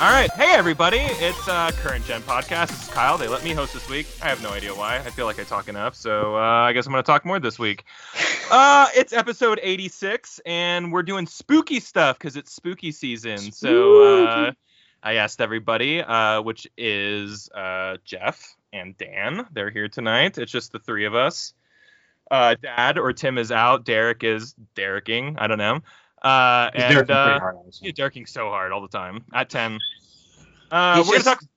All right. Hey, everybody. It's uh, Current Gen Podcast. This is Kyle. They let me host this week. I have no idea why. I feel like I talk enough, so uh, I guess I'm going to talk more this week. Uh, it's episode 86, and we're doing spooky stuff because it's spooky season. So uh, I asked everybody, uh, which is uh, Jeff and Dan. They're here tonight. It's just the three of us. Uh, Dad or Tim is out. Derek is Dereking. I don't know. Uh, He's and derking pretty uh, hard on us. you're derking so hard all the time at 10. Uh, He's we're just gonna talk.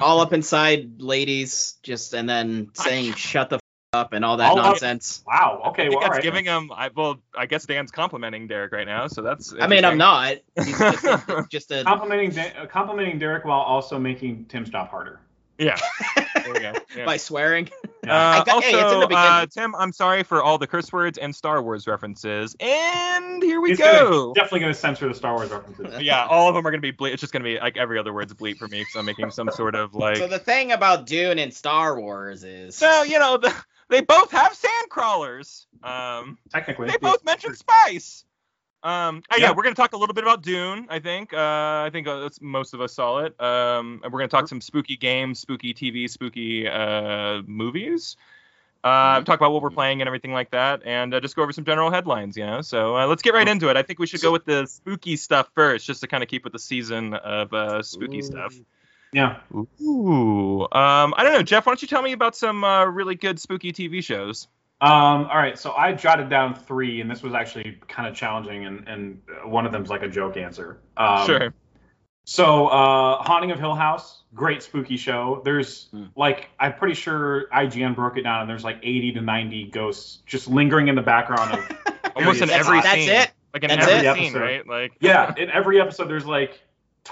all up inside ladies, just and then saying "shut the f- up" and all that All up- nonsense. Wow. I Okay. think Well, all that's right. giving him. I, well, I guess Dan's complimenting Derek right now, so that's. I mean, I'm interesting. not. He's just a, just a complimenting Dan- uh, complimenting Derek while also making Tim stop harder. Yeah. There we go. Yeah. by swearing. Uh, I got- also, hey, it's in the uh, beginning. Tim, I'm sorry for all the curse words and Star Wars references. And here we He's go. Gonna, definitely going to censor the Star Wars references. Uh, yeah, all of them are gonna be bleep. It's just gonna be like every other word's bleep for me because I'm making some sort of like. So the thing about Dune and Star Wars is So, you know, the, they both have sand crawlers. Um. Technically. they both mentioned spice. Um, oh, yeah, Yeah. we're gonna talk a little bit about Dune. I think. Uh, I think uh, that's, most of us saw it. Um, and we're gonna talk some spooky games, spooky TV, spooky uh, movies. Uh, talk about what we're playing and everything like that, and uh, just go over some general headlines. You know, so uh, let's get right into it. I think we should go with the spooky stuff first, just to kind of keep with the season of uh, spooky stuff. Yeah. Ooh. Um, I don't know, Jeff. Why don't you tell me about some uh, really good spooky TV shows? Um, all right. So I jotted down three, and this was actually kind of challenging, and, and uh, one of them's like a joke answer. Um, sure. So, uh, Haunting of Hill House, great spooky show. There's Hmm. like, I'm pretty sure IGN broke it down, and there's like 80 to 90 ghosts just lingering in the background of Almost in That's- every that's scene. it. Like in That's every it. scene, Episode. right? Like yeah, in every episode, there's like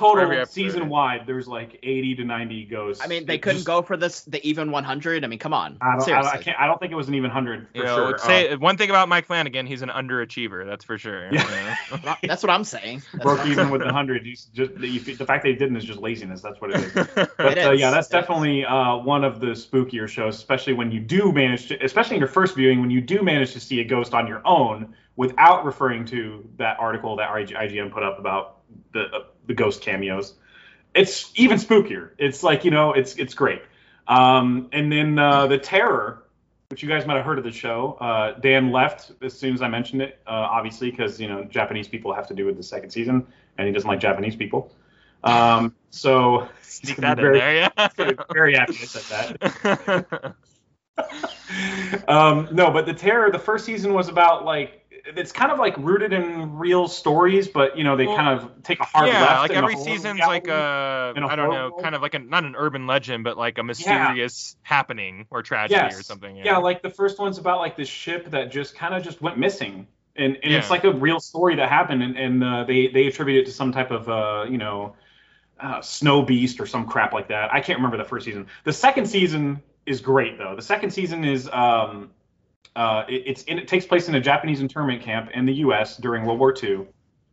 Every total episode. season wide, there's like 80 to 90 ghosts. I mean, they It couldn't just- go for this the even 100. I mean, come on, I don't, I, seriously. don't- I can't. I don't think it was an even hundred for you know, sure. let's say one thing about Mike Flanagan, he's an underachiever. That's for sure. Yeah. You Well, That's what I'm saying. Uh, That's broke what I'm even with the hundred. You s- just the, you, the fact they didn't is just laziness. That's what it is. know? But It uh, is. yeah, that's It definitely uh, one of the spookier shows, especially when you do manage to, especially in your first viewing, when you do manage to see a ghost on your own without referring to that article that IG IGN put up about the uh, the ghost cameos. It's even spookier. It's like you know, it's it's great. Um, and then uh, the terror, which you guys might have heard of the show. Uh, Dan left as soon as I mentioned it, uh, obviously, because you know Japanese people have to do with the second season, and he doesn't like Japanese people. Um, so Sneak that gonna be in very- there, yeah. very very happy I said that um, no, but the terror. The first season was about like it's kind of like rooted in real stories, but you know they Well, kind of take a hard yeah, left. like and a every whole season's like reality. a, in a I don't know, horrible- kind of like a not an urban legend, but like a mysterious happening or tragedy or Yes. something. yeah. like the first one's about like this ship that just kind of just went missing, and and Yeah. it's like a real story that happened, and and uh, they they attribute it to some type of uh, you know uh, snow beast or some crap like that. I can't remember the first season. The second season is great though. The second season is um uh it, it's in, it takes place in a Japanese internment camp in the U.S. during World War II,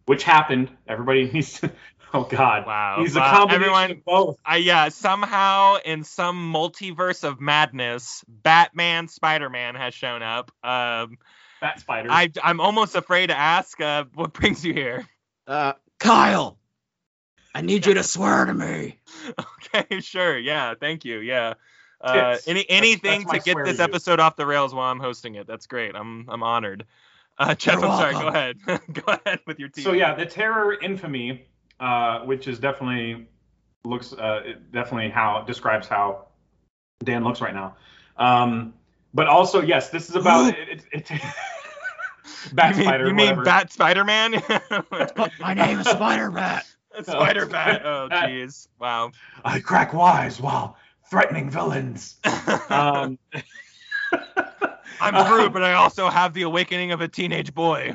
which happened. Everybody needs to. Oh God. Wow. He's a wow. combination Everyone, of both. I yeah, somehow in some multiverse of madness, Batman, Spider-Man has shown up. Um, Bat spiders. I, I'm almost afraid to ask uh, what brings you here. Uh, Kyle, I need you to swear to me. Okay, sure. Yeah, thank you. Yeah. Uh, Yes, any that's- anything that's my to get swear this to you. episode off the rails while I'm hosting it. That's great. I'm I'm honored. Uh, Jeff, You're I'm sorry. Go welcome. ahead. go ahead with your team. So yeah, the terror infamy, uh, which is definitely looks uh, it definitely how describes how Dan looks right now. Um, but also yes, this is about it. it, it Bat you mean, spider, you mean whatever. Bat Spider-Man? My name is Spider Bat. Spider Bat. Oh Bat. jeez. Wow. I crack wise while threatening villains. Um, I'm uh, Groot, but I also have the awakening of a teenage boy.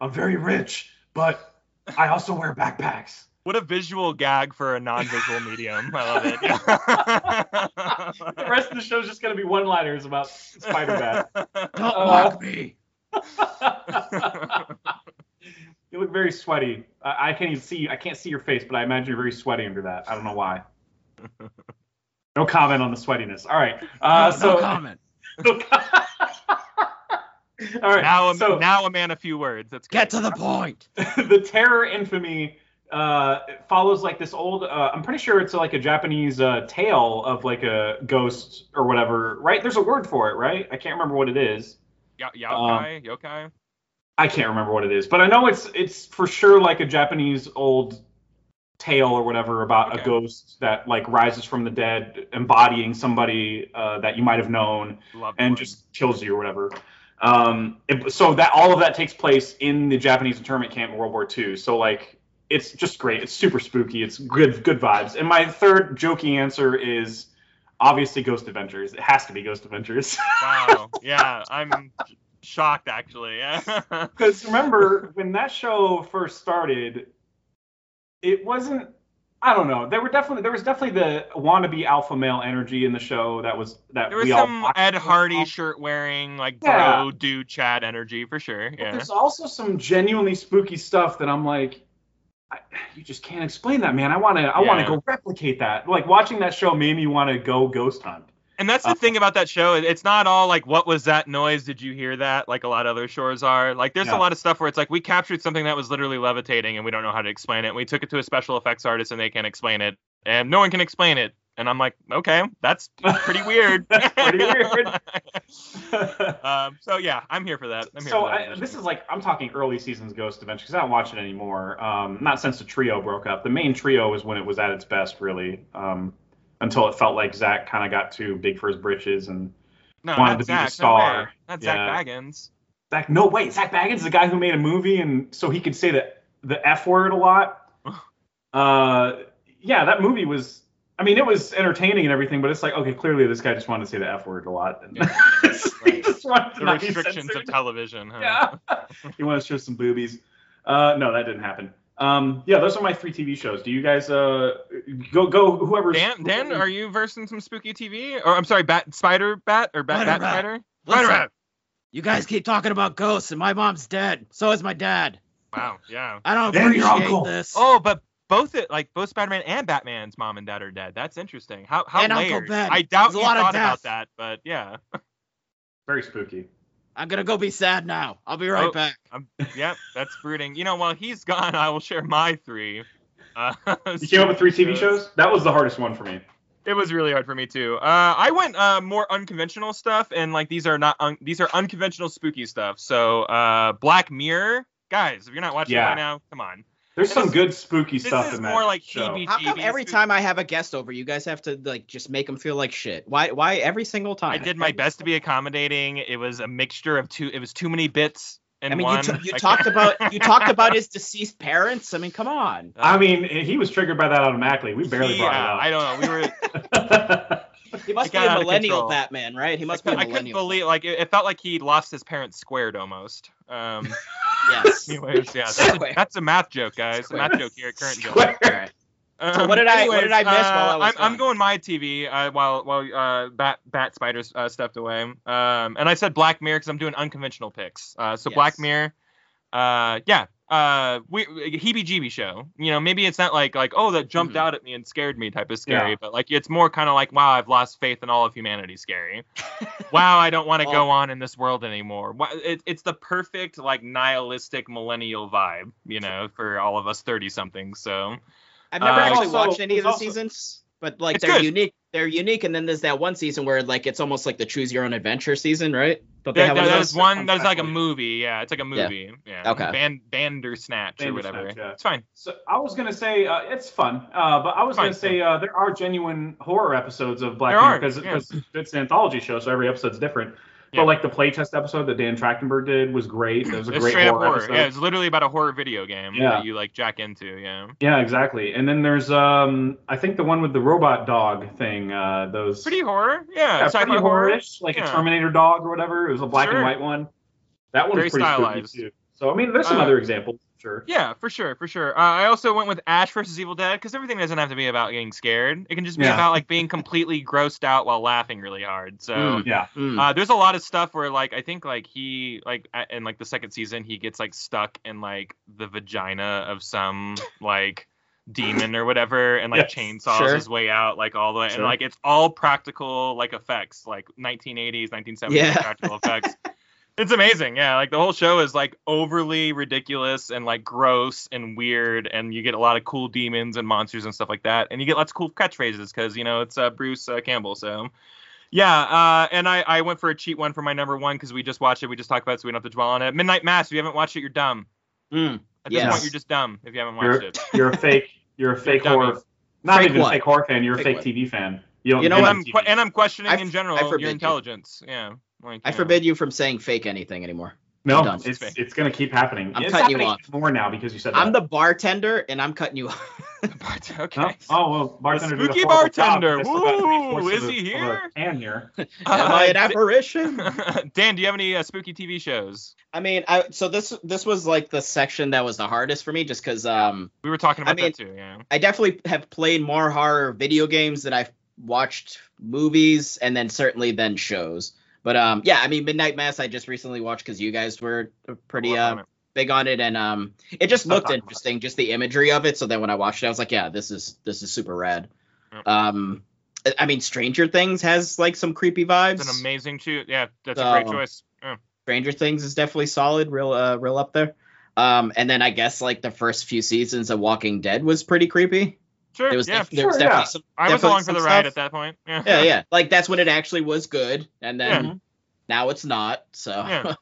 I'm very rich, but I also wear backpacks. What a visual gag for a non-visual medium. I love it. The rest of the show is just gonna be one-liners about Spider Bat. Don't Uh, mock me. you look very sweaty. I, I can't even see. I can't see your face, but I imagine you're very sweaty under that. I don't know why. No comment on the sweatiness. All right. Uh, no, so. no comment. All right. Now, a- so now a man, a few words. That's great. Get to the point. the terror infamy uh, it follows like this old. Uh, I'm pretty sure it's like a Japanese uh, tale of like a ghost or whatever. Right? There's a word for it, right? I can't remember what it is. Y- yokai, Uh, yokai. I can't remember what it is, but I know it's it's for sure like a Japanese old tale or whatever about Okay. a ghost that like rises from the dead, embodying somebody uh, that you might have known Love and just kills you or whatever. Um, it- so that all of that takes place in the Japanese internment camp in World War II. So like, it's just great. It's super spooky. It's good, good vibes. And my third jokey answer is obviously Ghost Adventures. It has to be Ghost Adventures wow. Yeah, I'm sh- shocked actually. Yeah. because remember when that show first started, it wasn't. I don't know. There were definitely there was definitely the wannabe alpha male energy in the show that was that There was we all some watched. Ed Hardy shirt wearing, like Yeah. bro, do Chad energy for sure. But Yeah. there's also some genuinely spooky stuff that I'm like, I, you just can't explain that, man. I want to, I want Yeah. to go replicate that. Like watching that show made me want to go ghost hunt. And that's the Uh, thing about that show. it- It's not all like, what was that noise? Did you hear that? Like a lot of other shows are. Like, there's Yeah. a lot of stuff where it's like, we captured something that was literally levitating and we don't know how to explain it. We took it to a special effects artist and they can't explain it. And no one can explain it. And I'm like, okay, that's pretty weird. That's pretty weird. um, so, yeah, I'm here for that. I'm here so for that. I, this is like I'm talking early seasons Ghost Adventure because I don't watch it anymore. Um, not since the trio broke up. The main trio was when it was at its best, really. Um, until it felt like Zach kind of got too big for his britches and no, wanted not to be the Zach, no star. way. Not Zach Yeah. Baggins. Zach, no wait, Zach Baggins, is the guy who made a movie, and so he could say the the f word a lot. Uh, yeah, that movie was. I mean, it was entertaining and everything, but it's like, okay, clearly this guy just wanted to say the f word a lot. And Yeah, he right. just wanted to The not be restrictions of censored. television. Huh? Yeah, he wanted to show some boobies. Uh, no, that didn't happen. Um, yeah, those are my three TV shows. Do you guys uh go go whoever's Dan, Dan, are you versing some spooky TV? Or I'm sorry, Bat Spider Bat or Bat Spider Bat Rat. Spider? Listen, Spider Bat. you guys keep talking about ghosts, and my mom's dead. So is my dad. Wow, yeah. I don't And your appreciate uncle. this. Oh, but both it like both Spider Man and Batman's mom and dad are dead. That's interesting. How how And Uncle layered. Ben. I doubt There's a you lot of thought death. about that, but yeah, very spooky? I'm gonna go be sad now. I'll be right Oh. back. yep, that's brooding. You know, while he's gone, I will share my three. Uh, You came up with three TV shows. shows. That was the hardest one for me. It was really hard for me too. Uh, I went uh, more unconventional stuff, and like these are not un- these are unconventional spooky stuff. So uh, Black Mirror, guys, if you're not watching it Yeah. by now, come on. There's This some is- good spooky this stuff is in that more like show. TV How come TV every spook- time I have a guest over, you guys have to like just make them feel like shit? Why? Why every single time? I did my best to be accommodating. It was a mixture of two. It was too many bits in I mean, you, one. t- you I talked can't- about you talked about his deceased parents. I mean, come on. I mean, he was triggered by that automatically. We barely he- yeah, brought I don't know. We were. it up. He must be got out a of millennial control. Batman, right? He must I be a cou- I couldn't millennial. believe. Like it, it felt like he lost his parents squared almost. Um. yes. Anyways, yeah. That's a, Square. that's a math joke, guys. A math Square. joke here at current. Joke. Square. All right. So Um, uh, what did I- what did I miss while I was I'm, I'm gone? going my TV uh, while while uh, bat bat spiders uh, stepped away. Um, and I said Black Mirror because I'm doing unconventional picks. Uh, so Black Yes. Mirror, uh, yeah, uh, we heebie-jeebie show. You know, maybe it's not like like oh that jumped Mhm. out at me and scared me type of scary, Yeah. but like it's more kind of like wow I've lost faith in all of humanity scary. wow I don't want to go Well- on in this world anymore. Why- It, it's the perfect like nihilistic millennial vibe, you know, for all of us thirty somethings. So. I've never Uh, actually also- watched any of the also- seasons, but like It's they're good. unique. They're unique, and then there's that one season where like it's almost like the choose your own adventure season, right? Don't That, one that, of that those? is one. That is like a Exactly. movie. Yeah, it's like a movie. Yeah. Okay. Van, Bandersnatch or whatever. Bandersnatch, yeah. It's fine. So I was gonna say uh, it's fun, uh, but I was Fine, gonna say uh, there are genuine horror episodes of Black There Mirror are, because yeah. it's an anthology show, so every episode's different. Yeah. But like the playtest episode that Dan Trachtenberg did was great. That was a It's great straight horror, up horror. episode. Yeah, it's literally about a horror video game Yeah. that you like jack into. Yeah. Yeah, exactly. And then there's um, I think the one with the robot dog thing. Uh, those Pretty horror. Yeah. yeah, sci-fi pretty horrorish, like Yeah. a Terminator dog or whatever. It was a black Sure. and white one. That one's Very pretty stylized. spooky too. So I mean, there's some Uh, other examples, sure. Yeah, for sure, for sure. Uh, I also went with Ash versus Evil Dead because everything doesn't have to be about getting scared. It can just be Yeah. about like being completely grossed out while laughing really hard. So. Mm. Yeah, Mm. Uh, there's a lot of stuff where like I think like he like a- in like the second season he gets like stuck in like the vagina of some like demon or whatever and like Yes. chainsaws Sure. his way out like all the way and Sure. like it's all practical like effects like 1980s 1970s Yeah. practical effects It's amazing, yeah. Like the whole show is like overly ridiculous and like gross and weird, and you get a lot of cool demons and monsters and stuff like that, and you get lots of cool catchphrases because you know it's uh, Bruce uh, Campbell. So, yeah, uh, and I I went for a cheat one for my number one because we just watched it, we just talked about it, so we don't have to dwell on it. Midnight Mass. If you haven't watched it, you're dumb. Mm. At this Yes. point, you're just dumb if you haven't watched You're, it. you're a fake. You're a fake dummy. horror. Not Fake even a what? fake horror fan. You're a Fake fake what? TV fan. You don't. You know get and what? on I'm TV. que- and I'm questioning I- in I general forbid your you. intelligence. Yeah. Like, I you know. forbid you from saying fake anything anymore. no, done. it's it's gonna keep happening. I'm it's cutting you happening off. more now because you said I'm that. the bartender and I'm cutting you off. okay. Oh, oh well, bartender. did a spooky horrible job. bartender. That's about Woo, three-fourths of is the- he of the here? Can here. Oh, Am I an Uh, apparition? Dan, do you have any uh, spooky TV shows? I mean, I so this this was like the section that was the hardest for me, just because um We were talking I about mean- that too. Yeah. I definitely have played more horror video games than I've watched movies, and then certainly then shows. But um yeah, I mean Midnight Mass I just recently watched because you guys were pretty Work uh, on it. big on it, and um it just Stop looked talking about it. interesting, just the imagery of it. So then when I watched it, I was like, yeah, this is this is super rad. Yep. Um, I- I mean Stranger Things has like some creepy vibes. It's an amazing shoot. Yeah, that's a great So- choice. Yeah. Stranger Things is definitely solid, real uh, real up there. Um, and then I guess like the first few seasons of Walking Dead was pretty creepy. Sure. There was yeah. def- there was sure, definitely yeah. some I was definitely along for some the ride stuff. at that point. Yeah. yeah yeah like that's when it actually was good, and then now it's not. So Yeah.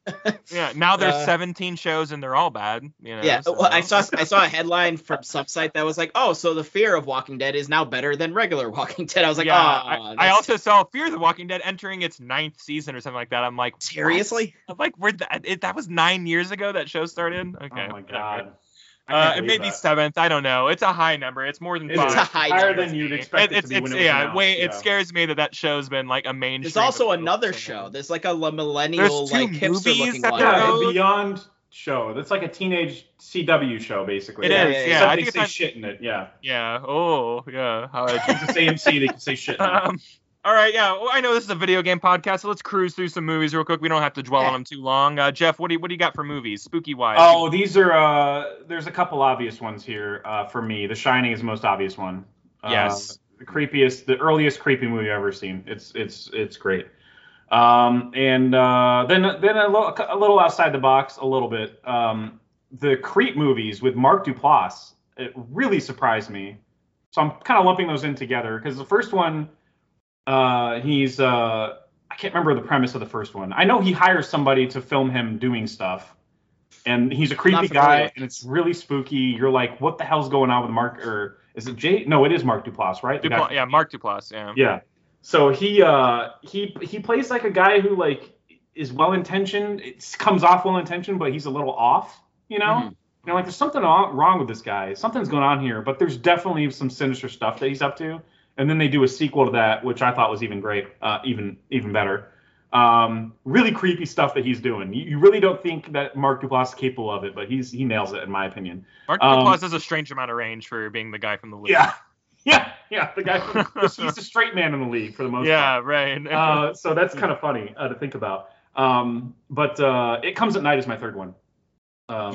Yeah. Now there's Uh, 17 shows and they're all bad. You know, Yeah, so- well, I saw I saw a headline from some site that was like, "Oh, so the fear of Walking Dead is now better than regular Walking Dead." I was like, yeah, "Aw, I, I that's- also saw Fear the Walking Dead entering its ninth season or something like that. I'm like, what? seriously." I'm like, where that? It, that was nine years ago that show started. Okay. Oh my whatever. god. I Uh, can't it may believe be that. seventh. I don't know. It's a high number. It's more than It is. five. It's a high higher number. than you'd expect It- it, it's, to be it's, when it was yeah, announced, wait, yeah. it scares me that that show's been like a mainstream. There's also appeal another for so show. long. There's like a la- millennial There's two like hipster movies looking that one. they're Yeah, Road. a beyond show. That's like a teenage CW show, basically. It Yeah, is, yeah, yeah. yeah. I Except think they it's say on, shit in it. Yeah. yeah. Oh, yeah. How I- It's a AMC. They can say shit. In it. um, all right, yeah. Well, I know this is a video game podcast, so let's cruise through some movies real quick. We don't have to dwell on Yeah. them too long. Uh, Jeff, what do you, what do you got for movies, spooky wise? Oh, these are. Uh, there's a couple obvious ones here uh, for me. The Shining is the most obvious one. Uh, Yes. The creepiest, the earliest creepy movie I've ever seen. It's it's it's great. Um, and uh, then then a little a little outside the box, a little bit. Um, the Creep movies with Mark Duplass. It really surprised me. So I'm kind of lumping those in together because the first one, uh, he's uh, I can't remember the premise of the first one. I know he hires somebody to film him doing stuff, and he's a creepy Not familiar guy, with and it's really spooky. You're like, what the hell's going on with Mark? Or is it Jay? No, it is Mark Duplass, right? The guy Dupla- yeah, Mark Duplass. Yeah. uh, yeah. So he uh he he plays like a guy who like is well intentioned. It comes off well intentioned, but he's a little off. You know. Mhm. And I'm like, there's something o- wrong with this guy. Something's going on here. But there's definitely some sinister stuff that he's up to. And then they do a sequel to that, which I thought was even great, uh, even even better. Um, really creepy stuff that he's doing. You, you really don't think that Mark Duplass is capable of it, but he's he nails it in my opinion. Mark Um, Duplass has a strange amount of range for being the guy from the league. Yeah, yeah, yeah. The guy, from, he's the straight man in the league for the most. part. Yeah. Right. uh, so that's kind of funny uh, to think about. Um, but uh, it comes at night is my third one. Um,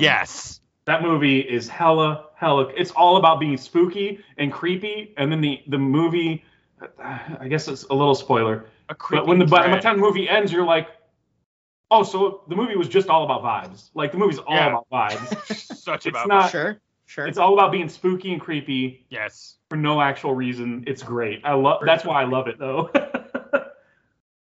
yes. that movie is hella hella. It's all about being spooky and creepy, and then the the movie. uh, I guess it's a little spoiler, A creepy but when the by the threat. time the movie ends, you're like, oh, so the movie was just all about vibes. Like the movie's all Yeah. about vibes. such it's about not. sure, sure. uh, It's all about being spooky and creepy yes. for no actual reason. It's great. I love. That's why I love it though.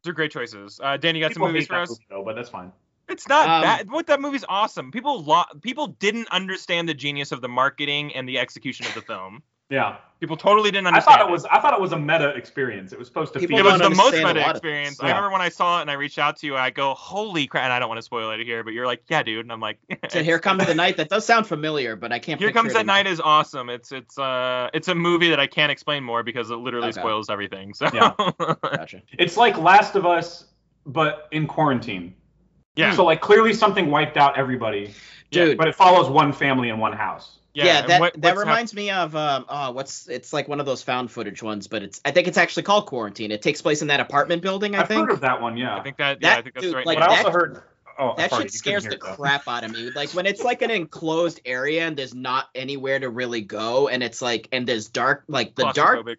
Those are great choices. Uh, Dan, you got People some movies hate for that us? movie, though, but that's fine. It's not Um, bad. What that movie's awesome. People lo- people didn't understand the genius of the marketing and the execution of the film. Yeah. People totally didn't I understand. thought it was I thought it was a meta experience. It was supposed to People feel It was don't the most understand a meta lot of experience. this. I Yeah. remember when I saw it and I reached out to you. I go, "Holy crap!" And I don't want to spoil it here, but you're like, "Yeah, dude." And I'm like, So here comes the night. That does sound familiar, but I can't. Here picture comes it that in- night is awesome. It's it's uh it's a movie that I can't explain more because it literally Okay. spoils everything. So Yeah. Gotcha. it's like Last of Us, but in quarantine. yeah, So like clearly something wiped out everybody, Yeah, Dude, but it follows one family in one house. yeah, Yeah, and that what- that what's hap- reminds me of um oh what's it's like one of those found footage ones, but it's I think it's actually called quarantine. It takes place in that apartment building, I I've think. heard of that one, yeah. I think that, yeah, That- I think that's dude, right. but like I now. also that- heard oh that sorry, shit you couldn't scares hear the it, though. crap out of me. Like when it's like an enclosed area and there's not anywhere to really go and it's like and there's dark like the dark Claustrophobic.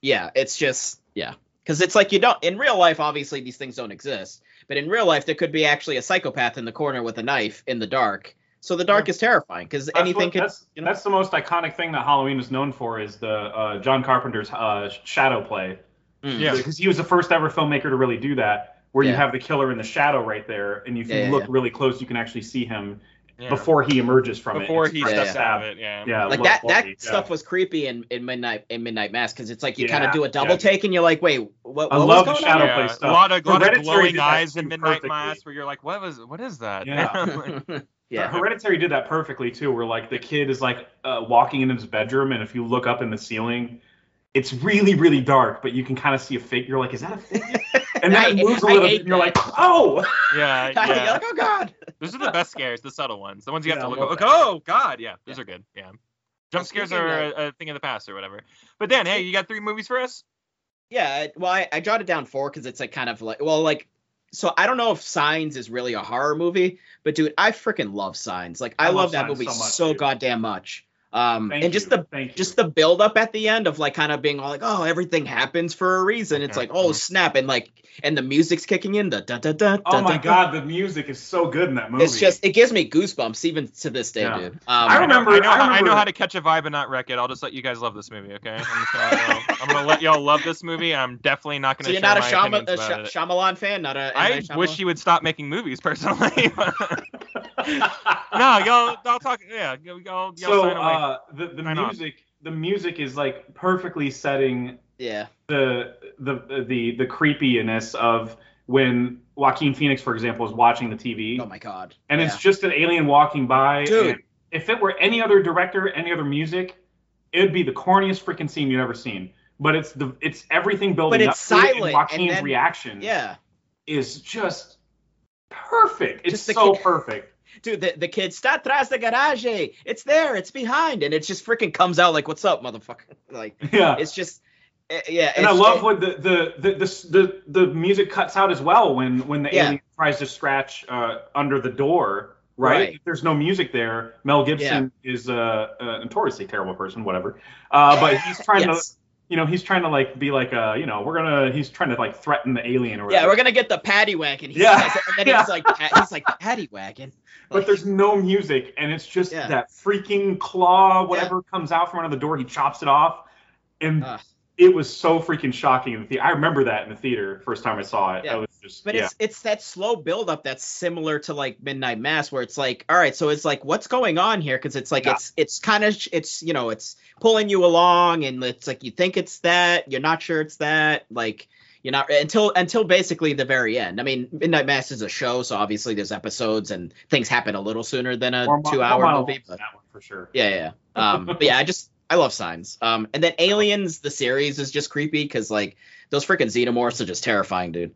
yeah, it's just yeah. Cuz it's like you don't in real life obviously these things don't exist, But in real life, there could be actually a psychopath in the corner with a knife in the dark. So the dark is terrifying because That's anything what- could. That's, you know? that's the most iconic thing that Halloween is known for is the uh, John Carpenter's uh, shadow play. Mm. Yeah. because he was the first ever filmmaker to really do that, where you Yeah. have the killer in the shadow right there, and if you Yeah, yeah, look yeah. really close, you can actually see him Yeah. before he emerges from Before it. It's he pretty Yeah, steps sad. out of it. Yeah. Yeah, like look that that bloody, yeah. stuff was creepy in, in midnight in midnight mass because it's like you kind Yeah, of do a double yeah. take and you're like wait what, what I was love the going shadow on Yeah, play stuff. A lot of, lot of Hereditary glowing did that eyes in too Midnight perfectly. Mass, where you're like, what was, what is that? Yeah. yeah Hereditary did that perfectly too, where like the kid is like uh, walking into his bedroom, and if you look up in the ceiling, it's really really dark, but you can kind of see a figure. You're like, is that a figure? And then I- it moves a I little hate bit, and you're that. like, oh. yeah, You're yeah. like, oh god Those are the best scares, the subtle ones, the ones you have Yeah, to I look. love Like, that. oh God, yeah, those Yeah. are good. Yeah, Well, jump scares speaking are a, a thing of the past or whatever. But Dan, hey, you got three movies for us? yeah I- well I, I jotted down four because it's like kind of like well like so I don't know if Signs is really a horror movie but dude I freaking love Signs like I, I love, love that Signs movie so, so much, dude. goddamn much um Thank and just you, the thank you. just the build up at the end of like kind of being all like, oh, everything happens for a reason. It's Okay. like, oh snap, and like, and the music's kicking in. The da da da. da, Mm-hmm. oh da, my da. god, the music is so good in that movie. It's just it gives me goosebumps even to this day, Yeah. dude. Um, I know- remember- I know, I how- I know remember- how to catch a vibe and not wreck it. I'll just let you guys love this movie, okay? I'm, just gonna, let y'all- I'm gonna let y'all love this movie. I'm definitely not gonna. so you're share not a, my Shama, opinions a about Sha- it. Shyamalan fan, not a. I M. Night wish Shyamalan? he would stop making movies personally. no, y'all, I'll talk. Yeah, y'all, y'all so sign away. uh, the the Sign off. music the music is like perfectly setting Yeah. the the the the creepiness of when Joaquin Phoenix, for example, is watching the TV, Oh my god. and yeah. it's just an alien walking by. Dude. and if it were any other director, any other music, it would be the corniest freaking scene you've ever seen. But it's the it's everything building it's up to it, silent, and and Joaquin's then- reaction yeah, is just perfect. It's Just the so kick- perfect. dude, the the kid está atrás de garage. It's there. It's behind, and it just freaking comes out like, "What's up, motherfucker?" Like, Yeah. it's just, eh, yeah. and I it's- love it- when the the, the the the the music cuts out as well when when the Yeah. alien tries to scratch uh, under the door. Right? Right. If there's no music there. Mel Gibson is uh, a, a notoriously terrible person, whatever. Uh, but he's trying to, Yes. you know, he's trying to like be like, uh, you know, we're gonna. He's trying to like threaten the alien or whatever. Yeah, we're gonna get the paddy wagon. He Yeah. says, and then Yeah. he's like, pa- he's like paddy wagon. but there's no music, and it's just Yeah. that freaking claw, whatever comes out from under the door. He chops it off, and Ugh. it was so freaking shocking. In the theater. I remember that in the theater first time I saw it. Yeah. I was just, But yeah. it's it's that slow buildup that's similar to like Midnight Mass, where it's like, all right, so it's like, what's going on here? Because it's like Yeah. it's it's kind of it's you know it's pulling you along, and it's like you think it's that, you're not sure it's that, like you're not until until basically the very end. I mean, Midnight Mass is a show, so obviously there's episodes and things happen a little sooner than a Or mo- two or hour monologues movie. in But that one for sure. Yeah, yeah. yeah. Um, but yeah, I just I love signs. Um, and then Aliens the series is just creepy because like those freaking xenomorphs are just terrifying, dude.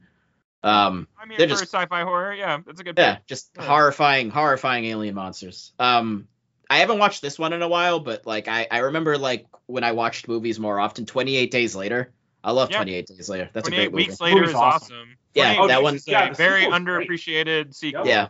Um, I mean, for they're just- sci-fi horror, yeah, that's a good. yeah, pick. just Yeah. horrifying, horrifying alien monsters. Um, I haven't watched this one in a while, but like I I remember like when I watched movies more often. Twenty Eight Days Later. I love Yeah. Twenty Eight Days Later. That's a 28 great movie. Weeks Later Movie's is awesome. awesome. Yeah, 28 that Weeks one- is a yeah, the very sequel's great. underappreciated sequel. Yeah.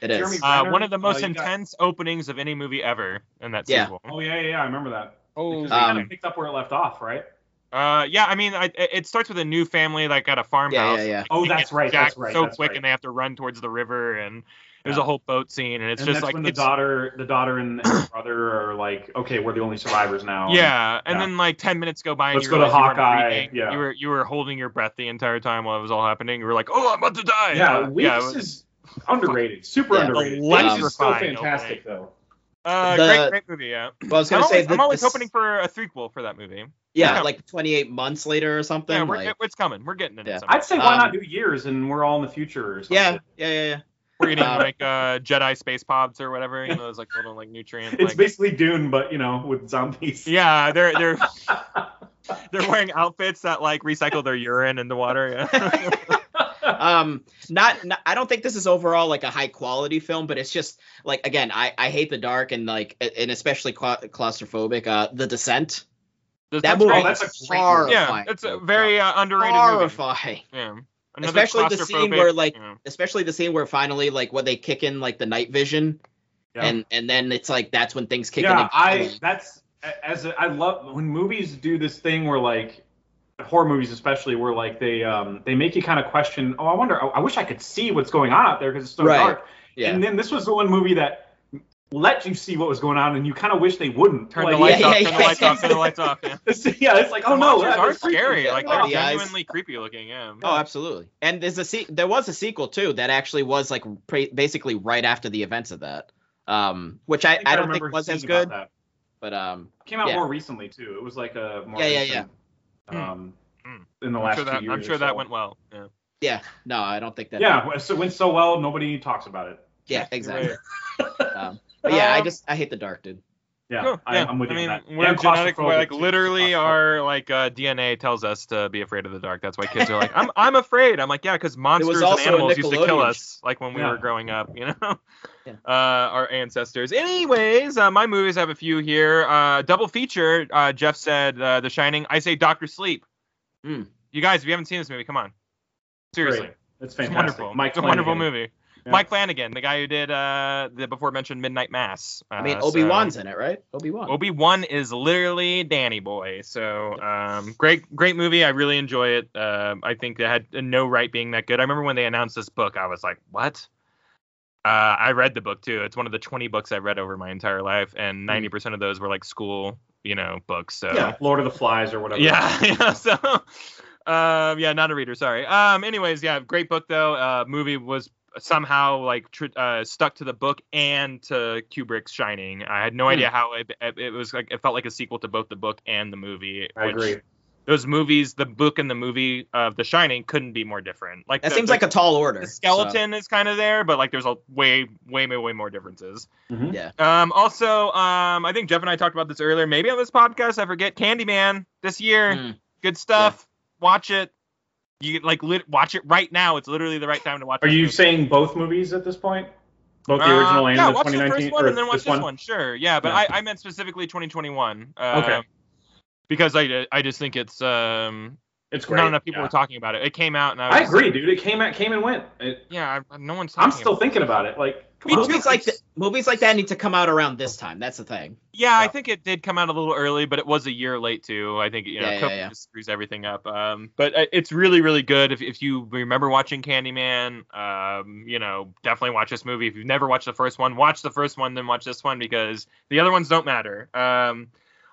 It is. Jeremy- Uh, Renner, one of the most uh, you got- intense openings of any movie ever in that Yeah. sequel. Oh yeah, yeah, yeah, I remember that. Oh, Because they kind Um, of picked up where it left off, right? uh, yeah. I mean, I, it- it starts with a new family like at a farmhouse. yeah, yeah. Oh, They that's get right, jacked that's right, So that's quick, right. and they have to run towards the river, and there's Yeah. a whole boat scene, and it's and just that's like when the it's- daughter, the daughter and, and the brother are like, okay, we're the only survivors now. Yeah, and Yeah. then like ten minutes go by. And Let's you go to realize you weren't Hawkeye, breathing. yeah. you were you were holding your breath the entire time while it was all happening. You were like, "Oh, I'm about to die." yeah. Uh, Weeks yeah. it was- is underrated, super Yeah. underrated. Electrifying Weeks is still opening. fantastic though. Uh, The- great, great movie. Yeah. Well, I was I'm gonna say always, that I'm always this- hoping for a threequel for that movie. yeah, yeah. like twenty eight months later or something. Yeah, we're, like, it's coming. We're getting it. Yeah. somehow. I'd say why Um, not do years and we're all in the future or something. yeah, yeah, yeah, yeah. We're getting Um, like uh, Jedi space pods or whatever. You know, those like little like nutrient. It's like, basically Dune, but you know, with zombies. yeah, they're they're they're wearing outfits that like recycle their urine in the water. Yeah. um not, not i don't think this is overall like a high quality film but it's just like again i i hate the dark and like a- and especially cla- claustrophobic uh the descent Does- that that's movie great. that's a is great horrifying movie. Yeah, it's a very uh, underrated movie. horrifying Yeah. Especially the scene claustrophobic- where, like, yeah. especially the scene where finally like when they kick in like the night vision Yeah. and and then it's like that's when things kick in yeah, and- I that's a- as a, I love when movies do this thing where like horror movies especially where like they um they make you kind of question oh i wonder I, I wish i could see what's going on out there because it's so Right. dark Yeah. and then this was the one movie that let you see what was going on and you kind of wish they wouldn't Turn Like, the lights yeah, off. yeah, turn the lights yeah. off. Turn the lights off. Yeah. it's, yeah it's like oh The no monsters that are was creepy. scary. Like they're Oh, the eyes. genuinely creepy looking. Yeah. Oh, absolutely. And there's a se- there was a sequel too that actually was like pre- basically right after the events of that, um, which I, think I, don't remember think was as seeing about good, that. but um, came out Yeah. more recently too it was like a more Yeah, yeah, recent, yeah. um Mm. in the I'm last sure two that, years I'm or sure that so. went well. Yeah. yeah, no, I don't think that. yeah so it went so well nobody talks about it yeah, You're exactly. right. Um, but yeah, I Um, just I hate the dark, dude. yeah, Cool. I, am with you I mean, on that. we're And genetic. claustrophobic, We're like too. literally, Claustrophobic. our like uh, DNA tells us to be afraid of the dark. That's why kids are like, I'm I'm afraid. I'm like, yeah, because monsters and also a animals used to kill Nickelodeon us, like when we Yeah. were growing up, you know. Yeah. Uh, our ancestors. Anyways, uh, my movies have a few here. Uh, double feature. Uh, Jeff said uh, The Shining. I say Doctor Sleep. Mm. You guys, if you haven't seen this movie, come on. Seriously. Great. That's It's fantastic. wonderful. Mike it's a wonderful Flanagan. movie. Yeah. Mike Flanagan, the guy who did uh, the before mentioned Midnight Mass. I mean, Uh, so- Obi Wan's in it, right? Obi Wan. Obi Wan is literally Danny Boy. So um, great, great movie. I really enjoy it. Um, I think it had no right being that good. I remember when they announced this book, I was like, what? Uh, I read the book too. It's one of the 20 books I've read over my entire life, and 90% of those were like school, you know, books. So Yeah, Lord of the Flies or whatever. yeah, yeah. So, um, yeah, not a reader. Sorry. Um, anyways, yeah, great book though. Uh, movie was somehow like tr- uh, stuck to the book and to Kubrick's Shining. I had no Hmm. idea how it, it, it was like. It felt like a sequel to both the book and the movie. I which agree. Those movies, the book and the movie of The Shining, couldn't be more different. Like that the, seems the, like a tall order. the skeleton is kind of there, but like there's a way, way, way, way more differences. Mhm. Yeah. Um. Also, um, I think Jeff and I talked about this earlier. Maybe on this podcast, I forget Candyman this so- year Mm, good stuff. Watch it. You like lit, watch it right now. It's literally the right time to watch. Are this you movie. saying both movies at this point? Both the Uh, original and yeah, the watch the 2019? first one or and then watch this one. Sure, yeah, but Yeah. I, I meant specifically 2021. Um, Okay. Because I I just think it's um It's great. not enough people yeah. were talking about it. It came out and I was I just agree, like, dude. It came out, came and went. It, yeah, I, no one's talking. I'm still about it. thinking about it. Like, come on. Movies like th- movies like that need to come out around this time. That's the thing. Yeah, I Yeah. think it did come out a little early, but it was a year late too. I think you know Yeah, yeah, COVID yeah. just screws everything up. Um, but uh, it's really really good. If if you remember watching Candyman, um, you know definitely watch this movie. If you've never watched the first one, watch the first one, then watch this one because the other ones don't matter. Um,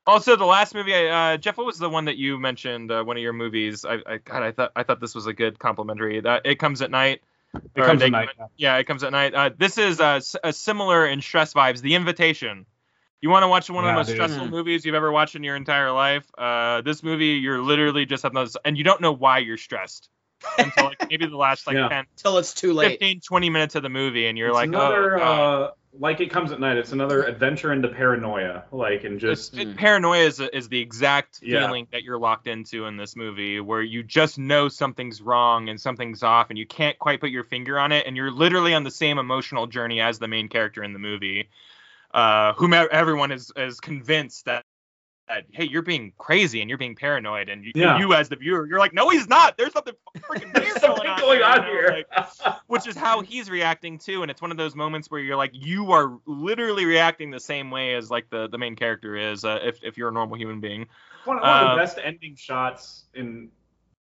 also the last movie, I, uh, Jeff, what was the one that you mentioned? Uh, one of your movies. I, I God, I thought I thought this was a good complimentary. That it comes at night. It or comes They at night. yeah, it comes at night. Uh, this is uh, s- a similar in stress vibes. The Invitation. You want to watch one of Yeah, the most dude. stressful Mm. movies you've ever watched in your entire life. Uh, this movie, you're literally just having those, and you don't know why you're stressed until like maybe the last like Yeah. 10, Till it's too late. 15, 20 minutes of the movie, and you're It's like, another, oh, God. uh, like it comes at night. It's another adventure into paranoia. Like, and It's- just it- paranoia is, is the exact Yeah. feeling that you're locked into in this movie, where you just know something's wrong and something's off, and you can't quite put your finger on it, and you're literally on the same emotional journey as the main character in the movie, uh, whom e- everyone is is convinced that. That, hey, you're being crazy and you're being paranoid, and you, Yeah. you as the viewer, you're like, no, he's not. There's something freaking weird something going on, going you on know, here. like- which is how he's reacting too and it's one of those moments where you're like you are literally reacting the same way as like the the main character is uh, if if you're a normal human being one, one of Um, the best ending shots in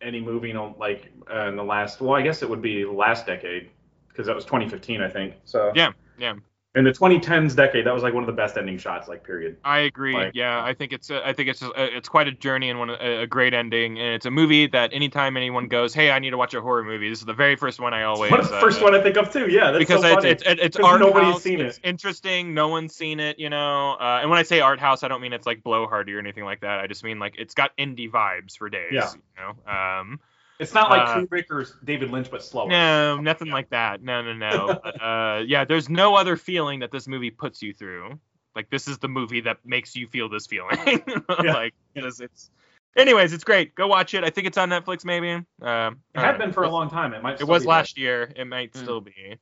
any movie you know, like uh, in the last well i guess it would be the last decade because that was 2015 i think so Yeah, yeah. in the 2010s decade that was like one of the best ending shots like period i agree Like- yeah i think it's a, i think it's just a, it's quite a journey and one a, a great ending and it's a movie that anytime anyone goes hey i need to watch a horror movie this is the very first one i always one of the uh, first one i think of too yeah that's because so it's, funny. it's it's it's 'Cause art nobody's house, seen it's it. interesting no one's seen it you know uh, and when i say art house i don't mean it's like blowhardy or anything like that i just mean like it's got indie vibes for days Yeah. you know um It's not like uh, kubrick or david lynch but slower No, nothing like that. No, no, no. But, uh, yeah, there's no other feeling that this movie puts you through. Like this is the movie that makes you feel this feeling. like it's, it's. Anyways, it's great. Go watch it. I think it's on Netflix. Maybe. Um, it had been for a long time it might It still was be last year. It might Mm. still be.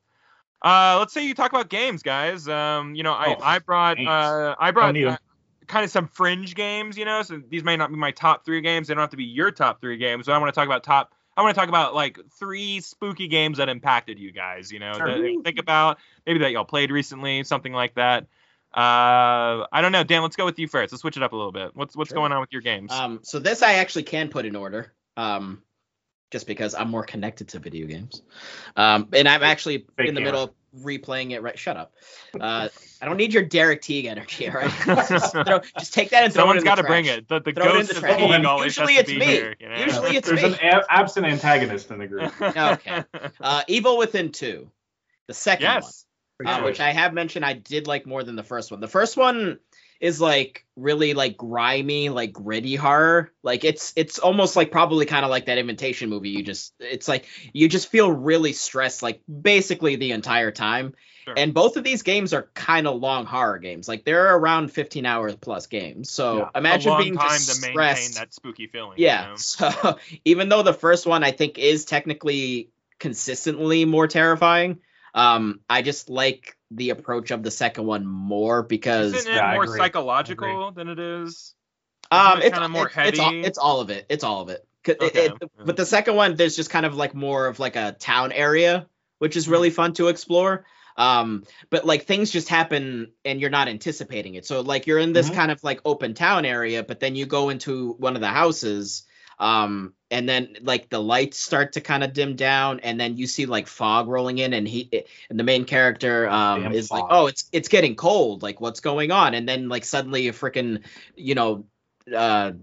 Uh, let's say you talk about games, guys. Um, you know, I Oh, I brought games. uh I brought need 'em. uh, kind of some fringe games, you know. So these may not be my top three games. They don't have to be your top three games. But I want to talk about top. I want to talk about like three spooky games that impacted you guys. You know, Sure. that you think about maybe that y'all played recently, something like that. Uh, I don't know, Dan. Let's go with you first. Let's switch it up a little bit. What's what's Sure. going on with your games? Um, so this I actually can put in order, um, just because I'm more connected to video games, um, and I'm actually Fake in the camera. middle of replaying it. Right, shut up. Uh, I don't need your Derek Teague energy, all right? just, throw, just take that and throw Someone's got to bring it. The, the Throw it in ghost the of trash. Teague always Usually has it's to be me. here. You know? Usually it's There's me. an a- absent antagonist in the group. Okay. Uh, Evil Within Two, the second one. yes. uh, sure. which I have mentioned I did like more than the first one. The first one is like really like grimy, like gritty horror. Like it's it's almost like probably kind of like that invitation movie. You just it's like you just feel really stressed like basically the entire time. Sure. And both of these games are kind of long horror games. Like they're around 15 hours plus games. So Yeah. imagine a long being time just to maintain stressed. that spooky feeling. Yeah. You know? So even though the first one I think is technically consistently more terrifying, um, I just like the approach of the second one more because Isn't it Yeah, I more agree. psychological than it is? um, it it's kinda more it's- it's all, heavy? it's all of it. It's all of it. 'Cause it- Okay, it- yeah. But the second one, there's just kind of like more of like a town area, which Hmm. is really fun to explore. Um, but like things just happen and you're not anticipating it. So like you're in this Mhm. kind of like open town area, but then you go into one of the houses, um, and then like the lights start to kind of dim down, and then you see like fog rolling in, and he and the main character um Damn is like, fog. oh, it's it's getting cold. Like what's going on? And then like suddenly a freaking you know uh,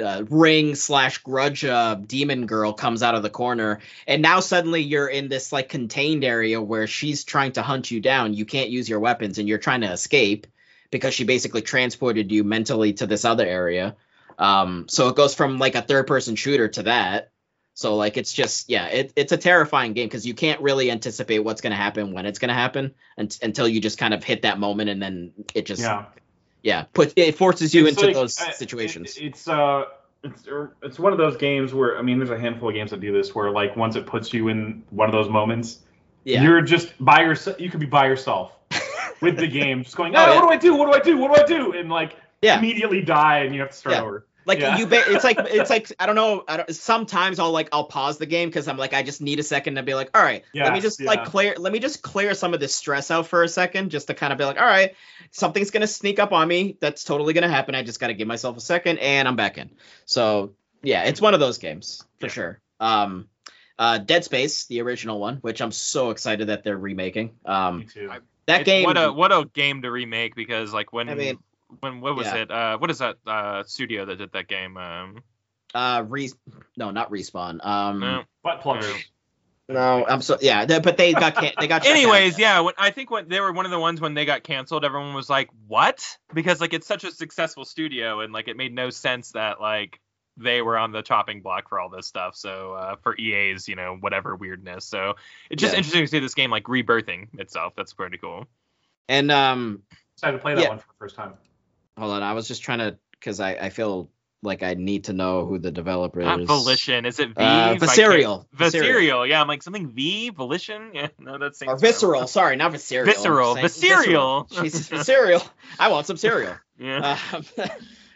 uh, ring slash grudge uh, demon girl comes out of the corner, and now suddenly you're in this like contained area where she's trying to hunt you down. You can't use your weapons, and you're trying to escape because she basically transported you mentally to this other area. Um, so it goes from like a third person shooter to that. So like it's just yeah, it, it's a terrifying game because you can't really anticipate what's gonna happen when it's gonna happen unt until you just kind of hit that moment and then it just yeah, Yeah. put it forces you It's into like, those uh, situations. it- it's uh, it's er, it's one of those games where I mean, there's a handful of games that do this where like once it puts you in one of those moments, yeah. you're just by yourself. You could be by yourself with the game, just going, oh, Oh, yeah. what do I do? What do I do? What do I do? And like Yeah. immediately die and you have to start Yeah. over. like Yeah. you ba- it's like it's like i don't know i don't sometimes i'll like i'll pause the game because i'm like i just need a second to be like all right let me Yes, just like yeah. clear let me just clear some of this stress out for a second just to kind of be like all right something's gonna sneak up on me that's totally gonna happen i just gotta give myself a second and i'm back in so yeah it's one of those games for Yeah. sure um uh dead space the original one which i'm so excited that they're remaking Me um too. I- that It's- game What a what a game to remake because like when I mean, when what was yeah. it? Uh, what is that uh, studio that did that game? Um, uh re no not respawn um no. Butt plug. Yeah. no i'm so yeah th- but they got can- they got shut down. Anyways, yeah, when, I think when they were one of the ones when they got canceled, everyone was like, "What?" Because like it's such a successful studio, and like it made no sense that like they were on the chopping block for all this stuff. So uh, for EA's, you know, whatever weirdness. So it's just Yeah. interesting to see this game like rebirthing itself. That's pretty cool. And um, Decided to play that Yeah. one for the first time. hold on, I was just trying to because I I feel like I need to know who the developer Not is. Volition. Is it V? Uh, Vic- Visceral. Visceral. Yeah, I'm like something V. Volition. Yeah, no, that seems Or visceral, sorry, not visceral. Visceral, I'm saying- viscereal. visceral. Jesus, visceral. I want some cereal. Yeah. Um,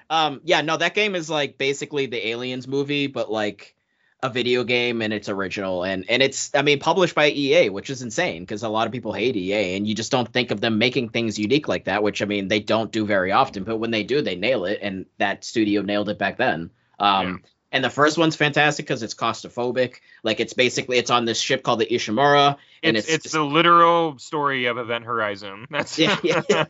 um, yeah, no, that game is like basically the Aliens movie, but like a video game and it's original and and it's I mean published by EA, which is insane because a lot of people hate EA and you just don't think of them making things unique like that, which I mean they don't do very often, but when they do, they nail it and that studio nailed it back then. Um And the first one's fantastic because it's claustrophobic. Like it's basically it's on this ship called the Ishimura, and it's, it's it's the literal story of Event Horizon. That's Yeah, yeah,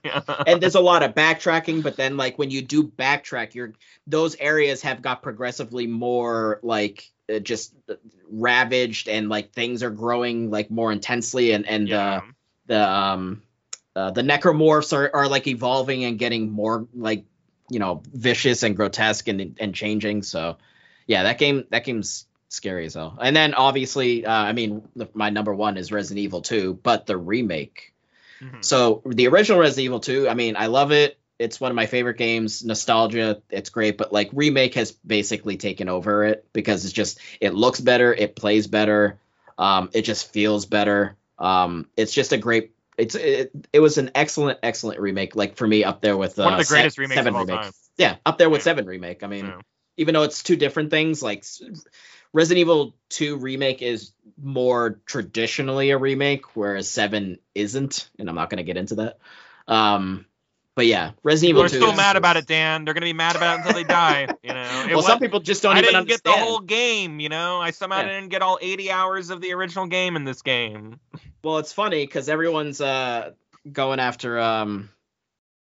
and there's a lot of backtracking but then like when you do backtrack you're those areas have got progressively more like uh, just uh, ravaged and like things are growing like more intensely and and uh, Yeah. the um uh, the necromorphs are, are like evolving and getting more like you know vicious and grotesque and and changing so yeah that game that game's scary as hell and then obviously uh, i mean the, my number one is resident evil 2 but the remake Mhm. so the original Resident Evil 2, I mean, I love it. It's one of my favorite games. Nostalgia, it's great, but like remake has basically taken over it because it's just it looks better, it plays better, um, it just feels better. Um, it's just a great. It's it, it was an excellent excellent remake. Like for me, up there with uh, One of the Se- greatest remakes Seven of all remake. time. Yeah, up there with Yeah. Seven remake. I mean, Yeah. even though it's two different things, like s- Resident Evil 2 remake is more traditionally a remake, whereas 7 isn't, and I'm not going to get into that. Um, But yeah, Resident People Evil are 2. still is- mad about it, Dan. They're gonna be mad about it until they die. You know, It Well, wa- some people just don't I even didn't understand. get the whole game. You know, I somehow Yeah. didn't get all 80 hours of the original game in this game. Well, it's funny because everyone's uh, going after um,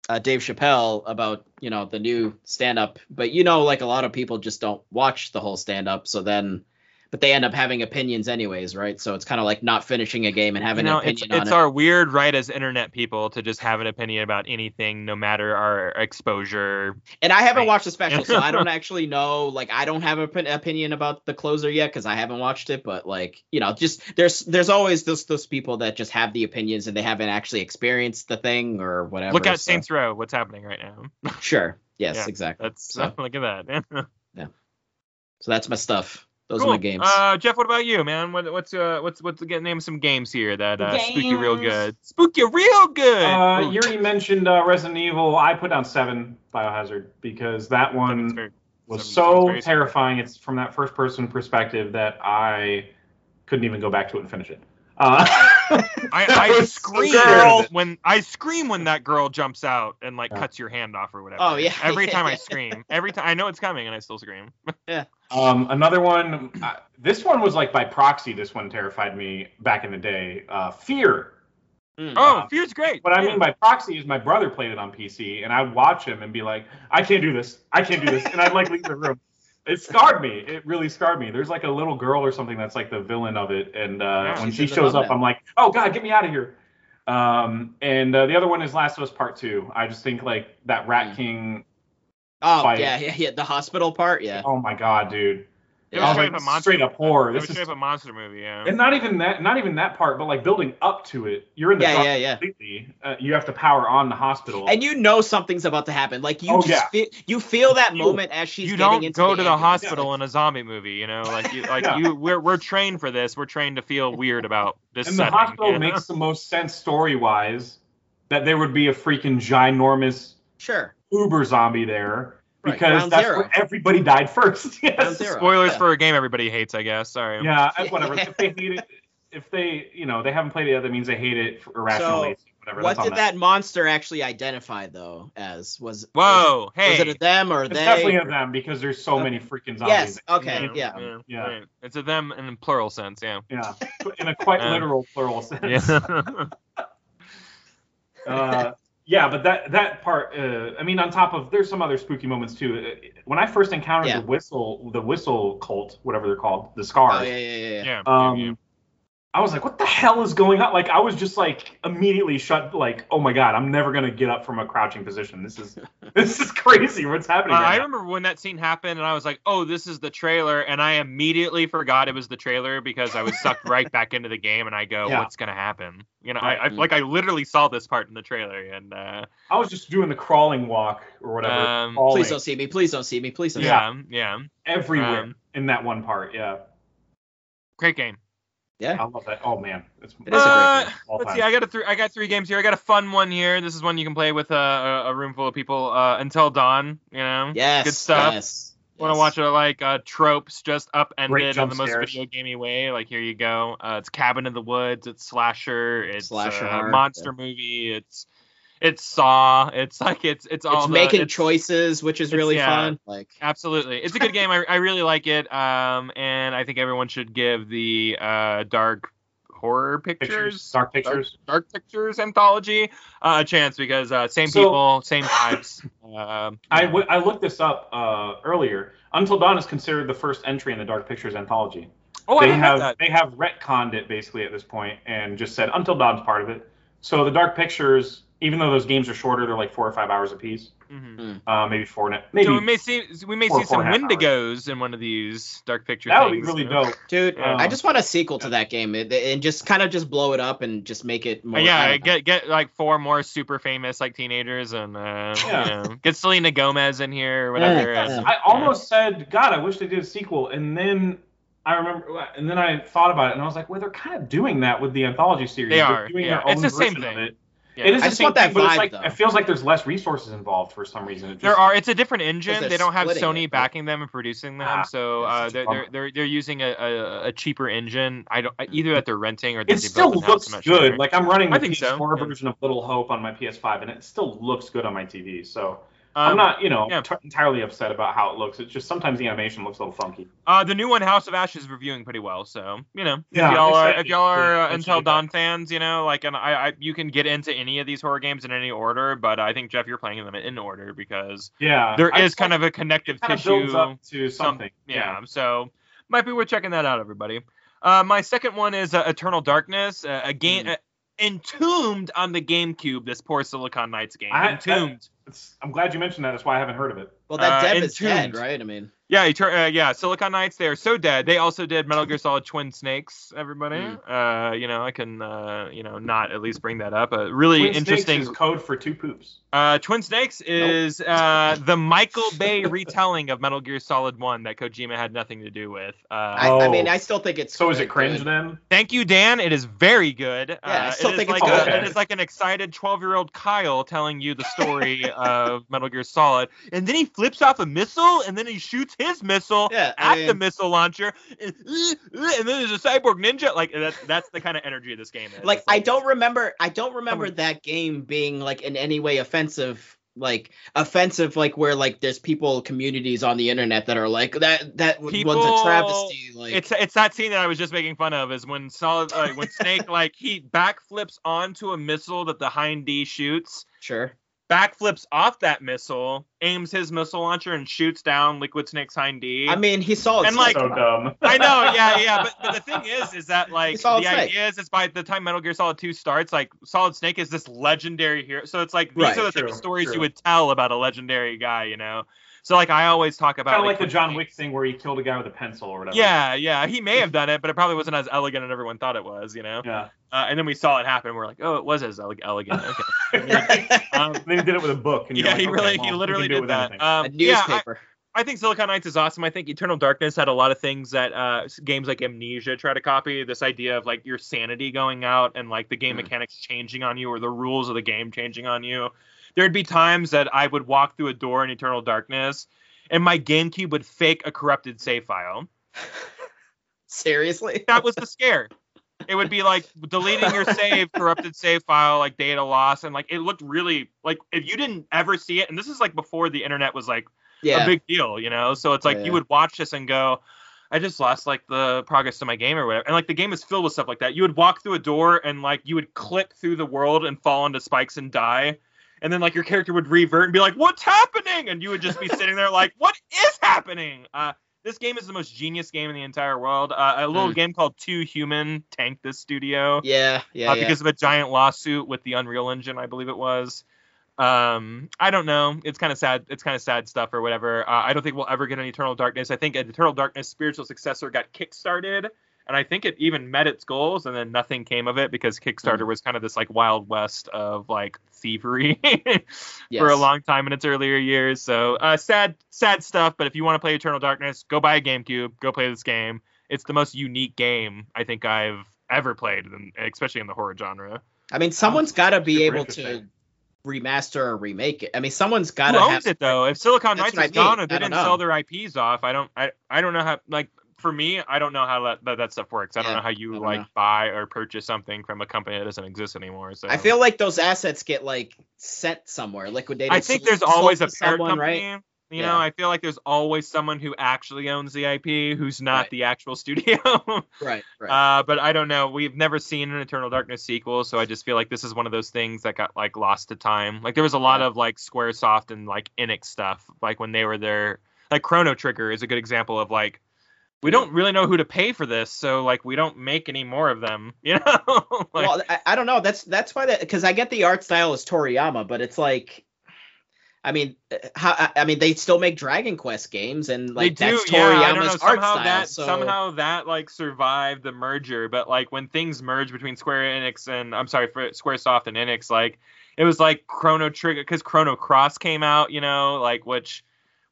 uh, Dave Chappelle about you know the new stand-up, but you know, like a lot of people just don't watch the whole stand-up, so then, but they end up having opinions anyways, right? So it's kind of like not finishing a game and having you know, an it's, opinion on it's it. our weird right as internet people to just have an opinion about anything, no matter our exposure. and I haven't Right. watched the special, so I don't actually know. Like, I don't have an opin- opinion about the closer yet because I haven't watched it. But like, you know, just there's there's always those those people that just have the opinions and they haven't actually experienced the thing or whatever. Look at so- Saints Row. What's happening right now? Sure. Yes, Yeah, exactly. That's So- look at that. So that's my stuff. Those Cool. are my games. Uh, Jeff, what about you, man? What, what's uh, what's what's get name some games here that uh, spook you real Games. good? Spook you real good. Uh, Ooh, Yuri mentioned uh, Resident Evil. I put down seven Biohazard because that that one's one very- was seven sounds so very- terrifying. It's from that first person perspective that I couldn't even go back to it and finish it. Uh, that I, I was so scream girl. when I scream when that girl jumps out and like Yeah. cuts your hand off or whatever. Oh, yeah. Every time I scream, every time I know it's coming and I still scream. um, another one. Uh, this one was like by proxy. This one terrified me back in the day. Uh, Fear. Mm. Oh, fear's great. What I Yeah. mean by proxy is my brother played it on PC, and I'd watch him and be like, "I can't do this. I can't do this," and I'd like leave the room. It scarred me. It really scarred me. There's like a little girl or something that's like the villain of it, and uh, Yeah. when She's she in the shows up, thumbnail. I'm like, "Oh God, get me out of here!" Um, and uh, the other one is Last of Us Part Two. I just think like that Rat Mm. King. oh fight. yeah, yeah, yeah. The hospital part, yeah. Oh my God, dude! It I was was straight up like, a monster. straight up horror. It This was is, straight up a monster movie. Yeah. and not even that, not even that part, but like building up to it. You're in the Yeah, dark yeah, yeah. completely. Uh, you have to power on the hospital. And you know something's about to happen. Like you Oh, just yeah. feel, you feel that You- moment as she's you getting don't into go to the ambulance. hospital in a zombie movie, you know, like you, like Yeah. you, we're we're trained for this. We're trained to feel weird about this. And setting, the hospital you know? makes the most sense story wise that there would be a freaking ginormous Sure. uber zombie there Right, because ground that's zero. where everybody died first. Ground Yes. zero. spoilers Yeah. for a game everybody hates. I guess. Sorry. Yeah, and whatever. if they hate it, if they, you know, they haven't played it yet, that means they hate it irrationally. So, whatever. what that's did on that monster actually identify though as? Was was, Whoa. it- Hey. was it a them or It's they? Uh, definitely of them because there's so many freaking zombies. yes, okay, No, yeah. no, Yeah. right. It's a them in plural sense. Yeah. Yeah, in a quite Uh, Yeah. literal plural sense. Yeah. uh, yeah, but that that part. Uh, I mean, on top of there's some other spooky moments too. Uh, When I first encountered Yeah. the whistle, the whistle cult, whatever they're called, the Oh scars. yeah, yeah, yeah. yeah. yeah. Um, yeah. I was like, what the hell is going on? Like, I was just like immediately shut. Like, oh my god, I'm never gonna get up from a crouching position. This is this is crazy. What's happening? Uh, right I now? remember when that scene happened, and I was like, "Oh, this is the trailer," and I immediately forgot it was the trailer because I was sucked right back into the game, and I go, Yeah. "What's gonna happen?" You know, I, I Right. like I literally saw this part in the trailer, and uh, I was just doing the crawling walk or whatever. Um, crawling Please don't see me. Please don't see me. Please don't. yeah, yeah, everywhere um, in that one part. Yeah, great game. I love that. Oh man, it's It is a great Uh, game. all Let's time. see. I got a three. I got three games here. I got a fun one here. This is one you can play with a, a, a room full of people uh, until dawn. You know, See me. Yes. Good stuff. Yes. want to yes. watch it like uh, tropes just Great upended in jump the most scares. video gamey way. Like here you go. Uh, it's Cabin in the Woods. It's slasher. It's Slasher uh, horror, monster movie. It's it's Saw. It's like it's it's all It's the- making it's- choices, which is it's- really yeah. fun. Like Absolutely, it's a good game. I, I really like it. Um, and I think everyone should give the uh dark horror pictures, pictures. dark pictures. Dark Pictures anthology uh, a chance because uh, same So- people, same vibes. Um, I, w- I looked this up uh, earlier. Until Dawn is considered the first entry in the Dark Pictures anthology. oh, I they didn't know have that. they have retconned it basically at this point and just said Until Dawn's part of it. So the Dark Pictures, even though those games are shorter, they're like four or five hours apiece. Mhm. Uh, maybe four, and a- maybe So we may see we may four- see four some and a half Wendigos in one of these dark picture that would be things. really you know? dope. Dude, Yeah. I just want a sequel to that game and, and just kind of just blow it up and just make it Uh, more. I yeah, don't know. get get like four more super famous like teenagers and uh, Yeah. you know, get Selena Gomez in here or whatever. Yeah. and- I almost said, God, I wish they did a sequel, and then. I remember, and then I thought about it, and I was like, "Well, they're kind of doing that with the anthology series. They They're are, doing yeah. their own It's the same version of thing. it. Yeah. It is I the just same want that thing, but it's vibe, like though. it feels like there's less resources involved for some reason. It just- There are. It's a different engine. they're They don't have splitting Sony it, but- backing them and producing them, Ah, so that's uh, such a they're, bummer. they're they're they're using a, a, a cheaper engine. I don't either that they're renting or they It still develop in-house, looks I'm not good. sure. Like I'm running I the think PS4 so, yeah. version of Little Hope on my PS5, and it still looks good on my TV. So Um, I'm not, you know, yeah. t- entirely upset about how it looks. It's just sometimes the animation looks a little funky. Uh, the new one, House of Ashes, is reviewing pretty well. So you know, Yeah, if y'all are if exactly. y'all are uh, Yeah, Until exactly. Dawn fans, you know, like, and I, I, you can get into any of these horror games in any order. But I think Jeff, you're playing them in order because Yeah, there Uh, I is just kind of like- a connective it kind of tissue. builds up to some- something. yeah, so might be worth checking that out, everybody. Uh, my second one is uh, Eternal Darkness, uh, a game Mm. uh, entombed on the GameCube. This poor Silicon Knights game, I- entombed. It's, I'm glad you mentioned that. That's why I haven't heard of it. Well, that Uh, dev is dead, Entombed. right? I mean, Yeah, Eter- uh, yeah, Silicon Knights. They are so dead. They also did Metal Gear Solid Twin Snakes. Everybody, Hmm. uh, you know, I can, uh, you know, not at least bring that up. A really Twin Snakes interesting. is code for two poops. uh, Twin Snakes is uh, the Michael Bay retelling of Metal Gear Solid One that Kojima had nothing to do with. Uh, I, I Oh. mean, I still think it's. So is it good. cringe then? thank you, Dan. It is very good. Yeah, I uh, still it is think it's like a- okay. it is like an excited twelve-year-old Kyle telling you the story of Metal Gear Solid, and then he flips off a missile, and then he shoots his missile, Yeah, I at the mean, missile launcher, and, uh, uh, and then there's a cyborg ninja. Like that's that's the kind of energy this game is. like It's I don't remember. I don't remember Someone- that game being like in any way offensive. Like offensive, like where like there's people communities on the internet that are like that that one's People- a travesty. Like It's it's that scene that I was just making fun of is when solid like when Snake like he backflips onto a missile that the hind D shoots, sure. backflips off that missile, aims his missile launcher and shoots down Liquid Snake's hind D. I mean, he saw it. And, like- so dumb. I know, yeah, yeah, but, but the thing is, is that like It's the Solid Snake. idea is, is by the time Metal Gear Solid Two starts, like Solid Snake is this legendary hero. So it's like these Right, are the type true, of stories true. you would tell about a legendary guy, you know. So like I always talk about Kind of like the Twin John Snakes. Wick thing where he killed a guy with a pencil or whatever. Yeah, yeah, he may have done it, but it probably wasn't as elegant as everyone thought it was, you know. Yeah. Uh, and then we saw it happen. We're like, oh, it was as ele- elegant. Okay. Um, And then he did it with a book. And you're yeah, like, he okay, really, well, he you literally can do it did with that. anything. Um, a yeah, I- newspaper. I think Silicon Knights is awesome. I think Eternal Darkness had a lot of things that uh, s- games like Amnesia try to copy. This idea of like your sanity going out and like the game Hmm. mechanics changing on you or the rules of the game changing on you. There'd be times that I would walk through a door in Eternal Darkness, and my GameCube would fake a corrupted save file. Seriously. That was the scare. It would be like deleting your save, corrupted save file, like data loss, and like it looked really like if you didn't ever see it. And this is like before the internet was like Yeah. a big deal, you know? So it's like Yeah. you would watch this and go, I just lost like the progress to my game or whatever. And like the game is filled with stuff like that. You would walk through a door and like you would clip through the world and fall into spikes and die. And then like your character would revert and be like, What's happening? And you would just be sitting there like, What is happening? Uh this game is the most genius game in the entire world. Uh, a little Mm. game called Two Human tanked this studio yeah. Yeah. uh, yeah. because of a giant lawsuit with the Unreal Engine, I believe it was. Um, I don't know. It's kind of sad. It's kind of sad stuff or whatever. Uh, I don't think we'll ever get an Eternal Darkness. I think an Eternal Darkness spiritual successor got kickstarted, and I think it even met its goals, and then nothing came of it because Mm. Kickstarter was kind of this like wild west of like thievery for a Yes. long time in its earlier years. So uh, sad, sad stuff. But if you want to play Eternal Darkness, go buy a GameCube. Go play this game. It's the most unique game I think I've ever played, and especially in the horror genre. I mean, someone's got to be super able to interesting. remaster or remake it. I mean, someone's got Who to owns have. it though? If Silicon That's Knights what is I mean. gone or I they don't didn't sell know. their IPs off, I don't, I, I don't know how. Like for me, I don't know how that that, that stuff works. I don't Yeah, know how I you don't like know. buy or purchase something from a company that doesn't exist anymore. So I feel like those assets get like sent somewhere, liquidated. I think sold- there's sold always a to parent someone, company. right? You Yeah. know, I feel like there's always someone who actually owns the IP who's not Right. the actual studio. Right. Right. uh, but I don't know. We've never seen an Eternal Darkness sequel, so I just feel like this is one of those things that got like lost to time. Like there was a lot Yeah. of like SquareSoft and like Enix stuff, like when they were there. Like Chrono Trigger is a good example of like we don't really know who to pay for this, so like we don't make any more of them. You know, like, well, I, I don't know. That's that's why that because I get the art style is Toriyama, but it's like, I mean, uh, how I, I mean they still make Dragon Quest games and like they do, that's yeah. Toriyama's I don't know. art Somehow style. that so somehow that like survived the merger, but like when things merged between Square Enix and I'm sorry for SquareSoft and Enix, like it was like Chrono Trigger because Chrono Cross came out, you know, like which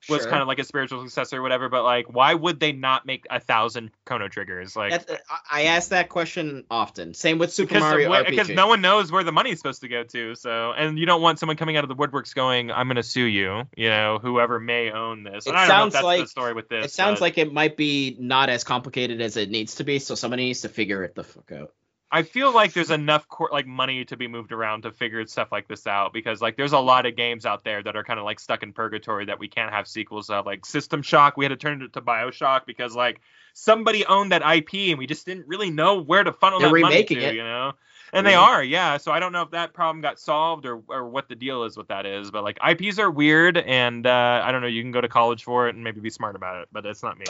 was Sure. kind of like a spiritual successor or whatever, but like why would they not make a thousand Chrono Triggers? Like That's- uh, I I ask that question often. Same with Super because, Mario what- RPG. because no one knows where the money's supposed to go to. So and you don't want someone coming out of the woodworks going, I'm gonna sue you, you know, whoever may own this. It And I don't know if sounds that's the like- story with this. it sounds but like it might be not as complicated as it needs to be, so somebody needs to figure it the fuck out. I feel like there's enough cor- like money to be moved around to figure stuff like this out because like there's a lot of games out there that are kind of like stuck in purgatory that we can't have sequels of. Like System Shock, we had to turn it to BioShock because like somebody owned that IP and we just didn't really know where to funnel They're that money remaking to, it. you know. And they Mhm. are, yeah. So I don't know if that problem got solved or or what the deal is with that is, but like IPs are weird and uh, I don't know. You can go to college for it and maybe be smart about it, but it's not me.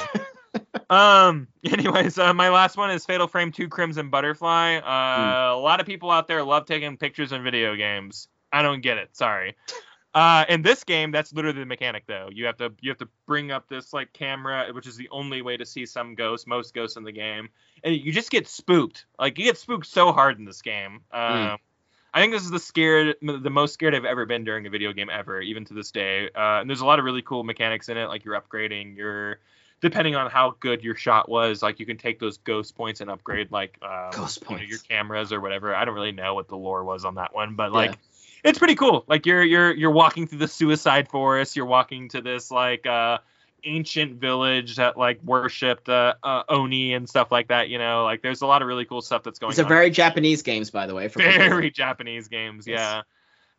Um. Anyways, uh, my last one is Fatal Frame Two: Crimson Butterfly. Uh, A lot of people out there love taking pictures in video games. I don't get it. Sorry. Uh, in this game, that's literally the mechanic, though. You have to you have to bring up this like camera, which is the only way to see some ghosts, most ghosts in the game, and you just get spooked. Like you get spooked so hard in this game. Uh, Hmm. I think this is the scared, the most scared I've ever been during a video game ever, even to this day. Uh, and there's a lot of really cool mechanics in it, like you're upgrading your, depending on how good your shot was, like you can take those ghost points and upgrade like um, Ghost you know, your points. cameras or whatever. I don't really know what the lore was on that one, but Yeah. like it's pretty cool. Like you're you're you're walking through the suicide forest, you're walking to this like uh ancient village that like worshipped uh, uh Oni and stuff like that, you know. Like there's a lot of really cool stuff that's going These are on. very Japanese games, by the way. For people. very Japanese games, yeah.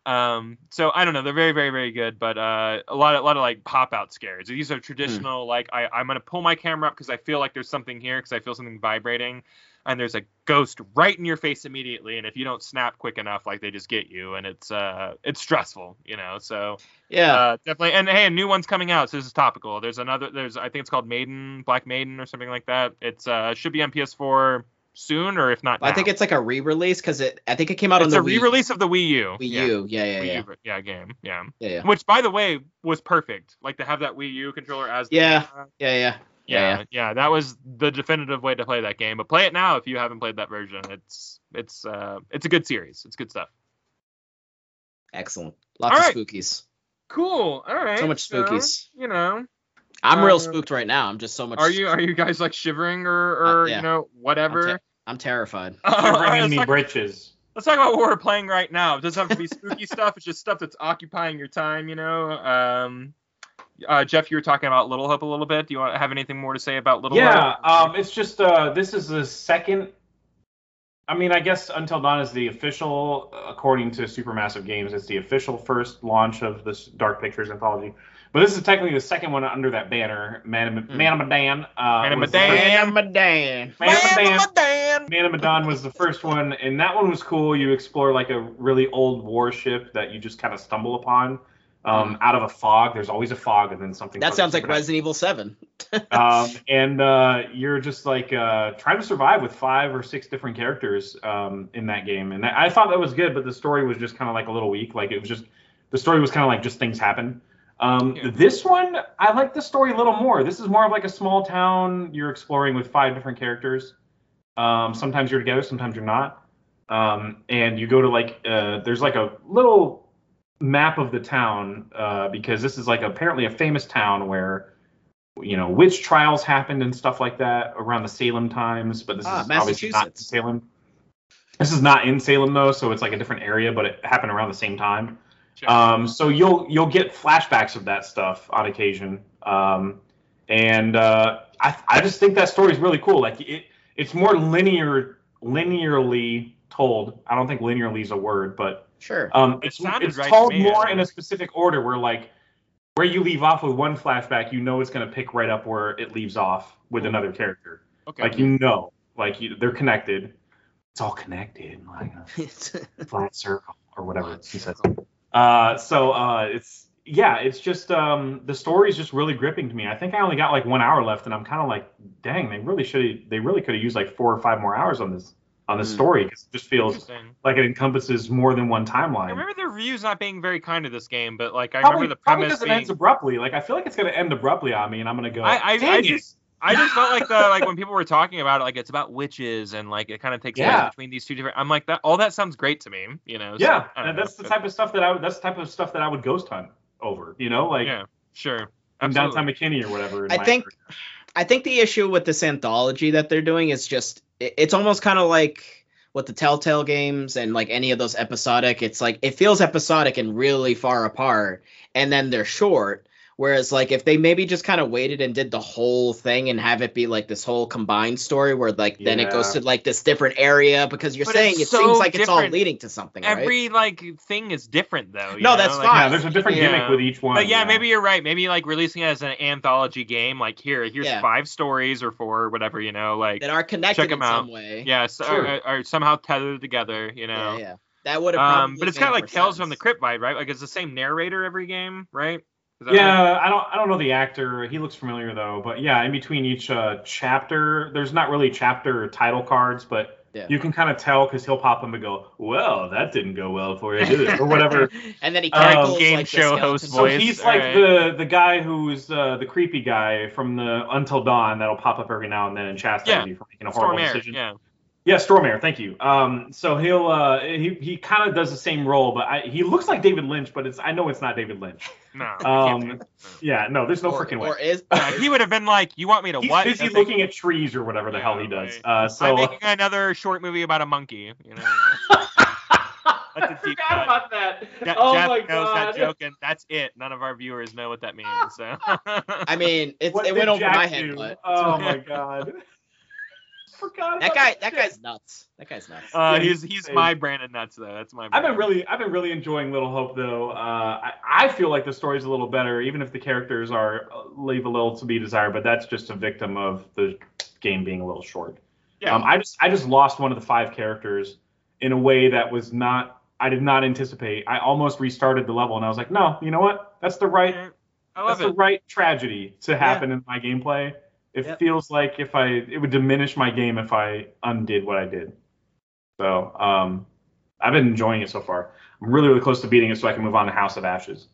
Um, so I don't know, they're very, very, very good, but uh, a lot, of, a lot of like pop out scares. These are traditional, Hmm. like I, I'm gonna pull my camera up because I feel like there's something here because I feel something vibrating, and there's a ghost right in your face immediately, and if you don't snap quick enough, like they just get you, and it's uh, it's stressful, you know. So yeah. uh, definitely. And hey, a new one's coming out, so this is topical. There's another. There's I think it's called Maiden, Black Maiden, or something like that. It's uh, should be on PS4 soon, or if not, I think now. it's like a re-release because it. I think it came out it's on a the Wii, re-release of the Wii U. Wii yeah. U. Yeah, yeah, Wii yeah, U, yeah, game, yeah. yeah, yeah, Which, by the way, was perfect. Like to have that Wii U controller as the Yeah. camera. yeah, yeah. yeah, yeah. yeah, That was the definitive way to play that game. But play it now if you haven't played that version. It's it's uh it's a good series. It's good stuff. Excellent. Lots All of right. spookies. Cool. All right. So much spookies. you know, I'm uh, real spooked right now. I'm just so much. are you are you guys like shivering or or Uh, yeah. you know I'm, whatever? ter- I'm terrified. Uh, all right, bringing let's, me talk, britches. let's talk about what we're playing right now. It doesn't have to be spooky stuff. It's just stuff that's occupying your time. You know, um, uh, Jeff, you were talking about Little Hope a little bit. Do you want have anything more to say about Little Yeah, Hope? um, it's just uh, this is the second. I mean, I guess Until Dawn is the official, according to Supermassive Games, it's the official first launch of this Dark Pictures anthology. But this is technically the second one under that banner, Man Mm. Manamadan. Uh, Man of was the Medan. first- Damn, a damn. Man of Medan. Dan. Manamadon was the first one, and that one was cool. You explore like a really old warship that you just kind of stumble upon um, out of a fog. There's always a fog, and then something. That sounds like supernatural Resident Evil Seven. um, and uh, you're just like uh, trying to survive with five or six different characters um, in that game. And I I thought that was good, but the story was just kind of like a little weak. Like it was just the story was kind of like just things happen. Um, Yeah. This one, I like the story a little more. This is more of like a small town you're exploring with five different characters. Um, sometimes you're together, sometimes you're not. Um, and you go to like uh, there's like a little map of the town uh, because this is like apparently a famous town where you know witch trials happened and stuff like that around the Salem times, but this Ah, is obviously not in Massachusetts. Salem. This is not in Salem though, so it's like a different area, but it happened around the same time. Um, so you'll you'll get flashbacks of that stuff on occasion, um, and uh, I I just think that story is really cool. Like it it's more linear linearly told. I don't think linearly is a word, but Sure. um, it's sounded it's right to told me, more I in mean. a specific order where like where you leave off with one flashback, you know it's going to pick right up where it leaves off with another character. okay. Like you know, like you, they're connected. It's all connected, like Uh, a flat circle or whatever she says. Uh, so uh, it's yeah, it's just um, the story is just really gripping to me. I think I only got like one hour left, and I'm kind of like, dang, they really should they really could have used like four or five more hours on this on this Mm. story because it just feels Interesting. like it encompasses more than one I timeline. remember the reviews not being very kind to this game, but like I Probably, remember the probably premise doesn't being. end abruptly. Like I feel like it's gonna end abruptly on me, and I'm gonna go. I I, dang I it. just I just felt like the like when people were talking about it, like it's about witches and like it kind of takes place Yeah. between these two different. I'm like that all that sounds great to me, you know. so, yeah, I don't and that's know. the type of stuff that I would- that's the type of stuff that I would ghost hunt over. You know, like yeah, sure. and Downtown McKinney or whatever. in I my think- career. I think the issue with this anthology that they're doing is just it- it's almost kind of like what the Telltale games and like any of those episodic. It's like it feels episodic and really far apart, and then they're short. Whereas like if they maybe just kind of waited and did the whole thing and have it be like this whole combined story where like then it goes Yeah. to like this different area because you're But saying it's it so seems like it's all different. leading to something, right? Every like thing is different though. you No, know? that's Like, yeah, fine. there's a different Yeah. gimmick with each one. But yeah, maybe you're right. Maybe like releasing it as an anthology game, like here, here's Yeah. five stories or four or whatever, you know, like That are connected Check in 'em out. some way. yeah, so, Sure. are, are somehow tethered together, you yeah, know. yeah. That would have. Um, probably but it's made kind of like more Tales sense. from the Crypt vibe, right? Like it's the same narrator every game, right? Is that right? Yeah, I don't I don't know the actor. He looks familiar though, but yeah, in between each uh, chapter, there's not really chapter title cards, but Yeah. you can kind of tell because he'll pop up and go, "Well, that didn't go well for you, did it?" or whatever. And then he Um, cackles game like the show host skeleton. so voice. he's all like right. the the guy who's uh, the creepy guy from the Until Dawn that'll pop up every now and then and chastise Yeah. you for making a horrible Storm Air, decision. yeah. Yeah, Stormare, thank you. Um, so he'll uh, he he kind of does the same role, but I, he looks like David Lynch, but it's I know it's not David Lynch. No. I can't Um, do it. yeah, no, there's no or, freaking way. or is Uh, he would have been like, "You want me to He's what?" busy That's like, looking at trees or whatever the hell he Yeah, does. right. Uh, I'm so making another short movie about a monkey. You know, I deep cut. about that. Oh Je- Jeff knows that joke, and that's it. None of our viewers know what that means. So, I mean, it's, What it did went over Jack my head, do? but oh my god. Forgot that about guy, that shit. guy's nuts. That guy's nuts. uh, Yeah, he's he's he's crazy. my Brandon Nuts though. That's my. I've Brandon. been really, I've been really enjoying Little Hope though. Uh, I, I feel like the story's a little better, even if the characters are uh, leave a little to be desired. But that's just a victim of the game being a little short. Yeah. Um, I just, I just lost one of the five characters in a way that was not, I did not anticipate. I almost restarted the level, and I was like, no, you know what? That's the right, I that's love the it. right tragedy to happen in my gameplay. It Yep. feels like if I, it would diminish my game if I undid what I did. So, um, I've been enjoying it so far. I'm really, really close to beating it, so I can move on to House of Ashes.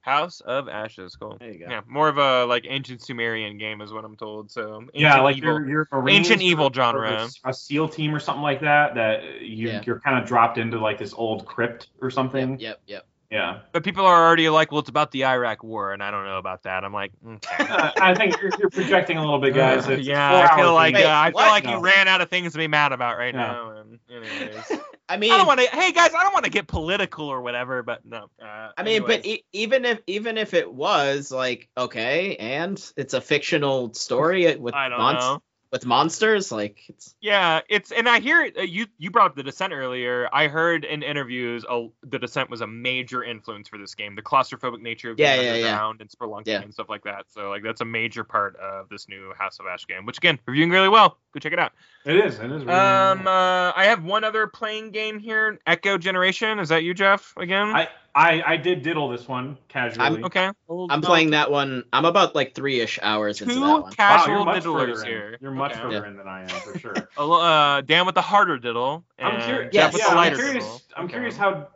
House of Ashes. Cool. There you go. Yeah, more of a like ancient Sumerian game is what I'm told. So ancient yeah, like evil. you're, you're Marines Ancient evil or- or genre. a- a SEAL team or something like that. That you Yeah. you're kind of dropped into like this old crypt or Yep, something. yep, yep. Yeah, but people are already like, well, it's about the Iraq War, and I don't know about that. I'm like, okay. Uh, I think you're, you're projecting a little bit, guys. Uh, It's yeah, four I feel hours like Wait, uh, in. I feel what? like you No. ran out of things to be mad about right Yeah. now. And anyways, I I mean, don't want to. Hey guys, I don't want to get political or whatever, but no. Uh, I mean, anyways. but e- even if even if it was like okay, and it's a fictional story with I don't monst- know. with monsters, like it's, Yeah, it's and I hear uh, you you brought up the Descent earlier. I heard in interviews a, the Descent was a major influence for this game. The claustrophobic nature of Yeah, being yeah, yeah. underground and spelunking Yeah. and stuff like that. So like that's a major part of this new House of Ash game, which again reviewing really well. Go check it out. It is. It Mm. is. Really Um, uh, I have one other playing game here. Echo Generation. Is that you, Jeff? Again? I I did diddle this one casually. okay. I'm playing that one. I'm about like three ish hours into that two one. Wow, casual you're much further diddlers in. here. You're much Okay. further in than I am for sure. A lo- Uh, Dan with the harder diddle. I'm and curious. Yes. Jeff with yeah, the I'm lighter curious. diddle. I'm Okay. curious how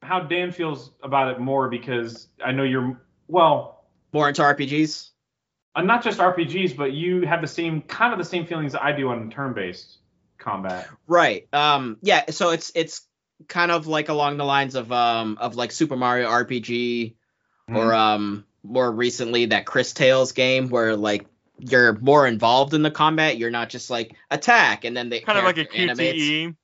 how Dan feels about it more because I know you're well. More into RPGs. uh, not just RPGs, but you have the same kind of the same feelings that I do on turn-based combat. Right. Um yeah, so it's it's kind of like along the lines of um of like Super Mario RPG Mm-hmm. or um more recently that Chris Tales game where like you're more involved in the combat, you're not just like attack and then they kind of like a QTE. character animates.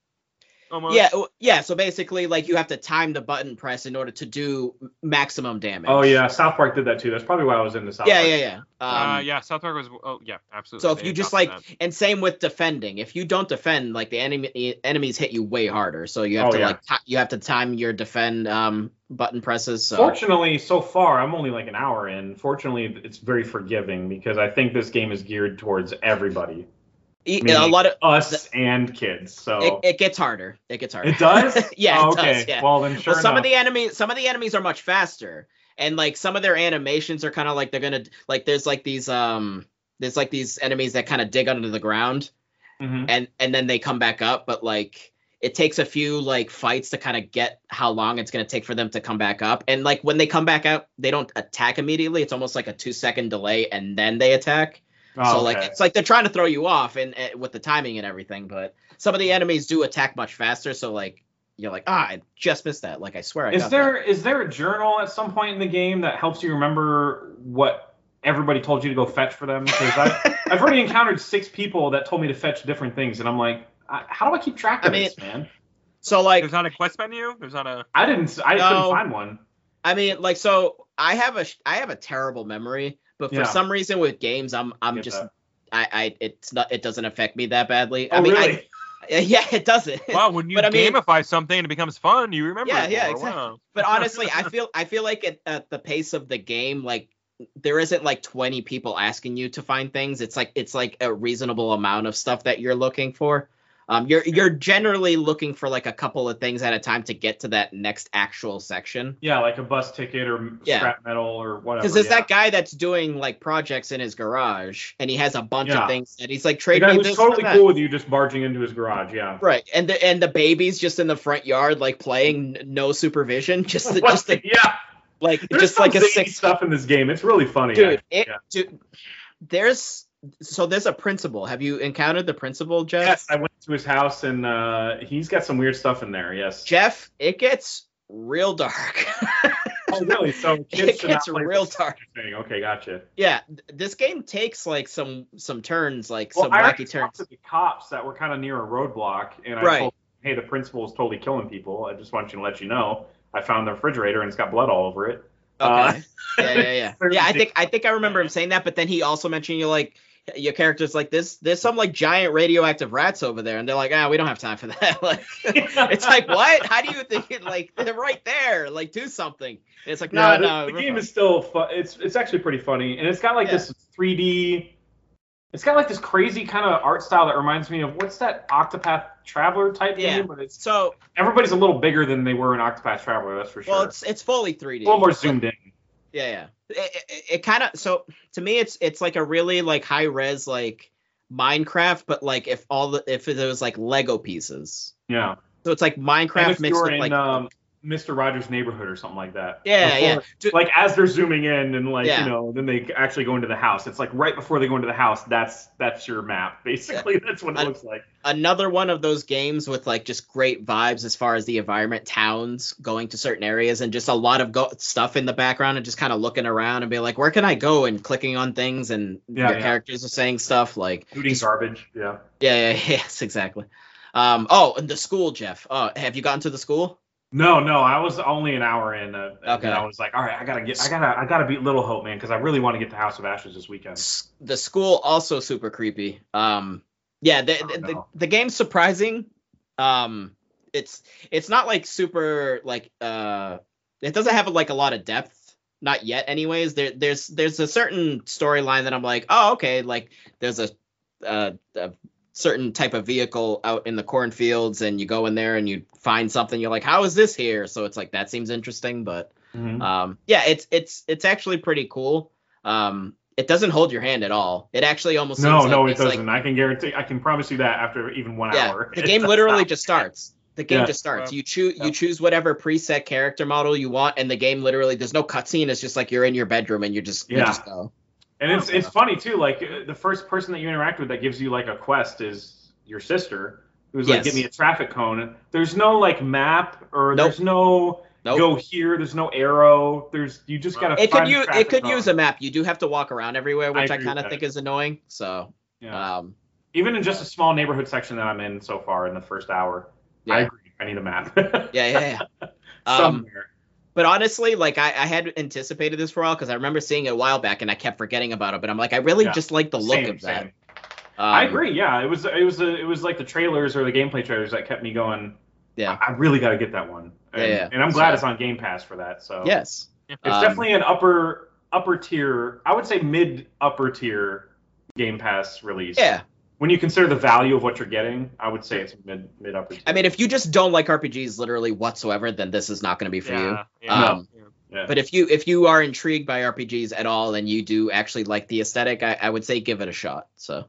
Almost. Yeah, w- yeah, so basically like you have to time the button press in order to do maximum damage. Oh yeah, South Park did that too. That's probably why I was into South Yeah, Park. yeah, yeah. Um, uh, yeah, South Park was. Oh, yeah, absolutely. So if They you just like, adopted and same with defending. If you don't defend, like the enemy enemies hit you way harder. So you have Oh, to yeah. like ti you have to time your defend um button presses. So Fortunately, so far I'm only like an hour in. Fortunately, it's very forgiving because I think this game is geared towards everybody, E- meaning a lot of us and kids. it, So it, it gets harder. It gets harder. does. Yeah, Oh, it does, okay. yeah. Well, then sure well, some enough. of the enemies some of the enemies are much faster, and like some of their animations are kind of like they're gonna like there's like these um there's like these enemies that kind of dig under the ground. Mhm. and and then they come back up but like it takes a few like fights to kind of get how long it's going to take for them to come back up and like when they come back up they don't attack immediately it's almost like a two second delay and then they attack Oh, so like okay. it's like they're trying to throw you off and, and with the timing and everything but some of the enemies do attack much faster so like you're like ah i just missed that like i swear I is got there is there a journal at some point in the game that helps you remember what everybody told you to go fetch for them? Because I've, I've already encountered six people that told me to fetch different things, and I'm like, I, how do I keep track of I mean- this, man? So like There's not a quest menu. There's not a. I didn't. I No. couldn't find one. I mean, like, so I have a sh- I have a terrible memory, but for Yeah. some reason with games, I'm I'm Get just that. I I it's not it doesn't affect me that badly. Oh, I mean, really? I, yeah, it doesn't. Wow, when you But I mean- gamify something and it becomes fun, you remember. Yeah, it yeah, more. exactly. Wow. but honestly, I feel I feel like at, at the pace of the game, like there isn't like 20 people asking you to find things. It's like it's like a reasonable amount of stuff that you're looking for. Um, you're you're generally looking for like a couple of things at a time to get to that next actual section. yeah, like a bus ticket or Yeah. scrap metal or whatever. Because there's yeah. that guy that's doing like projects in his garage, and he has a bunch Yeah. of things that he's like The trade guy me who's this totally for that. cool with you just barging into his garage. Yeah. Right, and the and the baby's just in the front yard, like playing n- no supervision, just What? just a, yeah. like There's just some like a zany six stuff in this game. It's really funny. dude. It, yeah. dude, there's so there's a principal. Have you encountered the principal, Jeff? Yes, I went to his house and uh, he's got some weird stuff in there. Yes. Jeff, it gets real dark. oh, really? So kids it should not gets play real this dark. Thing. Okay, gotcha. Yeah, th- this game takes like some some turns, like Well, some I wacky already turns. talked to the cops that were kind of near a roadblock, and I Right. told them, "Hey, the principal is totally killing people. I just want you to let you know. I found the refrigerator and it's got blood all over it." Uh, Okay. yeah, yeah, yeah. Yeah, I think I think I remember him saying that, but then he also mentioned you like your character's like this there's some like giant radioactive rats over there and they're like, ah, we don't have time for that. like it's like what? How do you think it like they're right there? Like do something. And it's like, no, yeah, the, no. the we're game fine." is still fun. It's it's actually pretty funny, and it's got like Yeah. this 3D. It's got like this crazy kind of art style that reminds me of what's that Octopath Traveler type Yeah. game? But it's so everybody's a little bigger than they were in Octopath Traveler. That's for sure. well it's it's fully three a D. little more zoomed in. Yeah, yeah. It, it, it kind of so to me it's it's like a really like high res like Minecraft, but like if all the if it was like Lego pieces. Yeah. So it's like And Minecraft if mixed you're with in like um, Mr. Rogers' neighborhood or something like that. yeah, yeah. Before- Like as they're zooming in and like Yeah. you know, then they actually go into the house. It's like right before they go into the house. That's that's your map basically. That's what it I- looks like. another one of those games with like just great vibes as far as the environment towns going to certain areas and just a lot of go- stuff in the background and just kind of looking around and be like where can i go and clicking on things and Yeah, your yeah. characters are saying stuff like Shooting garbage. Yeah. yeah yeah yes exactly um oh and the school jeff oh have you gotten to the school No, no, I was only an hour in. Uh, And Okay. then I was like, all right, I gotta get, I gotta, I gotta beat Little Hope, man, because I really want to get to House of Ashes this weekend. S- the school also super creepy um yeah the, Oh, the, the, no. the game's surprising um it's it's not like super like uh it doesn't have like a lot of depth not yet anyways there there's there's a certain storyline that i'm like oh okay like there's a uh, a certain type of vehicle out in the cornfields and you go in there and you find something you're like how is this here so it's like that seems interesting but Mm-hmm. um yeah it's it's it's actually pretty cool um it doesn't hold your hand at all it actually almost No, seems no, like it it's like- doesn't. I can guarantee, I can promise you that after even one yeah hour. the It game does literally not. just starts the game Yeah. just starts Wow. you choose Yeah. you choose whatever preset character model you want and the game literally there's no cutscene it's just like you're in your bedroom and you just you Yeah. just go And Oh, it's it's funny too. Like uh, the first person that you interact with that gives you like a quest is your sister, who's Yes. like, "Get me a traffic cone." There's no like map or Nope. there's no nope. go here. There's no arrow. There's you just gotta. it could find a use it traffic could cone. use a map you do have to walk around everywhere which i, agree with kind of that. think is annoying so Yeah. um Even in just a small neighborhood section that I'm in so far in the first hour, yeah I agree. I need a map. yeah. yeah yeah, yeah. um Somewhere. But honestly, like I, I had anticipated this for a while because I remember seeing it a while back and I kept forgetting about it. But I'm like, I really Yeah. just like the look Same, of that. same. Um, I agree. Yeah, it was it was a, it was like the trailers or the gameplay trailers that kept me going. Yeah. I I really got to get that one. And, Yeah, yeah. and I'm glad So- it's on Game Pass for that. So Yes. Yeah. it's Um, definitely an upper upper tier. I would say mid upper tier Game Pass release. Yeah. When you consider the value of what you're getting, I would say it's mid mid upper. Tier. I mean, if you just don't like RPGs literally whatsoever, then this is not going to be for you. yeah, yeah. Um, yeah. But if you if you are intrigued by RPGs at all and you do actually like the aesthetic, I, I would say give it a shot. So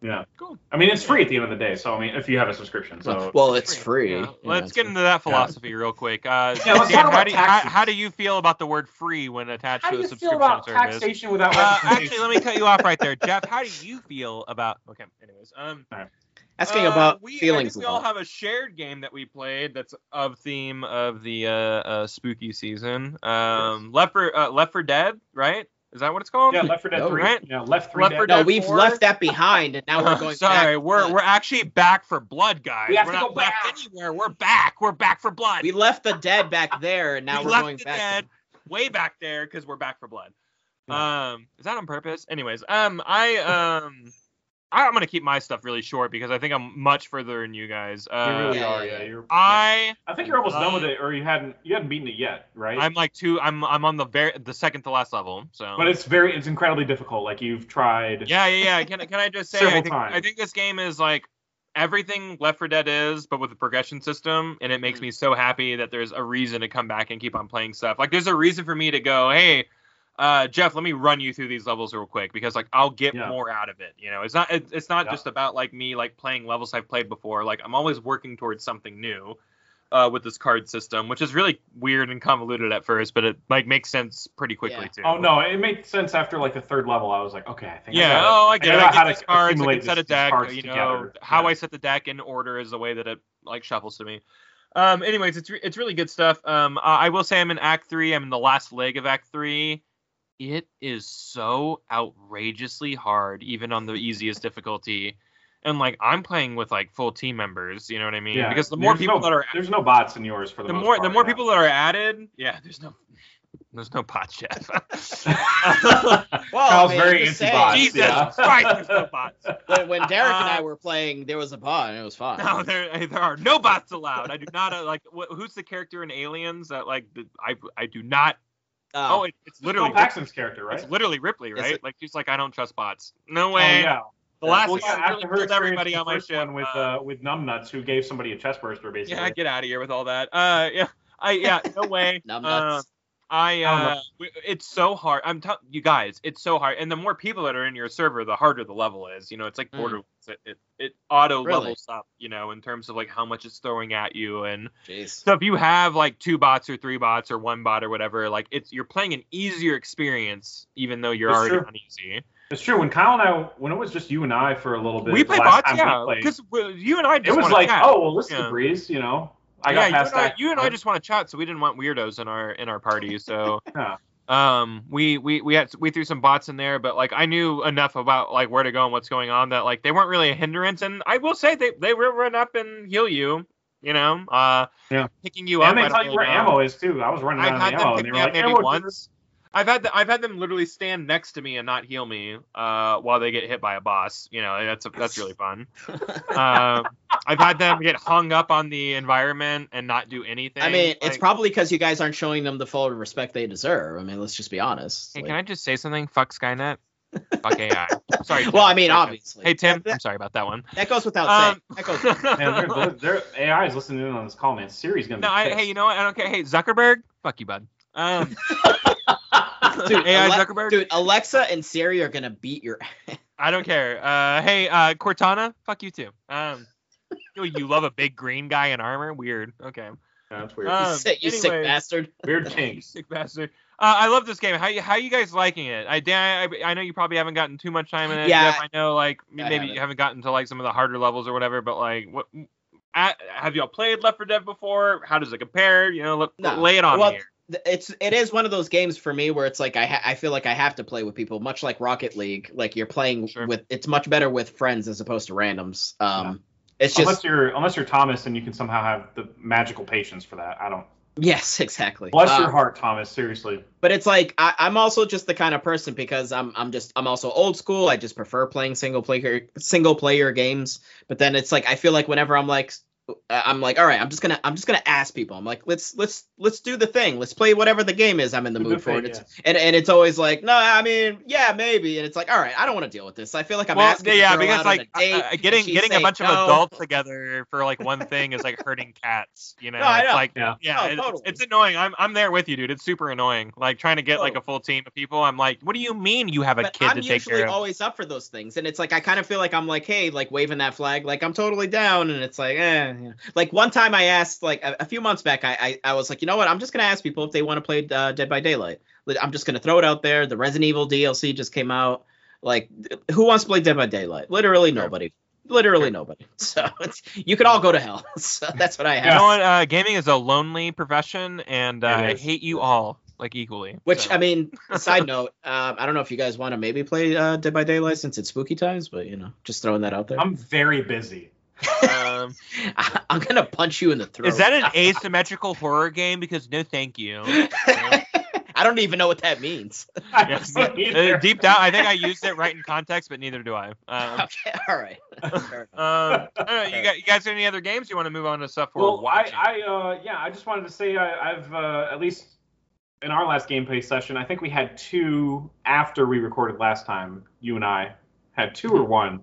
I mean, it's free at the end of the day. So I mean, if you have a subscription, so well, it's free. Yeah. you know, Let's it's get free. into that philosophy real quick. Uh, Yeah, let's Dan, talk how, about do you, how, taxes. how do you feel about the word "free" when attached how to do a you feel subscription about service? taxation without? Uh, representation? actually, let me cut you off right there, Jeff. How do you feel about? Okay, anyways, um, asking uh, about we, I feelings. think we a all lot. have a shared game that we played that's of theme of the uh, uh, spooky season. Um, Left for uh, Left for Dead, right? Is that what it's called? Yeah, Left 4 Dead No, 3. right? Yeah, Left 3 Left Dead. 4 No, Dead we've four? left that behind, and now we're going. Sorry, back. we're we're actually back for blood, guys. We have are to not go left back. anywhere. We're back. We're back for blood. we left the dead back there, and now we we are left going the back. dead way back there because we're back for blood. Um, is that on purpose? Anyways, um, I um, I, I'm gonna keep my stuff really short because I think I'm much further than you guys. You Uh, really Yeah, are, yeah, yeah. yeah. You're, I I think you're almost done with Uh, it, or you hadn't you hadn't beaten it yet, right? I'm like two. I'm I'm on the very the second to last level. So. but it's very it's incredibly difficult. Like you've tried. yeah, yeah, yeah. Can I- can I just say I Several think times. I think this game is like everything Left 4 Dead is, but with a progression system, and it makes me so happy that there's a reason to come back and keep on playing stuff. Like there's a reason for me to go, hey, uh, Jeff, let me run you through these levels real quick because like I'll get Yeah. more out of it. You know, it's not it, it's not Yeah. just about like me like playing levels I've played before. Like I'm always working towards something new. Uh, with this card system, which is really weird and convoluted at first, but it like makes sense pretty quickly Yeah. too. Oh no, it made sense after like the third level. I was like, okay, I think. I Yeah. got it. oh, I get. I it. know I how get to these cards. I accumulate can set a this- these deck. cards You know together. how Yeah. I set the deck in order is the way that it like shuffles to me. Um. Anyways, it's re- it's really good stuff. Um. I I will say I'm in Act Three. I'm in the last leg of Act Three. It is so outrageously hard, even on the easiest difficulty. And like I'm playing with like full team members. You know what I mean? Yeah, Because the more there's people no- that are there's no bots in yours for the, the most more the part, more yeah. people that are added. Yeah. There's no. There's no pot chef. Well, Kyle's I mean, very I'm just anti-bot. saying, Jesus yeah. Christ, there's no bots. When, when Derek and I were playing, there was a bot, and it was fine. No, there there are no bots allowed. I do not uh, like. Wh- who's the character in Aliens that like? The, I I do not. Uh, Oh, it, it's literally Literally, Bill Paxton's character, right? it's literally Ripley, Is right? it- Like she's like, I don't trust bots. No Oh, way. yeah. The last Well, well, yeah, after really her killed everybody on my first ship. one with uh, uh, with numbnuts, who gave somebody a chest burster, basically. yeah, get out of here with all that. Uh, yeah, I yeah, no way. Numbnuts. Uh, I I don't uh, w- it's so hard. I'm telling you guys, it's so hard. And the more people that are in your server, the harder the level is. You know, it's like Mm. Borderlands. It it, it auto Really? levels up. You know, in terms of like how much it's throwing at you and jeez. So if you have like two bots or three bots or one bot or whatever, like it's you're playing an easier experience, even though you're That's already true. on E easy. It's true. When Kyle and I, when it was just you and I for a little bit, We the play last bots, time yeah, we played, because you and I it just was wanna like, chat. oh, well, this is Yeah. a breeze, you know. I yeah, got past you and that. I, you and I just want to chat, so we didn't want weirdos in our in our party. So Yeah. um, we we we had we threw some bots in there, but like I knew enough about like where to go and what's going on that like they weren't really a hindrance. And I will say they they will run up and heal you, you know, uh, Yeah. picking you up. and I they don't tell you really where know. ammo is too. I was running out I've of had ammo, them and pick they me were up maybe like, "Ammo's once. I've had the, I've had them literally stand next to me and not heal me uh, while they get hit by a boss. You know that's that's really fun. um, I've had them get hung up on the environment and not do anything. I mean, it's Like, probably because you guys aren't showing them the full respect they deserve. I mean, let's just be honest. Hey, Like- can I just say something? Fuck Skynet. Fuck AI. Sorry. Tim. well, I mean, Sorry, Tim. obviously. Hey Tim, That, I'm sorry about that one. that goes without saying. Um, That goes Man, they're, they're, they're AI is listening in on this call, man. Siri's gonna. no, be I, pissed. hey, you know what? I don't care. Hey Zuckerberg, fuck you, bud. Um, Dude, AI Ale- Zuckerberg, Dude, Alexa and Siri are gonna beat your. I don't care. Uh, hey, uh, Cortana, fuck you too. Um, you- you love a big green guy in armor? Weird. Okay. Yeah, that's weird. Uh, you Um, sick, you sick anyways. bastard. Weird You kinks. sick bastard. Uh, I love this game. How you how you guys liking it? I Dan, I, I know you probably haven't gotten too much time in it. Yeah. Jeff, I know like I maybe haven't. you haven't gotten to like some of the harder levels or whatever. But like, what a have y'all played Left 4 Dead before? How does it compare? You know, look, No. lay it on Well, me here. Th- It's it is one of those games for me where it's like I ha- I feel like I have to play with people, much like Rocket League. Like you're playing Sure. with. It's much better with friends as opposed to randoms. Um, it's just unless you're unless you're Thomas and you can somehow have the magical patience for that. I don't. yes, exactly. Bless Um, your heart, Thomas. Seriously. but it's like I, I'm also just the kind of person because I'm I'm just I'm also old school. I just prefer playing single player single player games. But then it's like I feel like whenever I'm like I- I'm like all right, I'm just gonna I'm just gonna ask people. I'm like let's let's let's do the thing. Let's play whatever the game is. I'm in the Do the mood for thing, it. It's, and and it's always like no, I mean yeah maybe. And it's like all right, I don't want to deal with this. I feel like I'm well, asking. yeah, a girl because out on like a date, uh, uh, getting and she's getting a saying bunch of no. adults together for like one thing is like hurting cats. You know, No, I It's know. like Yeah. yeah, No, it- it's- totally. it's, annoying. I'm I'm there with you, dude. It's super annoying. Like trying to get like a Totally. full team of people. I'm like, what do you mean you have a but kid I'm to take usually care of? always up for those things, and it's like I kind of feel like I'm like, hey, like waving that flag, like I'm totally down, and it's like, eh. you know. Like one time I asked, like a, a few months back, I, I I was like, you know what, I'm just gonna ask people if they want to play uh, Dead by Daylight. Like, I'm just gonna throw it out there. The Resident Evil DLC just came out. Like, th- who wants to play Dead by Daylight? Literally Sure. nobody. Literally Sure. nobody. So it's, you could all go to hell. So that's what I You know have. what? Uh, gaming is a lonely profession, and uh, It I is. hate you all. like equally. Which so. I mean, side note, um, I don't know if you guys want to maybe play uh, Dead by Daylight since it's spooky times, but you know, just throwing that out there. I'm very busy. um, I, am gonna punch you in the throat. is that an asymmetrical horror game? Because no, thank you. Yeah. I don't even know what that means. I Yes. just don't Uh, either. deep down, I think I used it right in context, but neither do I. Um, okay, all right. Fair enough. um, I don't know, you, got, you guys got any other games you want to move on to stuff we're Well, I, watching? I uh, yeah, I just wanted to say I, I've uh, at least in our last gameplay session, I think we had two after we recorded last time. You and I had two Mm-hmm. or one,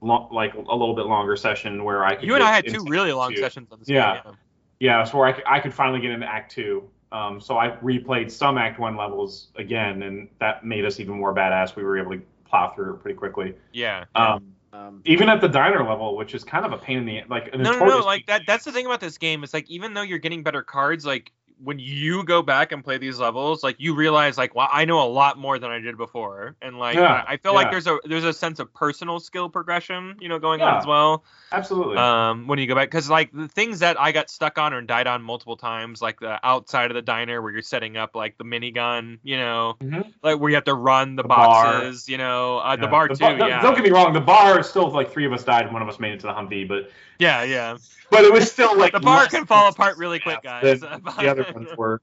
lo- like a little bit longer session where I could you and I get had into two really long two. sessions on this. Yeah. Game, Yeah, so where I, c- I could finally get into Act Two. Um, so I replayed some Act One levels again, and that made us even more badass. We were able to plow through it pretty quickly. yeah. Um, Um, even at the diner level, which is kind of a pain in the like. a no, no, no. notorious- Like that. That's the thing about this game. It's like even though you're getting better cards, like when you go back and play these levels, like you realize, like, wow, I know a lot more than I did before, and like Yeah, I I feel like yeah. there's a there's a sense of personal skill progression, you know, going on Yeah. as well. absolutely. Um, when you go back, because like the things that I got stuck on or died on multiple times, like the outside of the diner where you're setting up like the minigun, you know, Mhm. like where you have to run the, The bar. boxes, you know, uh, the Yeah. bar too, no, yeah, Don't get me wrong. The bar still like three of us died and one of us made it to the Humvee, but yeah, yeah. but it was still like The bar less can fall apart really than quick, guys. The other ones were.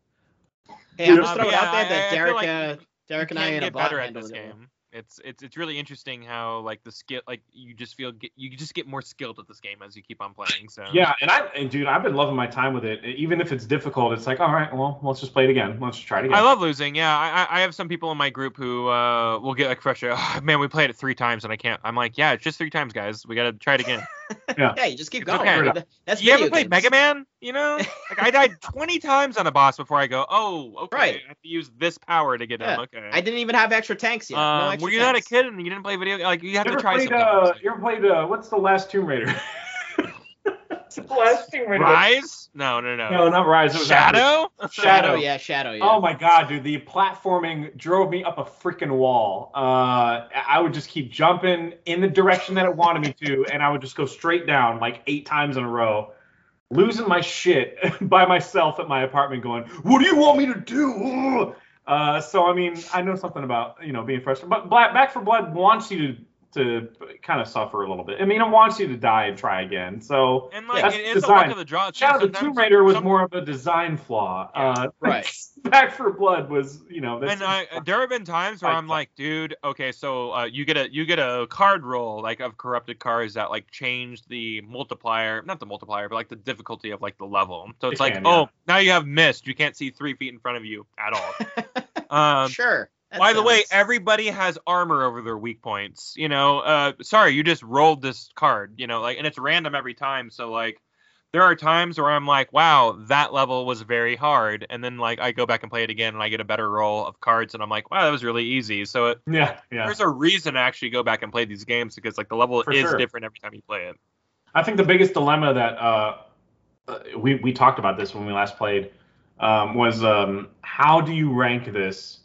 hey, I'm just Um, throwing yeah, out there I- I that feel Derek, like uh, Derek and I can ain't get a bot better at handling this it. game. It's it's it's really interesting how like the skill like you just feel get, you just get more skilled at this game as you keep on playing. So Yeah, and I and dude, I've been loving my time with it. Even if it's difficult, it's like all right, well, let's just play it again. Let's just try it again. I love losing. Yeah, I I- I have some people in my group who uh will get like frustrated. Oh, man, we played it three times and I can't. I'm like, yeah, it's just three times, guys. We gotta try it again. Yeah, you just keep It's going. okay. That- That's you ever video played games. Mega Man? You know, like I died 20 times on a boss before I go. Oh, okay. Right. I have to use this power to get him. Yeah. Okay. I didn't even have extra tanks yet. no um, extra were you not a tanks. kid and you didn't play video? Like you have You to ever try played? something. Uh, you ever played? Uh, what's the last Tomb Raider? the last Tomb Raider. Rise? No, no, no. No, not Rise. It was after- Shadow? Shadow. Shadow, yeah, Shadow, yeah. Oh my god, dude! The platforming drove me up a freaking wall. Uh, I would just keep jumping in the direction that it wanted me to, and I would just go straight down like eight times in a row, losing my shit by myself at my apartment, going, "What do you want me to do?" Uh, so I mean, I know something about you know being frustrated, but Black, Back for Blood wants you to to kind of suffer a little bit. I mean, it wants you to die and try again. So And like That's it is a design. luck of the draw. too. Shadow of the Sometimes- Tomb Raider was some- more of a design flaw. Uh, Right. Back for Blood was, you know, this. And I, uh, there have been times where I- I'm like, dude, okay, so uh, you get a you get a card roll like of corrupted cards that like change the multiplier, not the multiplier, but like the difficulty of like the level. So it's They like, can, oh, now you have missed. You can't see three feet in front of you at all. um, sure. That by the way, sounds- everybody has armor over their weak points. You know, uh, sorry, you just rolled this card. You know, like, and it's random every time. So like, there are times where I'm like, wow, that level was very hard, and then like I go back and play it again, and I get a better roll of cards, and I'm like, wow, that was really easy. So it, yeah, yeah. there's a reason to actually go back and play these games because like the level For is sure. different every time you play it. I think the biggest dilemma that uh, uh, we we talked about this when we last played um, was um, how do you rank this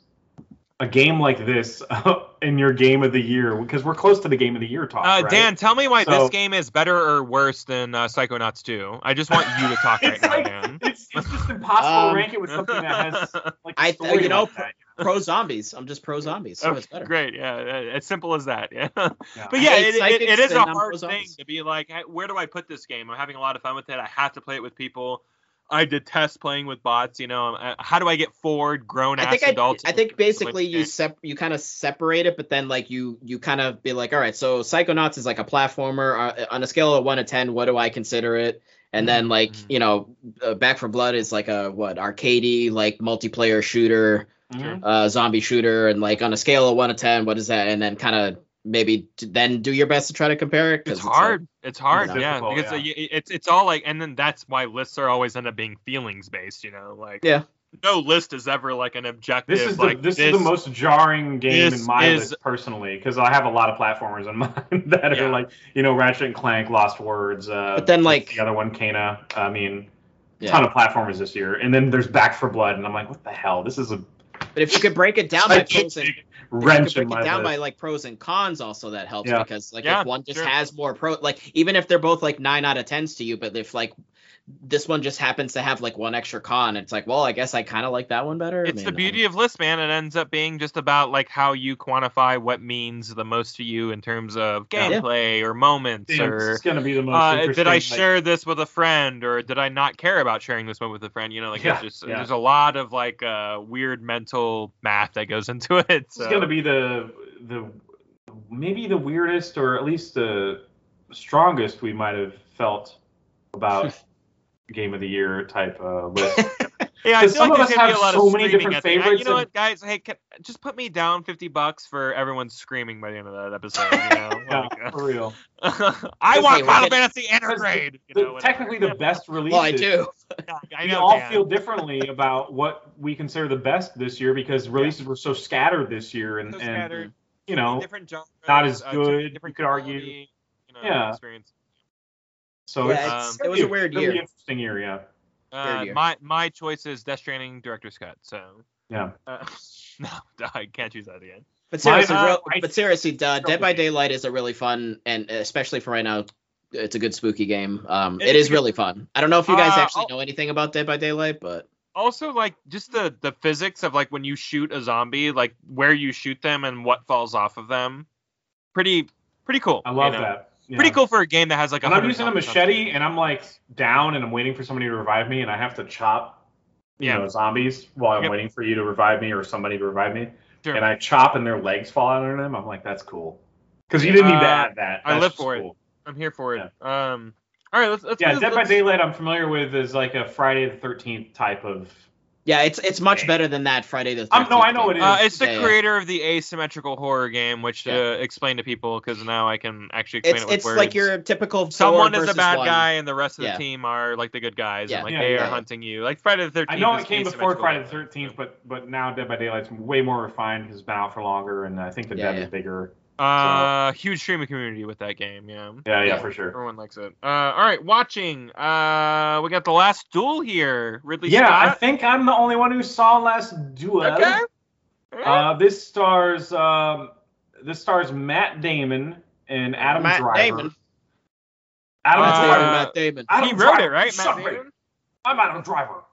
a game like this in your game of the year? Because we're close to the game of the year talk. Uh, right? Dan, tell me why So- this game is better or worse than uh, Psychonauts 2. I just want you to talk right It's now, like- Dan. it's, it's just impossible Um, to rank it with something that has like a I- story you know, like that. pro zombies. I'm just pro zombies, so it's better. Oh, Great, yeah, uh, as simple as that. Yeah, but I yeah, hate it, it, it psychics is a and I'm hard pro thing zombies. to be like, "Hey, where do I put this game? I'm having a lot of fun with it. I have to play it with people. I detest playing with bots. You know, Uh, how do I get forward, grown I ass think I, adults? I think basically you with- sep- you kind of separate it, but then like you you kind of be like, all right, so Psychonauts is like a platformer uh, on a scale of one to ten. What do I consider it? And then like Mhm. you know, uh, Back for Blood is like a what arcadey like multiplayer shooter, Mhm. uh, zombie shooter, and like on a scale of one to ten, what is that? And then kind of maybe t- then do your best to try to compare it. 'cause It's like- hard. It's hard. It's Yeah, difficult, because uh, y- it's it's all like, and then that's why lists are always end up being feelings based. You know, like Yeah. no list is ever like an objective. This is the, like this, is the most jarring game this in my is- list personally because I have a lot of platformers in mind that Yeah. are like you know Ratchet and Clank, Lost Words. Uh, But then, like- the other one, Kana. I mean, Yeah. ton of platformers this year, and then there's Back for Blood, and I'm like, what the hell? This is a But if you could break it down by pros and gigantic if you could wrench break in my it down by list. like pros and cons also that helps Yeah. because like Yeah, if one just sure. has more pro like even if they're both like nine out of tens to you, but if like this one just happens to have like one extra con. It's like, well, I guess I kind of like that one better. I It's the mean, beauty of lists, man. It ends up being just about like how you quantify what means the most to you in terms of Yeah. gameplay or moments or It's gonna be the most. uh, interesting, did I like- share this with a friend or did I not care about sharing this one with a friend? You know, like Yeah, there's just yeah. there's a lot of like uh, weird mental math that goes into it. So. It's gonna be the the maybe the weirdest or at least the strongest we might have felt about game of the year type uh, list. Yeah, I 'Cause feel like some of there's us gonna be a have lot so of many screaming different at the end. favorites You know and- what, guys? Hey, can, just put me down fifty bucks for everyone screaming by the end of that episode. You know, yeah, Like, for real. uh, I Okay, want we're Final getting- Fantasy Intergrade. You know, The- whatever. technically, the best releases. Well, I do. Yeah, I We know, all Dan. feel differently about what we consider the best this year because releases were so scattered this year, and, So and scattered, you know, different genres, not as uh, good, you could argue. quality, You know, Yeah. experience. so Yeah, it's, it's- it's gonna it was a be weird really year. interesting year, yeah, Uh, year. my my choice is Death Stranding Director's Cut. So yeah. uh, no, I can't choose that again. But seriously, uh, real, I- but seriously, uh, Dead by Okay. Daylight is a really fun, and especially for right now, it's a good spooky game. Um, It's it is good. really fun. I don't know if you guys Uh, actually I'll- know anything about Dead by Daylight, but also like just the the physics of like when you shoot a zombie like where you shoot them and what falls off of them pretty pretty cool I you love know? that. Yeah. pretty cool for a game that has like When I'm 100 using a zombies on machete and I'm like down and I'm waiting for somebody to revive me and I have to chop, you Yeah. know, zombies while I'm Yep. waiting for you to revive me or somebody to revive me. it. Sure. And I chop and their legs fall out of them. I'm like, that's cool. Because you didn't need Uh, to add that. I That's live just for it. cool. i'm here for it um all right let's let's Yeah, let's- Dead by let's- Daylight I'm familiar with is like a Friday the 13th type of. yeah, it's it's much Okay. better than that Friday the. Um, no, 13th I know game. it is. uh, it's the Yeah, yeah. creator of the asymmetrical horror game, which to explain to people, because now I can actually explain It's it with it's words. like your typical someone four is the versus bad one. guy, and the rest of the Yeah. team are like the good guys, Yeah. and like Yeah, they yeah, are yeah. hunting you, like Friday the Thirteenth. I know it came before Friday the 13th, but but now Dead by Daylight's way more refined because it's been out for longer and I think the Yeah, dev yeah. is bigger. Uh, huge streaming community with that game. Yeah, Yeah, yeah, Yeah. for sure. everyone likes it. Uh, all right, watching. Uh, we got the last duel here. Ridley Yeah, I Scott. think I'm the only one who saw Last Duel. okay. Alright. Uh, this stars um, this stars Matt Damon and Adam Matt Driver. Damon. Adam Uh, Matt Damon, Driver. Matt Damon. Adam he wrote Driver, it, right, suck Matt me. Damon? I'm Adam Driver.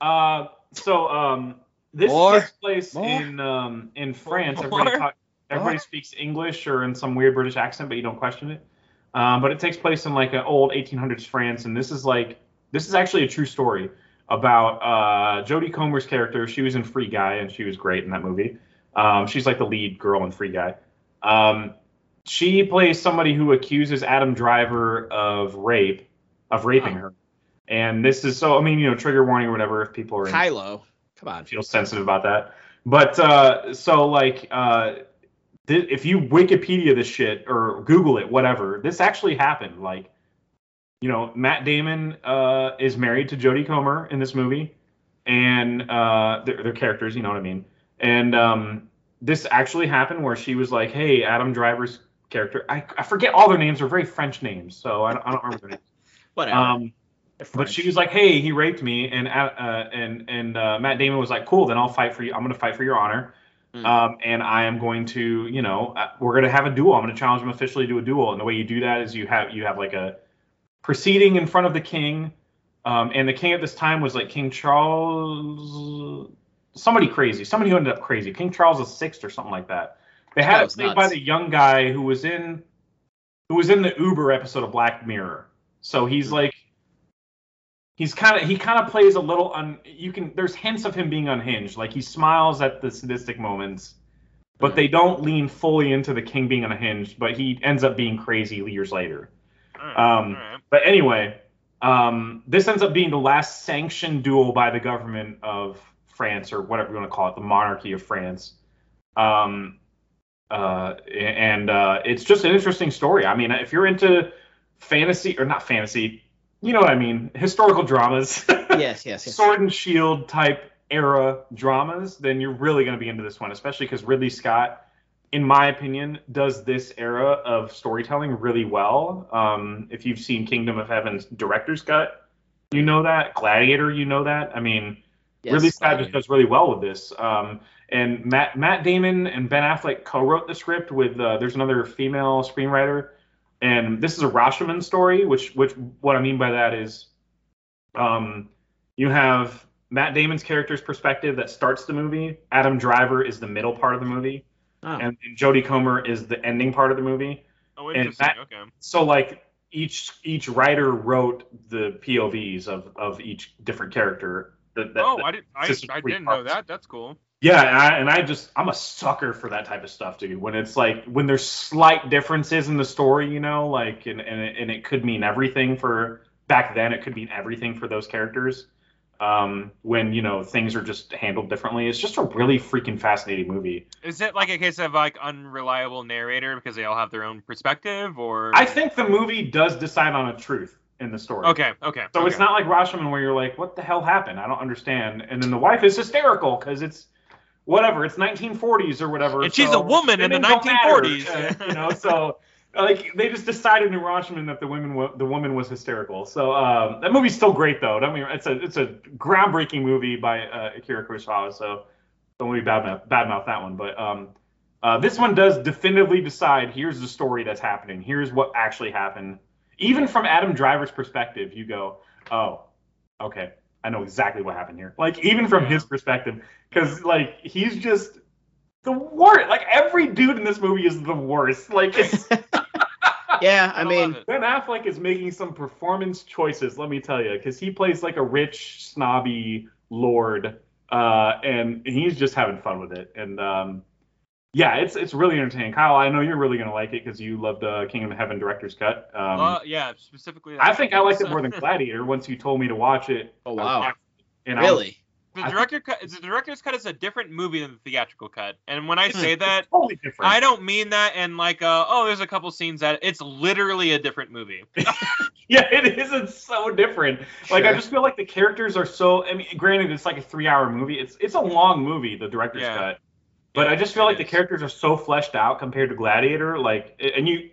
Uh, so um, this More? takes place More? in um, in France. More? Everybody, talk, everybody speaks English or in some weird British accent, but you don't question it. Um, but it takes place in like an old 1800s France, and this is like this is actually a true story about uh, Jodie Comer's character. She was in Free Guy, and she was great in that movie. Um, she's like the lead girl in Free Guy. Um, she plays somebody who accuses Adam Driver of rape, of raping Huh. her. And this is so I mean, you know, trigger warning or whatever if people are Kylo. Come on. feel sensitive about that. But uh, so like uh, thi- if you Wikipedia this shit or Google it, whatever, this actually happened. Like, you know, Matt Damon uh, is married to Jodie Comer in this movie, and uh, their, their characters, you know what I mean. And um, this actually happened where she was like, "Hey, Adam Driver's character, I, I forget all their names. They're very French names, so I don't, I don't remember their names." Whatever. Um, They're but French. she was like, "Hey, he raped me," and uh, uh, and and uh, Matt Damon was like, "Cool, then I'll fight for you. I'm gonna fight for your honor, Mm. um, and I am going to, you know, uh, we're gonna have a duel. I'm gonna challenge him officially to a duel. And the way you do that is you have you have like a proceeding in front of the king, um, and the king at this time was like King Charles, somebody crazy, somebody who ended up crazy, King Charles the Sixth or something like that. They had That it was played by nuts. the young guy who was in who was in the Uber episode of Black Mirror. So Hmm. he's like he's kind of he kind of plays a little un you can there's hints of him being unhinged like he smiles at the sadistic moments Hmm. but they don't lean fully into the king being unhinged but he ends up being crazy years later Alright, um, alright. but anyway um, this ends up being the last sanctioned duel by the government of france or whatever you want to call it the monarchy of france um, uh, and uh, it's just an interesting story i mean if you're into fantasy or not fantasy you know what i mean historical dramas yes, yes, yes. sword and shield type era dramas, then you're really going to be into this one, especially because Ridley Scott, in my opinion, does this era of storytelling really well. Um, if you've seen Kingdom of Heaven's director's cut, you know that. Gladiator, you know that. I mean, yes. Ridley Scott just does really well with this. Um, and Matt Matt Damon and Ben Affleck co-wrote the script with. Uh, there's another female screenwriter, and this is a Rashomon story. Which which what I mean by that is, Um, you have Matt Damon's character's perspective that starts the movie. Adam Driver is the middle part of the movie, Oh. and, and Jodie Comer is the ending part of the movie. Oh, And interesting. that- okay. So like each each writer wrote the POVs of of each different character. That, that, Oh, that- I didn't. I, just I three didn't know parts. that. That's cool. yeah, and I, and I just I'm a sucker for that type of stuff, dude. When it's like when there's slight differences in the story, you know, like and and it, and it could mean everything for back then. It could mean everything for those characters. Um, when you know things are just handled differently, it's just a really freaking fascinating movie. Is it like a case of like unreliable narrator because they all have their own perspective, or I think the movie does decide on a truth in the story. Okay, okay. So okay. it's not like Rashomon where you're like, what the hell happened? I don't understand. And then the wife is hysterical because it's whatever, it's 1940s or whatever. And she's a woman in the women don't matter, 1940s. uh, you know, so uh, like they just decided in Rashomon that the women wa- the woman was hysterical. So um, that movie's still great though. I mean, it's a it's a groundbreaking movie by uh, Akira Kurosawa. So don't let me badmouth, badmouth that one, but um, uh, this one does definitively decide here's the story that's happening. Here's what actually happened. Even from Adam Driver's perspective, you go, oh, okay, I know exactly what happened here. Like, even from his perspective, because, like, he's just the worst. Like, every dude in this movie is the worst. Like, it's, Yeah, I love mean, it. Ben Affleck is making some performance choices, let me tell you, because he plays like a rich, snobby lord, uh, and he's just having fun with it. And um, yeah, it's it's really entertaining. Kyle, I know you're really gonna like it because you loved uh, Kingdom of Heaven director's cut. Um, Uh, yeah, specifically. I think I liked it more than Gladiator. Once you told me to watch it, oh wow, and I was- really? the I think- director cut. The director's cut is a different movie than the theatrical cut, and when I Hmm. say that, totally different. I don't mean that in like uh, oh, there's a couple scenes that it's literally a different movie. yeah, it is. It's so different. Like I Sure. just feel like the characters are so. I mean, granted, it's like a three-hour movie. It's it's a long movie, the director's Yeah. cut. But I just feel It like the is. characters are so fleshed out compared to Gladiator. Like, and you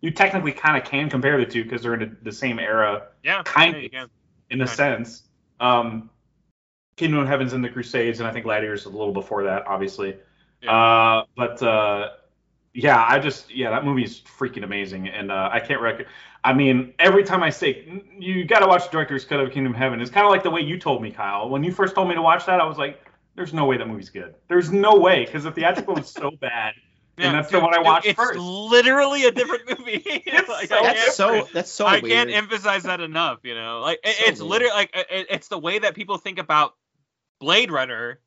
you technically kind of can compare the two because they're in the same era Yeah, Kind yeah, you of. can. in a Right. sense. Um, Kingdom of Heaven's in the Crusades, and I think Gladiator's a little before that, obviously. Yeah. Uh, but uh, yeah, I just yeah, that movie's freaking amazing, and uh, I can't rec. I mean, every time I say you got to watch the director's cut of Kingdom of Heaven, it's kind of like the way you told me, Kyle. When you first told me to watch that, I was like, "There's no way that movie's good. There's no way," because the theatrical was so bad. Yeah, that's the one I watched it's first. literally a different movie. It's Like, so I can't- different. That's so that's so I weird. can't emphasize that enough. You know, like it, So it's weird. literally like it- it, it's the way that people think about Blade Runner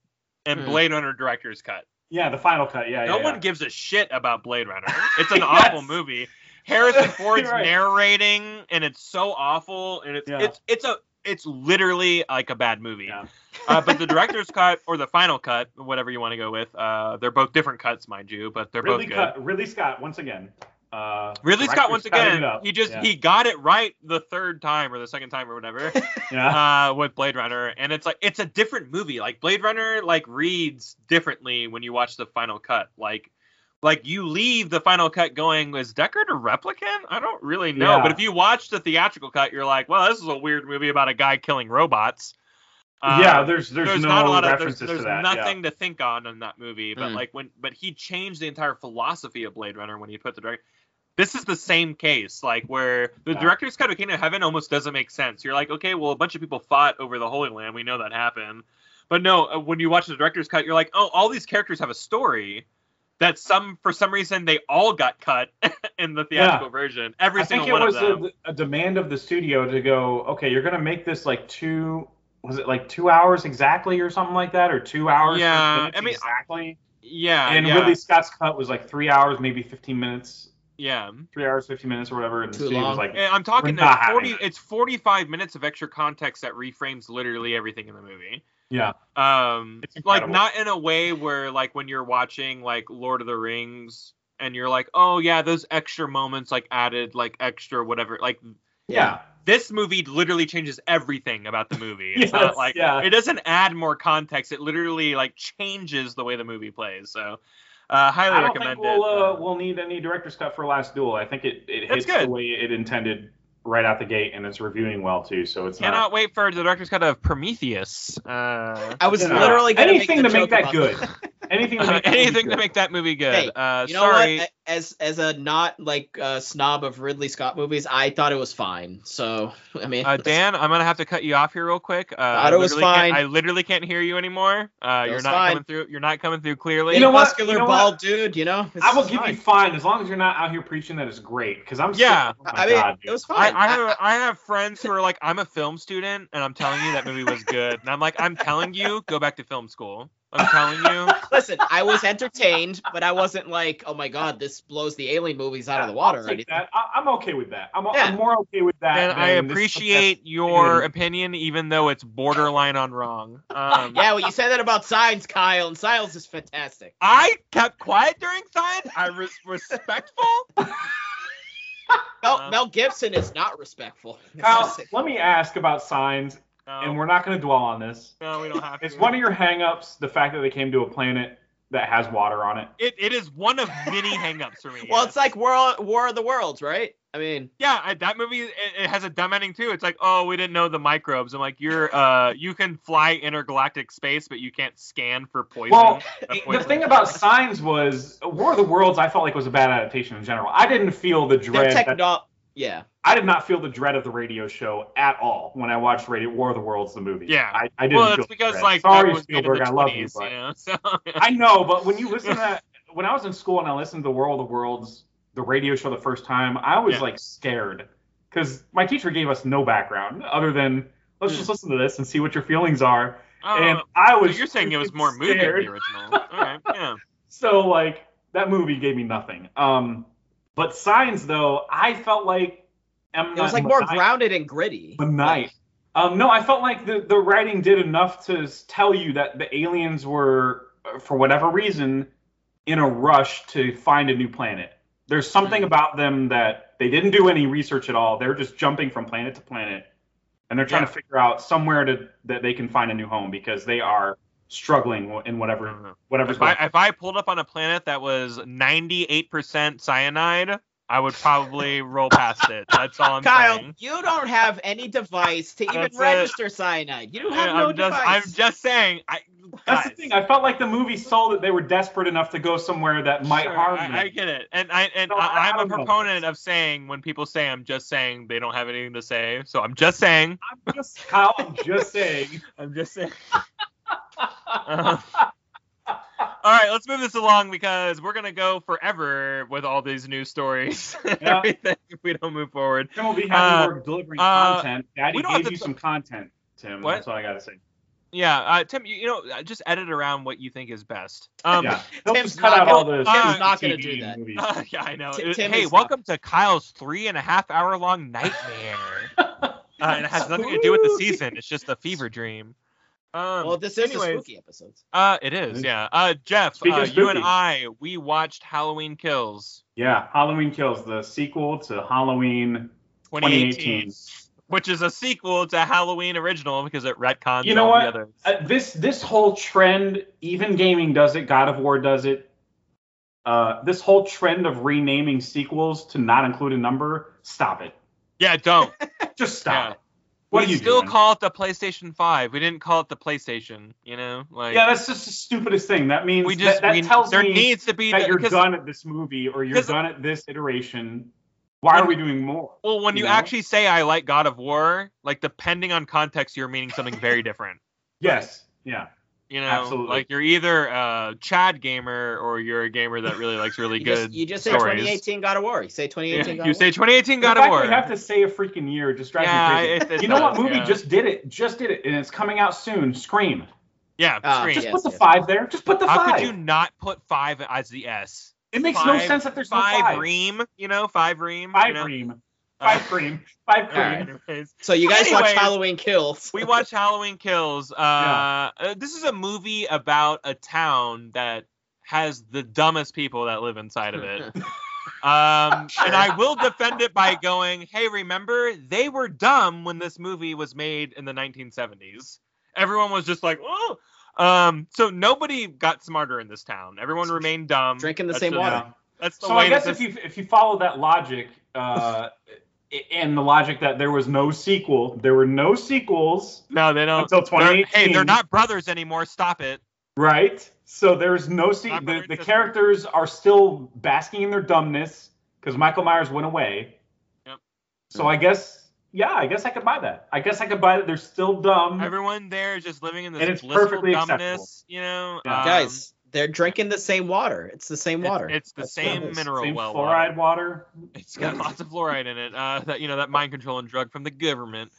and Hmm. Blade Runner director's cut. Yeah, the final cut. Yeah, no yeah, one yeah. gives a shit about Blade Runner. It's an Yes. awful movie. Harrison Ford's You're right. narrating, and it's so awful, and it's Yeah. it's it's a it's literally like a bad movie. Yeah. uh, but the director's cut or the final cut, whatever you want to go with, uh, they're both different cuts, mind you, but they're Ridley, both good. cut, Ridley Scott once again. Uh, Ridley Scott director's once cutting again, it up. he just Yeah. he got it right the third time or the second time or whatever yeah. uh, with Blade Runner, and it's like it's a different movie. Like Blade Runner, like reads differently when you watch the final cut. Like, like you leave the final cut going, was Deckard a replicant? I don't really know. Yeah. But if you watch the theatrical cut, you're like, well, this is a weird movie about a guy killing robots. Uh, yeah, there's there's, no not a lot of there's, references there's to that. yeah. nothing to think on in that movie. But Mm. like when but he changed the entire philosophy of Blade Runner when he put the director. This is the same case, like where the Yeah. director's cut of Kingdom of Heaven almost doesn't make sense. You're like, okay, well, a bunch of people fought over the Holy Land. We know that happened. But no, uh, when you watch the director's cut, you're like, oh, all these characters have a story that some for some reason they all got cut in the theatrical version. Every I think single it one was of them. a, a demand of the studio to go, okay, you're gonna make this like two, was it like two hours exactly or something like that, or two hours? Yeah, 15 minutes I mean, exactly. yeah, and yeah, Ridley Scott's cut was like three hours, maybe 15 minutes, yeah. three hours, 15 minutes or whatever, and the Too studio was long. like, And I'm talking We're not it's having forty. that. It's forty-five minutes of extra context that reframes literally everything in the movie. yeah, Um, It's like incredible. not in a way where like when you're watching like Lord of the Rings and you're like, oh yeah, those extra moments like added like extra whatever. Like yeah, this movie literally changes everything about the movie. It's not Yes, like yeah. it doesn't add more context. It literally like changes the way the movie plays. So, uh, highly I don't recommend think we'll it. uh, we'll need any director's cut for Last Duel. I think it it That's hits the good. way it intended right out the gate, and it's reviewing well too, so it's not. Cannot wait for the director's cut of Prometheus. Uh, I was Yeah. literally gonna anything make to the joke make that about good. Anything to Uh, make that movie anything to good. make that movie good. Hey, uh, You know sorry, what? as as a not like uh, snob of Ridley Scott movies, I thought it was fine. So I mean, Uh, Dan, I'm gonna have to cut you off here real quick. Uh, I Thought it was literally can't- fine. I literally can't hear you anymore. Uh, you're was not fine. coming through. You're not coming through clearly. You know what? muscular You know bald what? dude, you know. It's I will give fine. you fine as long as you're not out here preaching that it's great. Because I'm. still- Yeah. oh my I mean, God, it dude. was I, fine. I have I have friends who are like, I'm a film student, and I'm telling you that movie was good, and I'm like, I'm telling you, go back to film school. I'm telling you. Listen, I was entertained, but I wasn't like, oh my god, this blows the alien movies out of the water. I'll or take anything. that. I, am okay with that. I'm, Yeah. I'm more okay with that. And than I this appreciate your opinion, even though it's borderline on wrong. Um, Yeah, well, you said that about science, Kyle, and science is fantastic. I kept quiet during science. I was respectful. Mel, Uh-huh. Mel Gibson is not respectful. Kyle, let me ask about signs, No, and we're not going to dwell on this. no, we don't have to. Is one of your hangups the fact that they came to a planet that has water on it? It, it is one of many hangups for me. Well, yes. it's like War War of the Worlds, right? I mean, yeah, I, that movie it, it has a dumb ending too. It's like, oh, we didn't know the microbes. I'm like, you're uh, you can fly intergalactic space, but you can't scan for poison. Well, a The poison thing about chalice. Signs was War of the Worlds. I felt like was a bad adaptation in general. I didn't feel the they're dread. that- techno. Yeah. I did not feel the dread of the radio show at all when I watched Radio War of the Worlds, the movie. Yeah. I, I didn't. well, feel it's the because dread. like sorry that was made in Spielberg, the I love 20s, you, but know, so I know, but when you listen to that, when I was in school and I listened to World of the Worlds, the radio show the first time, I was Yeah. like scared because my teacher gave us no background other than let's just listen to this and see what your feelings are. Hmm. Oh, and I so was. you're saying it was freaking more movie than the scared. original. All right, yeah. So like that movie gave me nothing. Um, but Signs though, I felt like M. It was like Night more Shyamalan- grounded and gritty. the night. Um, no, I felt like the, the writing did enough to s- tell you that the aliens were, uh, for whatever reason, in a rush to find a new planet. There's something Hmm. about them that they didn't do any research at all. They're just jumping from planet to planet, and they're trying Yeah. to figure out somewhere to that they can find a new home because they are struggling w- in whatever whatever's If I, going. if I pulled up on a planet that was 98% cyanide, I would probably roll past it. That's all I'm Kyle, saying. you don't have any device to even That's it. register cyanide. You don't have Yeah, no I'm just, device. I'm just saying. I, That's guys, the thing. I felt like the movie sold that they were desperate enough to go somewhere that might sure, harm them. I, I get it, and I and No, I- I, I I'm don't a know. proponent of saying when people say I'm just saying they don't have anything to say, so I'm just saying. I'm just, Kyle, I'm just saying. I'm just saying. all right, let's move this along because we're gonna go forever with all these news stories. and Yeah. everything if we don't move forward. Tim will be happy Uh, we're delivering uh, content. Daddy we don't have gave to you t- some content, Tim. What? That's all I gotta say. Yeah, uh, Tim, you, you know, uh, just edit around what you think is best. Um, yeah, he'll Tim's just cut not out all gonna- the Tim's not gonna TV do that. movies. uh, yeah, I know. Ti- It- Tim hey, is welcome to Kyle's three and a half hour long nightmare. uh, and it has nothing to do with the Spooky. season. It's just a fever dream. Um, well, this is a anyways, spooky episode. Uh, it is, yeah. Uh, Jeff, Speaking uh, of you and spooky. I, we watched Halloween Kills Yeah, Halloween Kills, the sequel to Halloween. 2018, 2018. which is a sequel to Halloween original because it retcons You know all what? the others. Uh, this this whole trend, even gaming does it. God of War does it. Uh, this whole trend of renaming sequels to not include a number, stop it. yeah, don't. Just stop Yeah. it. What we are you still doing? call it the PlayStation 5. We didn't call it the PlayStation, you know? Like yeah, that's just the stupidest thing. That means we just that, that we- tells there me needs to be that the- you're 'cause- done at this movie or you're 'cause- done at this iteration. Why are we doing more? Well, when you, you know? actually say I like God of War, like depending on context, you're meaning something very different. Yes. Yeah. You know, Absolutely. like you're either a Chad gamer or you're a gamer that really likes really You good. just, you just say stories. 2018 God of War. You say 2018 Yeah, God you of say 2018 God the of fact War. that you have to say a freaking year just drives Yeah, me crazy. it- it you know what does, movie yeah. just did it? Just did it, and it's coming out soon. Scream. yeah, Ah, Scream. Just yes, put the yes. five there. Just put the How five. could you not put five as the S? it makes five- no sense that there's Five, no five. ream, you know, five ream. you Five know? cream. Uh, Five cream. Five All cream. right. anyways. So you guys watch Anyways. Halloween Kills. we watched Halloween Kills. Uh, Yeah. uh, this is a movie about a town that has the dumbest people that live inside of it. Um, And I will defend it by going, hey, remember, they were dumb when this movie was made in the 1970s. Everyone was just like, oh. Um, so nobody got smarter in this town. Everyone remained dumb. Drinking the That's same just- water. Yeah. That's the So way I guess that if this- you if you follow that logic, uh, i- and the logic that there was no sequel, there were no sequels No, they don't. until They're- 2018. hey, they're not brothers anymore. Stop it. Right. So there's no scene. Not The, the Marine System. characters are still basking in their dumbness because Michael Myers went away. Yep. So I guess, yeah, I guess I could buy that. I guess I could buy that. They're still dumb. Everyone there is just living in this And it's blissful perfectly dumbness, you know. Yeah. Um, Guys, they're drinking the same water. It's the same it's- water. It's, the That's what it same is. mineral Same well. water. fluoride water. It's got lots of fluoride in it. Uh, that you know that mind controlling drug from the government.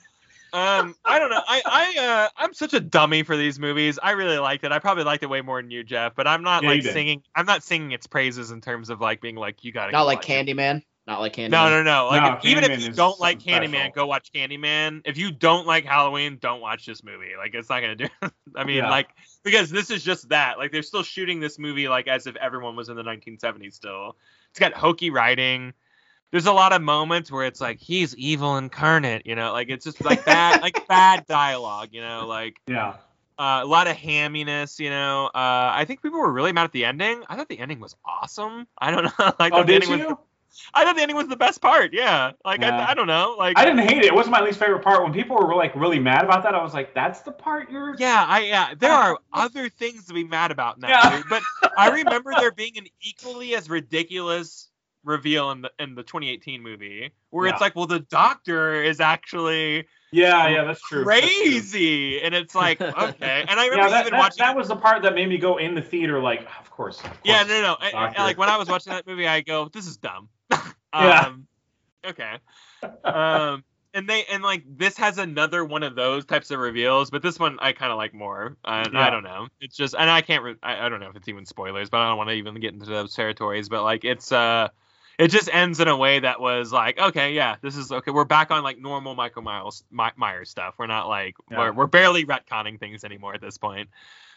Um, I don't know. I I uh, I'm such a dummy for these movies. I really liked it. I probably liked it way more than you, Jeff. But I'm not Yeah, you like did. singing. I'm not singing its praises in terms of like being like you gotta. Not go like watch it. Candyman. Not like Candyman. No, no, no. Like No, if- even if Candyman you is don't like something Candyman, special. go watch Candyman. If you don't like Halloween, don't watch this movie. Like it's not gonna do. I mean, Yeah. like because this is just that. Like they're still shooting this movie like as if everyone was in the 1970s still. It's got hokey writing. There's a lot of moments where it's like he's evil incarnate, you know, like it's just like bad, like bad dialogue, you know, like Yeah. uh, a lot of hamminess, you know. Uh, I think people were really mad at the ending. I thought the ending was awesome. I don't know. like oh, the did ending you? was I thought the ending was the best part. Yeah. Like Yeah. I, I don't know. Like I didn't hate it. It wasn't my least favorite part. When people were like really mad about that, I was like, "That's the part you're." yeah, I yeah. There are other things to be mad about now. Yeah. dude. But I remember there being an equally as ridiculous reveal in the in the 2018 movie where it's Yeah. like, well, the doctor is actually Yeah, yeah, that's true. That's true. crazy, and it's like okay. And I Yeah, remember that, even that, watching. that was the part that made me go in the theater. Like, of course. Of course. yeah, no, no. I, Doctor. I- like when I was watching that movie, I go, this is dumb. Yeah. um, Okay. Um, and they and like this has another one of those types of reveals, but this one I kind of like more. I, I Yeah. don't know. It's just, and I can't. Re- I, I don't know if it's even spoilers, but I don't want to even get into those territories. But like, it's uh, it just ends in a way that was like, okay, yeah, this is okay. We're back on like normal Michael Myers My, Myers stuff. We're not like Yeah. we're we're barely retconning things anymore at this point.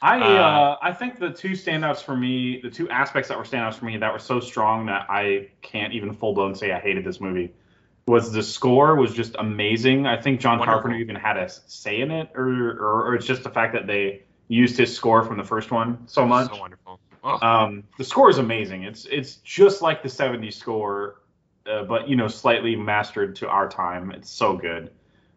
I uh, Uh, I think the two standouts for me, the two aspects that were standouts for me that were so strong that I can't even full blown say I hated this movie was the score was just amazing. I think John Wonderful. Carpenter even had a say in it, or, or or it's just the fact that they used his score from the first one so much. So wonderful. Oh, Um, the score is amazing. It's it's just like the '70s score, uh, but you know, slightly mastered to our time. It's so good.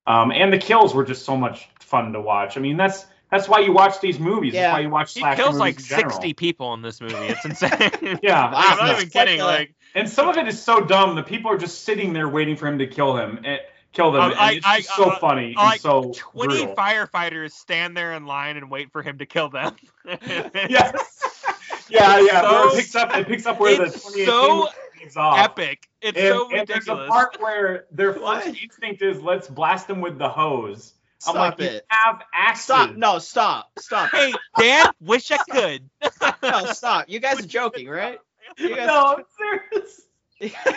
Um, and the kills were just so much fun to watch. I mean, that's that's why you watch these movies. Yeah. That's why you watch he slasher kills movies like in general. Ah, 60 people in this movie. It's insane. Yeah, I'm not Wow. even kidding. Like, uh, Like and some of it is so dumb. The people are just sitting there waiting for him to kill him. And, kill them. Um, and I- it's I- just so uh, funny like, and so 20 brutal. firefighters stand there in line and wait for him to kill them. Yes. Yeah, yeah. where So- it picks up. It picks up where It's the 2018 so leaves off. Epic. It's and, so and there's a ridiculous. part where their What? first instinct is let's blast them with the hose. Stop I'm like, you it. have axes. Stop. No, stop. Stop. Hey, Dad, wish I could. No, stop. You guys are joking, right? You guys no, serious. That's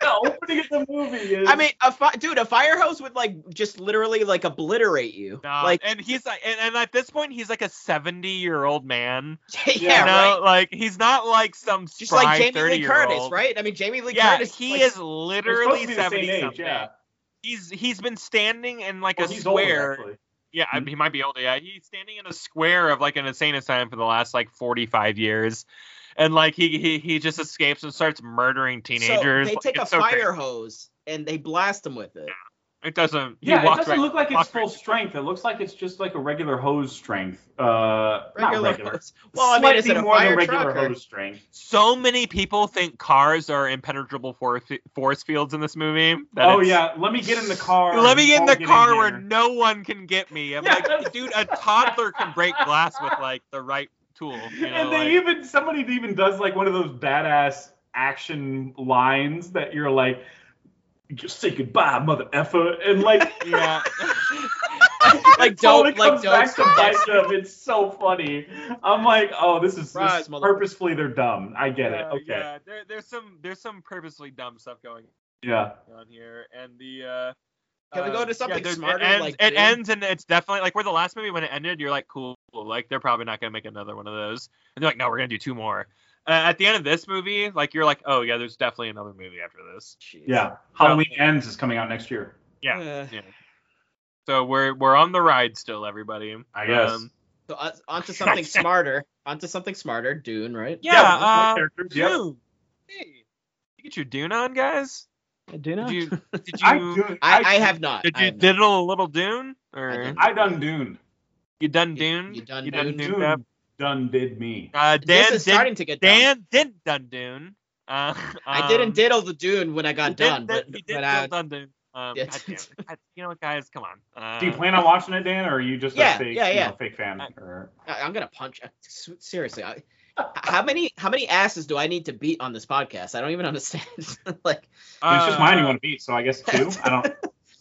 the opening of the movie. Is, I mean, a fi- dude, a fire hose would like just literally like obliterate you. No, like, and he's like, and, and at this point, he's like a 70 year old man. yeah, you know, right. like he's not like some spry Just like Jamie 30 Lee year Curtis, old. right? I mean, Jamie Lee yeah, Curtis. he like, is They're supposed literally to be the same 70 age, something. Yeah. He's he's been standing in like Well, a he's older, square actually. Yeah, I Mhm. Hmm? mean, he might be older. Yeah, he's standing in a square of like an insane asylum for the last like 45 years, and like he he, he just escapes and starts murdering So teenagers. they Like, take it's a so fire crazy. hose and they blast him with it. It doesn't. He Yeah, it walks doesn't right- look like it's walks full right- strength. It looks like it's just like a regular hose strength. Uh, Regular not regular. hose. Well, I mean, is Slightly it a more fire than regular truck or- hose strength. So many people think cars are impenetrable force, force fields in this movie. that Oh it's- yeah, let me get in the car. Let me get in I'll the car in where here. no one can get me. I'm Yeah, that's- like, dude, a toddler can break glass with like the right tool. You know, and they like- even somebody even does like one of those badass action lines that you're like, just say goodbye, mother effer, and like yeah. Like it totally dope- like comes dope back to stuff. bite them. It's so funny. I'm like, oh, this is this Surprise, mother- purposefully they're dumb. I get Yeah, it. Okay, yeah. yeah. There, there's some there's some purposely dumb stuff going on here, and the uh, Can we go um, to something there's- smarter, It ends, like it Doom? ends, and it's definitely like where the last movie when it ended, you're like, cool, like they're probably not gonna make another one of those, and they're like, no, we're gonna do two more. Uh, at the end of this movie, like you're like, oh yeah, there's definitely another movie after this. Jeez. yeah. Halloween Ends is coming out next year. Yeah. Uh, Yeah. So we're we're on the ride still, everybody. Um, I guess. so uh, onto something smarter. Onto something smarter. Dune, right? yeah. with more uh, characters, yep. Dune. Hey, you get your Dune on, guys. Dune. Did you? Did I, you? do- I, I have not. Did I you have not. diddle a little Dune? Or didn't. I done Dune. You You- done Dune? you done Dune? Dune. Deb? done did me. Uh, Dan this is did, starting to get done. Dan did Dundun. Uh, I um, didn't diddle the dune when I got you did- done, but, you did but uh, kill I, Dundun. Um, Yeah. goddamn it. God- you know what, guys? Come on. Uh, Do you plan on watching it, Dan, or are you just Yeah, a fake, yeah, you yeah. know, fake fan? I- Or... I- I'm gonna punch. uh, Seriously, I, how many how many asses do I need to beat on this podcast? I don't even understand. like, it's just mine you uh, want to beat, so I guess two. I don't.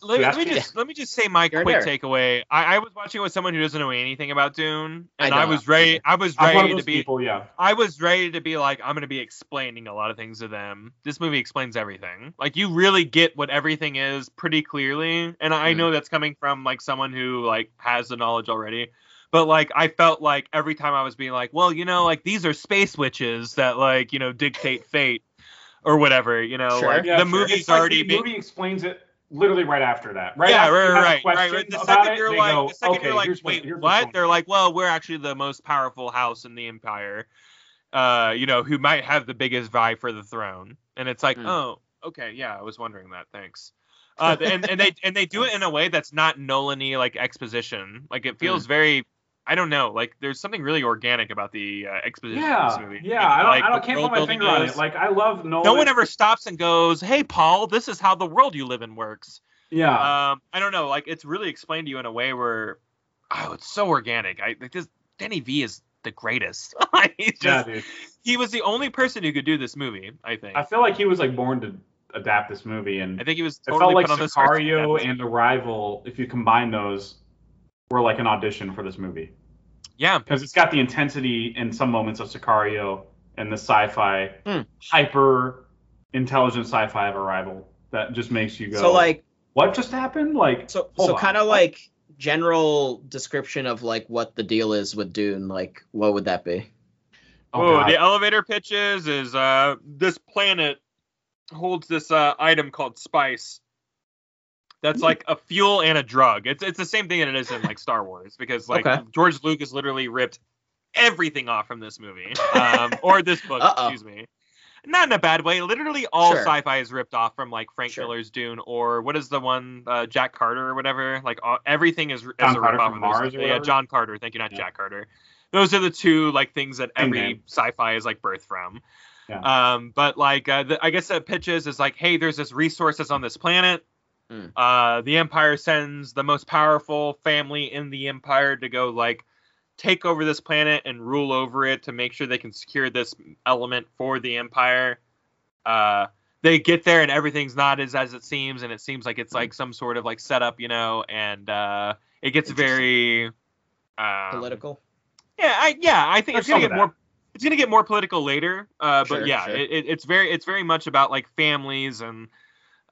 let, You me- asked let me me. just let me just say my You're quick there. takeaway. I, I was watching it with someone who doesn't know anything about Dune, I and I, know, was I'm ready. I was I'm one of ready those to be. people. Yeah. I was ready to be like, I'm gonna be explaining a lot of things to them. This movie explains everything. Like you really get what everything is pretty clearly, and I Mhm. know that's coming from like someone who like has the knowledge already. But like I felt like every time I was being like, well, you know, like these are space witches that like you know dictate fate or whatever. You know, Sure. like Yeah, the sure. movie's It's like already the being movie explains it literally right after that. Right. yeah, after you right, have a right, right, question right. The about second it, you're they like, go, the second okay, you're like, here's wait, here's what's what? going They're like, well, we're actually the most powerful house in the empire. Uh, you know, who might have the biggest vie for the throne. And it's like, Hmm. oh, okay, yeah, I was wondering that. Thanks. Uh, and, and they and they do it in a way that's not Nolan-y like exposition. Like Hmm. it feels very, I don't know. Like there's something really organic about the uh, exposition in this Yeah, movie. yeah. I don't, Like, I don't, the can't world put my building finger on is- it. Like I love Nolan. no one ever stops and goes, "Hey, Paul, this is how the world you live in works." Yeah. um, I don't know. Like it's really explained to you in a way where, oh, it's so organic. I like this. Danny V is the greatest. Like, He's yeah, just dude. he was the only person who could do this movie. I think. I I, feel like he was like born to adapt this movie, and think he was it totally felt like put on this earth. Sicario and Arrival, if you combine those, were like an audition for this movie yeah, because it's got the intensity in some moments of Sicario and the sci-fi Hmm. hyper intelligent sci-fi of Arrival that just makes you go. so like, what just happened? Like, so hold so on, kind of what? like general description of like what the deal is with Dune. Like, what would that be? Oh, God. the elevator pitches is uh this planet holds this uh item called spice. Hmm. That's like a fuel and a drug. It's it's the same thing that it is in like Star Wars because like Okay. George Lucas literally ripped everything off from this movie um, or this book. Uh-oh. Excuse me. Not in a bad way. Literally all Sure. sci-fi is ripped off from like Frank Sure. Miller's Dune or what is the one uh, Jack Carter or whatever. Like all, everything is, is a John Carter ripoff from of those- Mars or Yeah, whatever? John Carter. Thank you, not Yeah. Jack Carter those are the two like things that Same every name. sci-fi is like birthed from. Yeah. Um, but like uh, the, I guess the pitches is like, hey, there's this resource that's on this planet. Mm. Uh, the Empire sends the most powerful family in the Empire to go like take over this planet and rule over it to make sure they can secure this element for the Empire. Uh, they get there and everything's not as as it seems, and it seems like it's like some sort of like setup, you know, and uh, it gets very um, Political. yeah, I yeah, I think There's it's gonna some of get more. It's gonna get more political later. Uh, Sure, but yeah, sure. it, it, it's very it's very much about like families and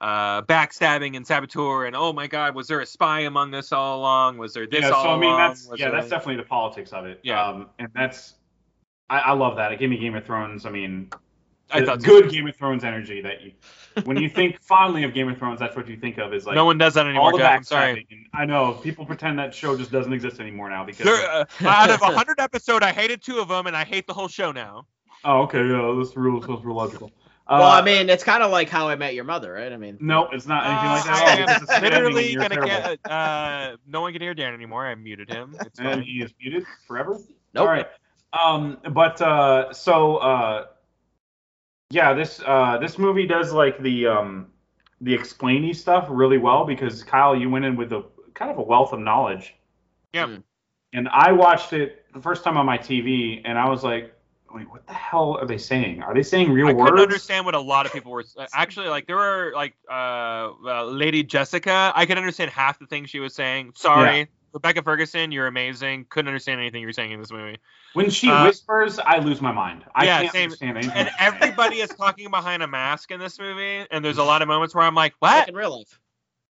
uh backstabbing and saboteur and oh my god, was there a spy among us all along? Was there this yeah, all so I mean along? that's Was yeah, there- that's definitely the politics of it. Yeah. Um, and that's I, I love that. It gave me Game of Thrones. I mean, I the thought so. good Game of Thrones energy that you when you think fondly of Game of Thrones, that's what you think of is like no one does that all anymore. the Jeff, I'm sorry. backstabbing. And I know people pretend that show just doesn't exist anymore now because There, uh, out of hundred episode, I hated two of them, and I hate the whole show now. oh okay yeah this rule is supposed to be logical. Uh, well, I mean, it's kind of like how I met your mother, right? I mean, no, it's not anything like Uh, that. I at all. It's a am sad ending literally and you're gonna terrible. get. Uh, no one can hear Dan anymore. I muted him. It's and fine. he is muted forever. nope. All right. Um, but uh, so uh, yeah, this uh, this movie does like the um, the explainy stuff really well because Kyle, you went in with a kind of a wealth of knowledge. Yeah. Mm. And I watched it the first time on my TV, and I was like, "Wait, what the hell are they saying? Are they saying real I words?" couldn't understand what a lot of people were uh, actually like. There were like uh, uh, Lady Jessica. I could understand half the things she was saying. Sorry, Rebecca Ferguson, you're amazing. Couldn't understand anything you were saying in this movie. When she Uh, whispers, I lose my mind. I Yeah, can't same. understand anything. And uh, everybody is talking behind a mask in this movie, and there's a lot of moments where I'm like, Like what? in real life.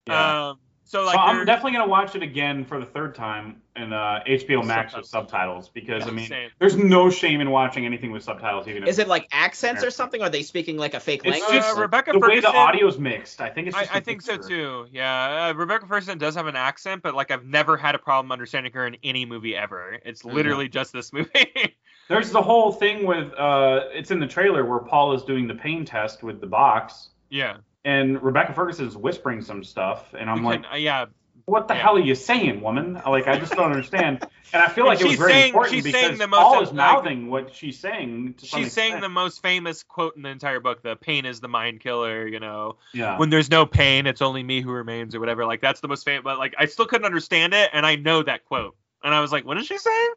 Yeah. Um, so like, so I'm they're- definitely gonna watch it again for the third time in uh, HBO Max with Subtitles. subtitles because I mean, Same. There's no shame in watching anything with subtitles, even Is if it like accents or something? Are they speaking like a fake It's language? uh, just- Like- Rebecca the way Ferguson. the audio's mixed. I think it's I, just I the think so picture. too. Yeah, uh, Rebecca Ferguson does have an accent, but like I've never had a problem understanding her in any movie ever. It's Mhm. literally just this movie. There's the whole thing with uh, it's in the trailer where Paul is doing the pain test with the box, yeah. and Rebecca Ferguson's whispering some stuff, and I'm We like, couldn't- uh, yeah, what the Yeah. hell are you saying, woman? Like, I just don't understand. And I feel like it was She's very saying- important she's because saying the most Paul of, is like- mouthing what she's saying. To some She's saying the extent. most famous quote in the entire book: "The pain is the mind killer." You know, Yeah. when there's no pain, it's only me who remains, or whatever. Like that's the most famous. But like, I still couldn't understand it, and I know that quote, and I was like, "What is she saying?"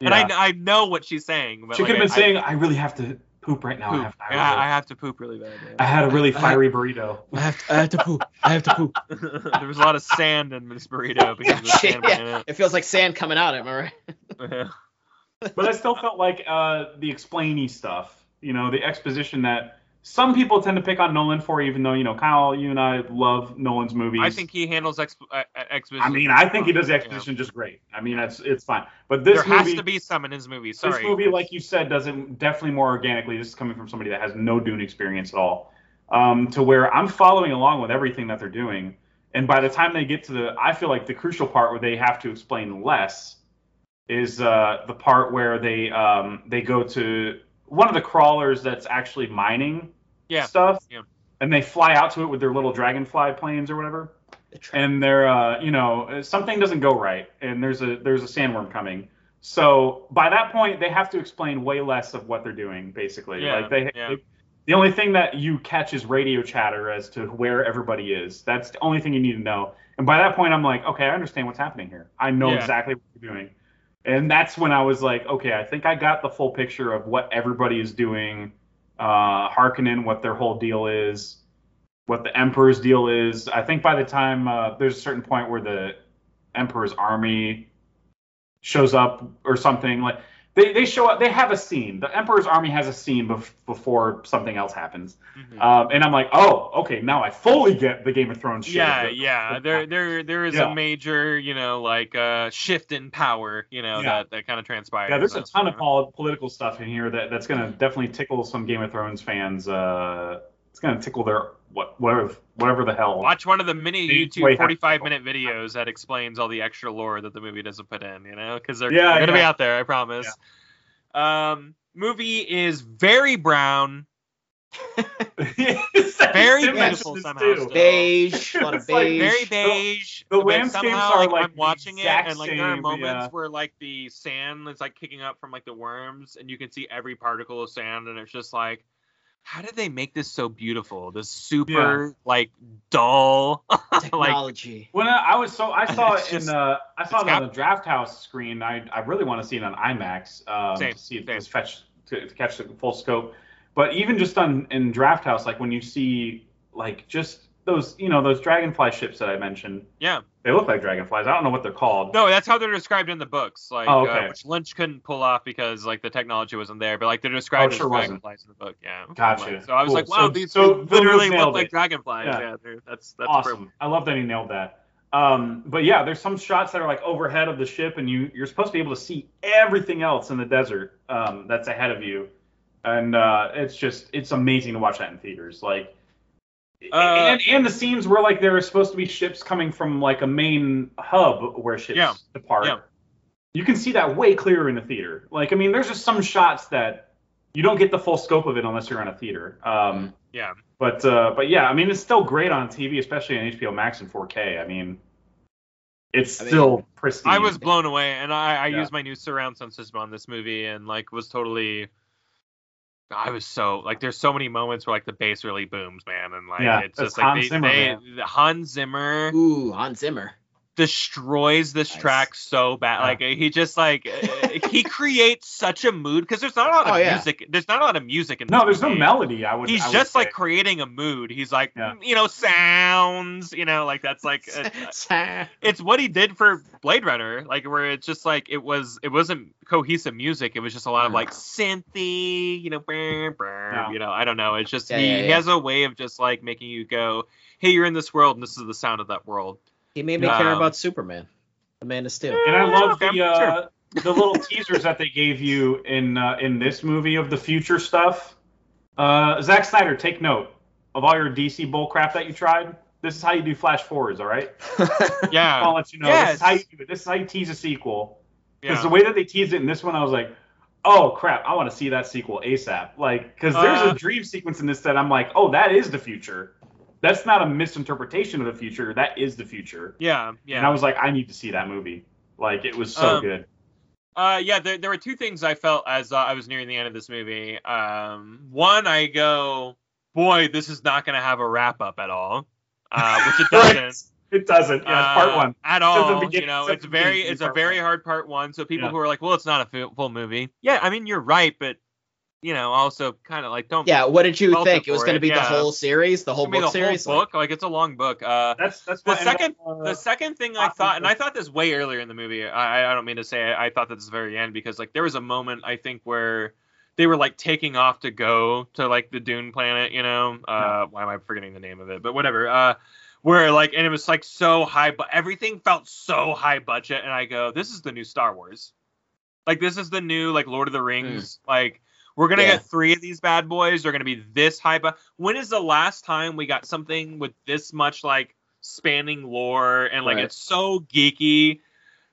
And Yeah. I, I know what she's saying. But she like, could have been I, saying, I, really have to poop right I, now. I, poop. have, I, Yeah, really- I have to poop really bad. I yeah. had a really I- fiery burrito." I have to, I have to poop. I have to poop. there was a lot of sand in this burrito because of the sand Yeah. in it. It feels like sand coming out. Am I right? Yeah. but I still felt like uh, the explainy stuff, you know, the exposition that some people tend to pick on Nolan for, even though you know Kyle, you and I love Nolan's movies. I think he handles exp- uh, uh, exposition. I mean, I think he does the Yeah. exposition just great. I mean, that's it's fine. But this there has movie, to be some in his movie. Sorry, this movie, like you said, does it definitely more organically. This is coming from somebody that has no Dune experience at all, um, to where I'm following along with everything that they're doing. And by the time they get to the, I feel like the crucial part where they have to explain less is uh, the part where they um, they go to one of the crawlers that's actually mining Yeah. stuff, Yeah. and they fly out to it with their little dragonfly planes or whatever The tra- and they're uh, you know something doesn't go right and there's a there's a sandworm coming so by that point they have to explain way less of what they're doing basically Yeah, like they, yeah. the only thing that you catch is radio chatter as to where everybody is that's the only thing you need to know and by that point i'm like okay i understand what's happening here i know Yeah. exactly what you're doing and that's when i was like okay i think i got the full picture of what everybody is doing uh harkonnen what their whole deal is what the emperor's deal is. I think by the time uh, there's a certain point where the emperor's army shows up or something like they, they show up they have a scene the emperor's army has a scene bef- before something else happens Mhm. um, and i'm like oh okay now i fully get the game of thrones shit. yeah, yeah. There, there, there is Yeah. a major, you know, like uh, shift in power, you know, Yeah. that that kind of transpires. yeah there's a That's ton of fine. pol- political stuff in here that, that's going to definitely tickle some game of thrones fans uh, it's going to tickle their what whatever whatever the hell Watch one of the mini These YouTube way have to 45 go. minute videos that explains all the extra lore that the movie doesn't put in, you know, because they're, Yeah, they're gonna be yeah. out there, I promise. Um, movie is very brown. Very beautiful somehow still. beige. A lot of It's like beige. very beige. the but landscapes somehow, are, like, like, I'm watching the it, and exact like there are same, moments yeah. where like the sand is like kicking up from like the worms, and you can see every particle of sand, and it's just like, how did they make this so beautiful? This super like dull. Oh. Technology. When I, I was so I saw It's it in just- the I saw it's it on the draft house screen. I I really want to see it on IMAX um, Same, to see it same. just fetch to, to catch the full scope. But even just on in draft house, like when you see like just those you know those dragonfly ships that I mentioned, yeah. they look like dragonflies. I don't know what they're called. No, that's how they're described in the books. Like, Oh, okay. uh, which Lynch couldn't pull off because like the technology wasn't there. But like they're described Oh, it sure as wasn't. dragonflies in the book. Yeah. Gotcha. So I was Cool. like, wow, So- these so things Villeneuve literally look nailed like it. dragonflies. Yeah. Yeah. they're- that's that's awesome. pretty- I love that he nailed that. Um, but yeah, there's some shots that are like overhead of the ship, and you you're supposed to be able to see everything else in the desert um, that's ahead of you, and uh, it's just it's amazing to watch that in theaters. Like, Uh, and and the scenes where like there are supposed to be ships coming from like a main hub where ships Yeah, depart, yeah. you can see that way clearer in the theater. Like, I mean, there's just some shots that you don't get the full scope of it unless you're in a theater. Um, Yeah. but uh, but yeah, I mean it's still great on TV, especially on HBO Max and 4K. I mean, it's I mean, still pristine. I was blown away, and I, I Yeah. used my new surround sound system on this movie, and like was totally. I was so like, there's so many moments where like the bass really booms, man, and like Yeah, it's that's just like Hans they, Zimmer, they- man. the Hans Zimmer Ooh, Hans Zimmer. destroys this Nice. track so bad. Yeah. Like he just like uh, he creates such a mood because there's not a lot of Oh, yeah. music. There's not a lot of music in no, this there's no movie. melody. I would. He's I would just say. like creating a mood. He's like, Yeah. you know, sounds, you know, like that's like uh, a- it's what he did for Blade Runner, like where it's just like it was it wasn't cohesive music. It was just a lot of like synthy, you know, brr, brr, Yeah. you know. I don't know. It's just Yeah, he, yeah, he yeah. has a way of just like making you go, hey, you're in this world, and this is the sound of that world. he made me care Um, about Superman, the Man of Steel. And I love Okay, the uh, the little teasers that they gave you in uh, in this movie of the future stuff. Uh, Zack Snyder, take note of all your DC bull crap that you tried. This is how you do flash forwards. All right, I'll Yeah, let you know. This Uh, Yes. is how you do it. This is how you tease a sequel. Because the yeah. way that they teased it in this one, I was like, oh crap, I want to see that sequel ASAP. Like, because there's Uh, a dream sequence in this that I'm like, oh, that is the future. that's not a misinterpretation of the future. That is the future. Yeah, And I yeah. was like, I need to see that movie. Like it was so Um, good. Uh, yeah, there, there were two things I felt as uh, I was nearing the end of this movie. Um, one, I go, boy, this is not going to have a wrap up at all, uh, which it Right. doesn't. It doesn't. Yeah, it's part uh, one. at the all. you beginning- know, since it's the very, beginning, it's a part very one. hard part one. So people Yeah. who are like, well, it's not a fu- full movie. Yeah, I mean, you're right, but you know, also kind of like, don't Yeah, what did you Well, think? It was for going to it, be the yeah. whole series, the whole I mean, book the series. whole Like, book. Like, it's a long book. Uh, That's that's the what- and second- what, uh, the second thing I Awesome. thought, and I thought this way earlier in the movie. I, I- I don't mean to say I, I thought that this very end because like there was a moment I think where they were like taking off to go to like the Dune planet. You know, uh, why am I forgetting the name of it? But whatever. Uh, where like and it was like so high, but everything felt so high budget, and I go, this is the new Star Wars. Like this is the new like Lord of the Rings. Like we're gonna Yeah. get three of these bad boys. They're gonna be this high. But when is the last time we got something with this much like spanning lore and like Right. it's so geeky?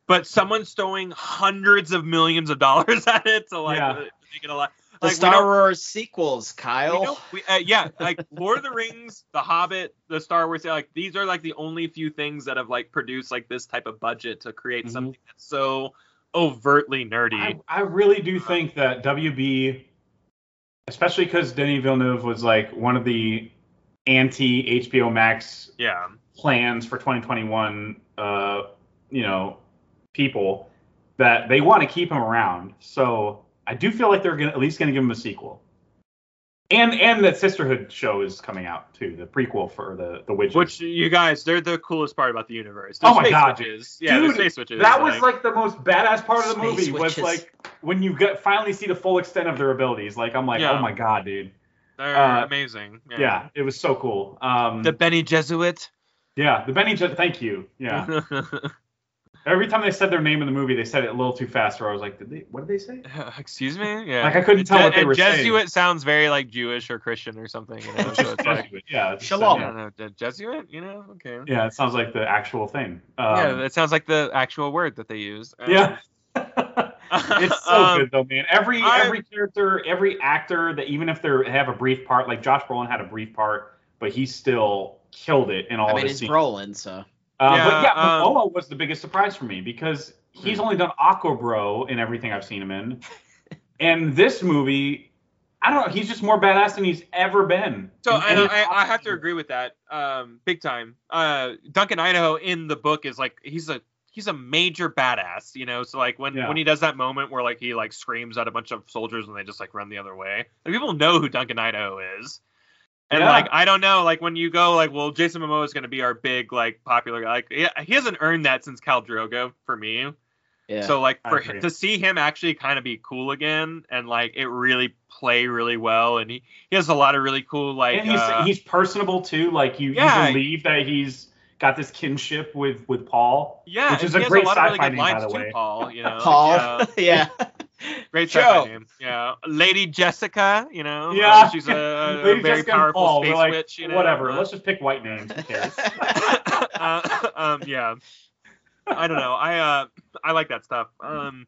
But someone's throwing hundreds of millions of dollars at it to like Yeah. to make it a lot. the Like, we Star don't- Wars sequels, we Kyle. don't- we- uh, yeah, like Lord of the Rings, The Hobbit, the Star Wars. Like these are like the only few things that have like produced like this type of budget to create Mhm. something that's so overtly nerdy. I, I really do Uh-huh. think that WB, especially because Denis Villeneuve was like one of the anti HBO Max yeah. plans for 2021, uh, you know, people that they want to keep him around. So I do feel like they're gonna at least gonna give him a sequel. And and that Sisterhood show is coming out too, the prequel for the the witches. Which you guys, they're the coolest part about the universe. Oh The my space God, witches. Yeah, the Dude, space witches. that was like the most badass part of the Space movie was witches. like when you get finally see the full extent of their abilities. Like I'm like, Yeah. oh my god, dude. they're uh, amazing. Yeah, it was so cool. Um, The Benny Jesuit. yeah, the Benny. J- thank you. Yeah. Every time they said their name in the movie, they said it a little too fast. Where I was like, did they? What did they say? Excuse me. Yeah. Like I couldn't tell what they and were saying. Jesuit sounds very like Jewish or Christian or something. You know? So it's like, Jesuit, yeah. it's- I Shalom. Yeah. don't know, Je- Jesuit. You know? Okay. Yeah, it sounds like the actual thing. yeah, Um, that sounds like the actual word that they use. Um, yeah. it's so um, good though, man. Every I- every character, every actor that even if they are have a brief part, like Josh Brolin had a brief part, but he still killed it in all I of mean, his it's scenes. Brolin, so Uh, Yeah, but yeah, um, Hmm. Momoa was the biggest surprise for me because he's only done Aqua Bro in everything I've seen him in, and this movie, I don't know, he's just more badass than he's ever been. So And- and and- I, I have to agree with that, um, big time. Uh, Duncan Idaho in the book is like he's a he's a major badass, you know. So like when Yeah. when he does that moment where like he like screams at a bunch of soldiers and they just like run the other way, like, people know who Duncan Idaho is. And Yeah. like I don't know, like when you go like, well, Jason Momoa is gonna be our big like popular guy. Like yeah, he hasn't earned that since Cal Drogo for me. yeah. So like I for agree. to see him actually kind of be cool again and like it really play really well and he, he has a lot of really cool like and he's uh, he's personable too. Like you, Yeah. you believe that he's got this kinship with with Paul. Yeah, which and is he a has great a lot of really sci-fi good name, by lines the too, way. Paul. You know, Paul. Yeah, yeah. great Joe. sci-fi name. Yeah, Lady Jessica. You know, uh, Yeah. she's a, a Lady very Jessica and powerful Paul, we're space like, witch. You know, Whatever. uh, Let's just pick white names. Who cares? uh, um, yeah, I don't know. I uh, I like that stuff. Um,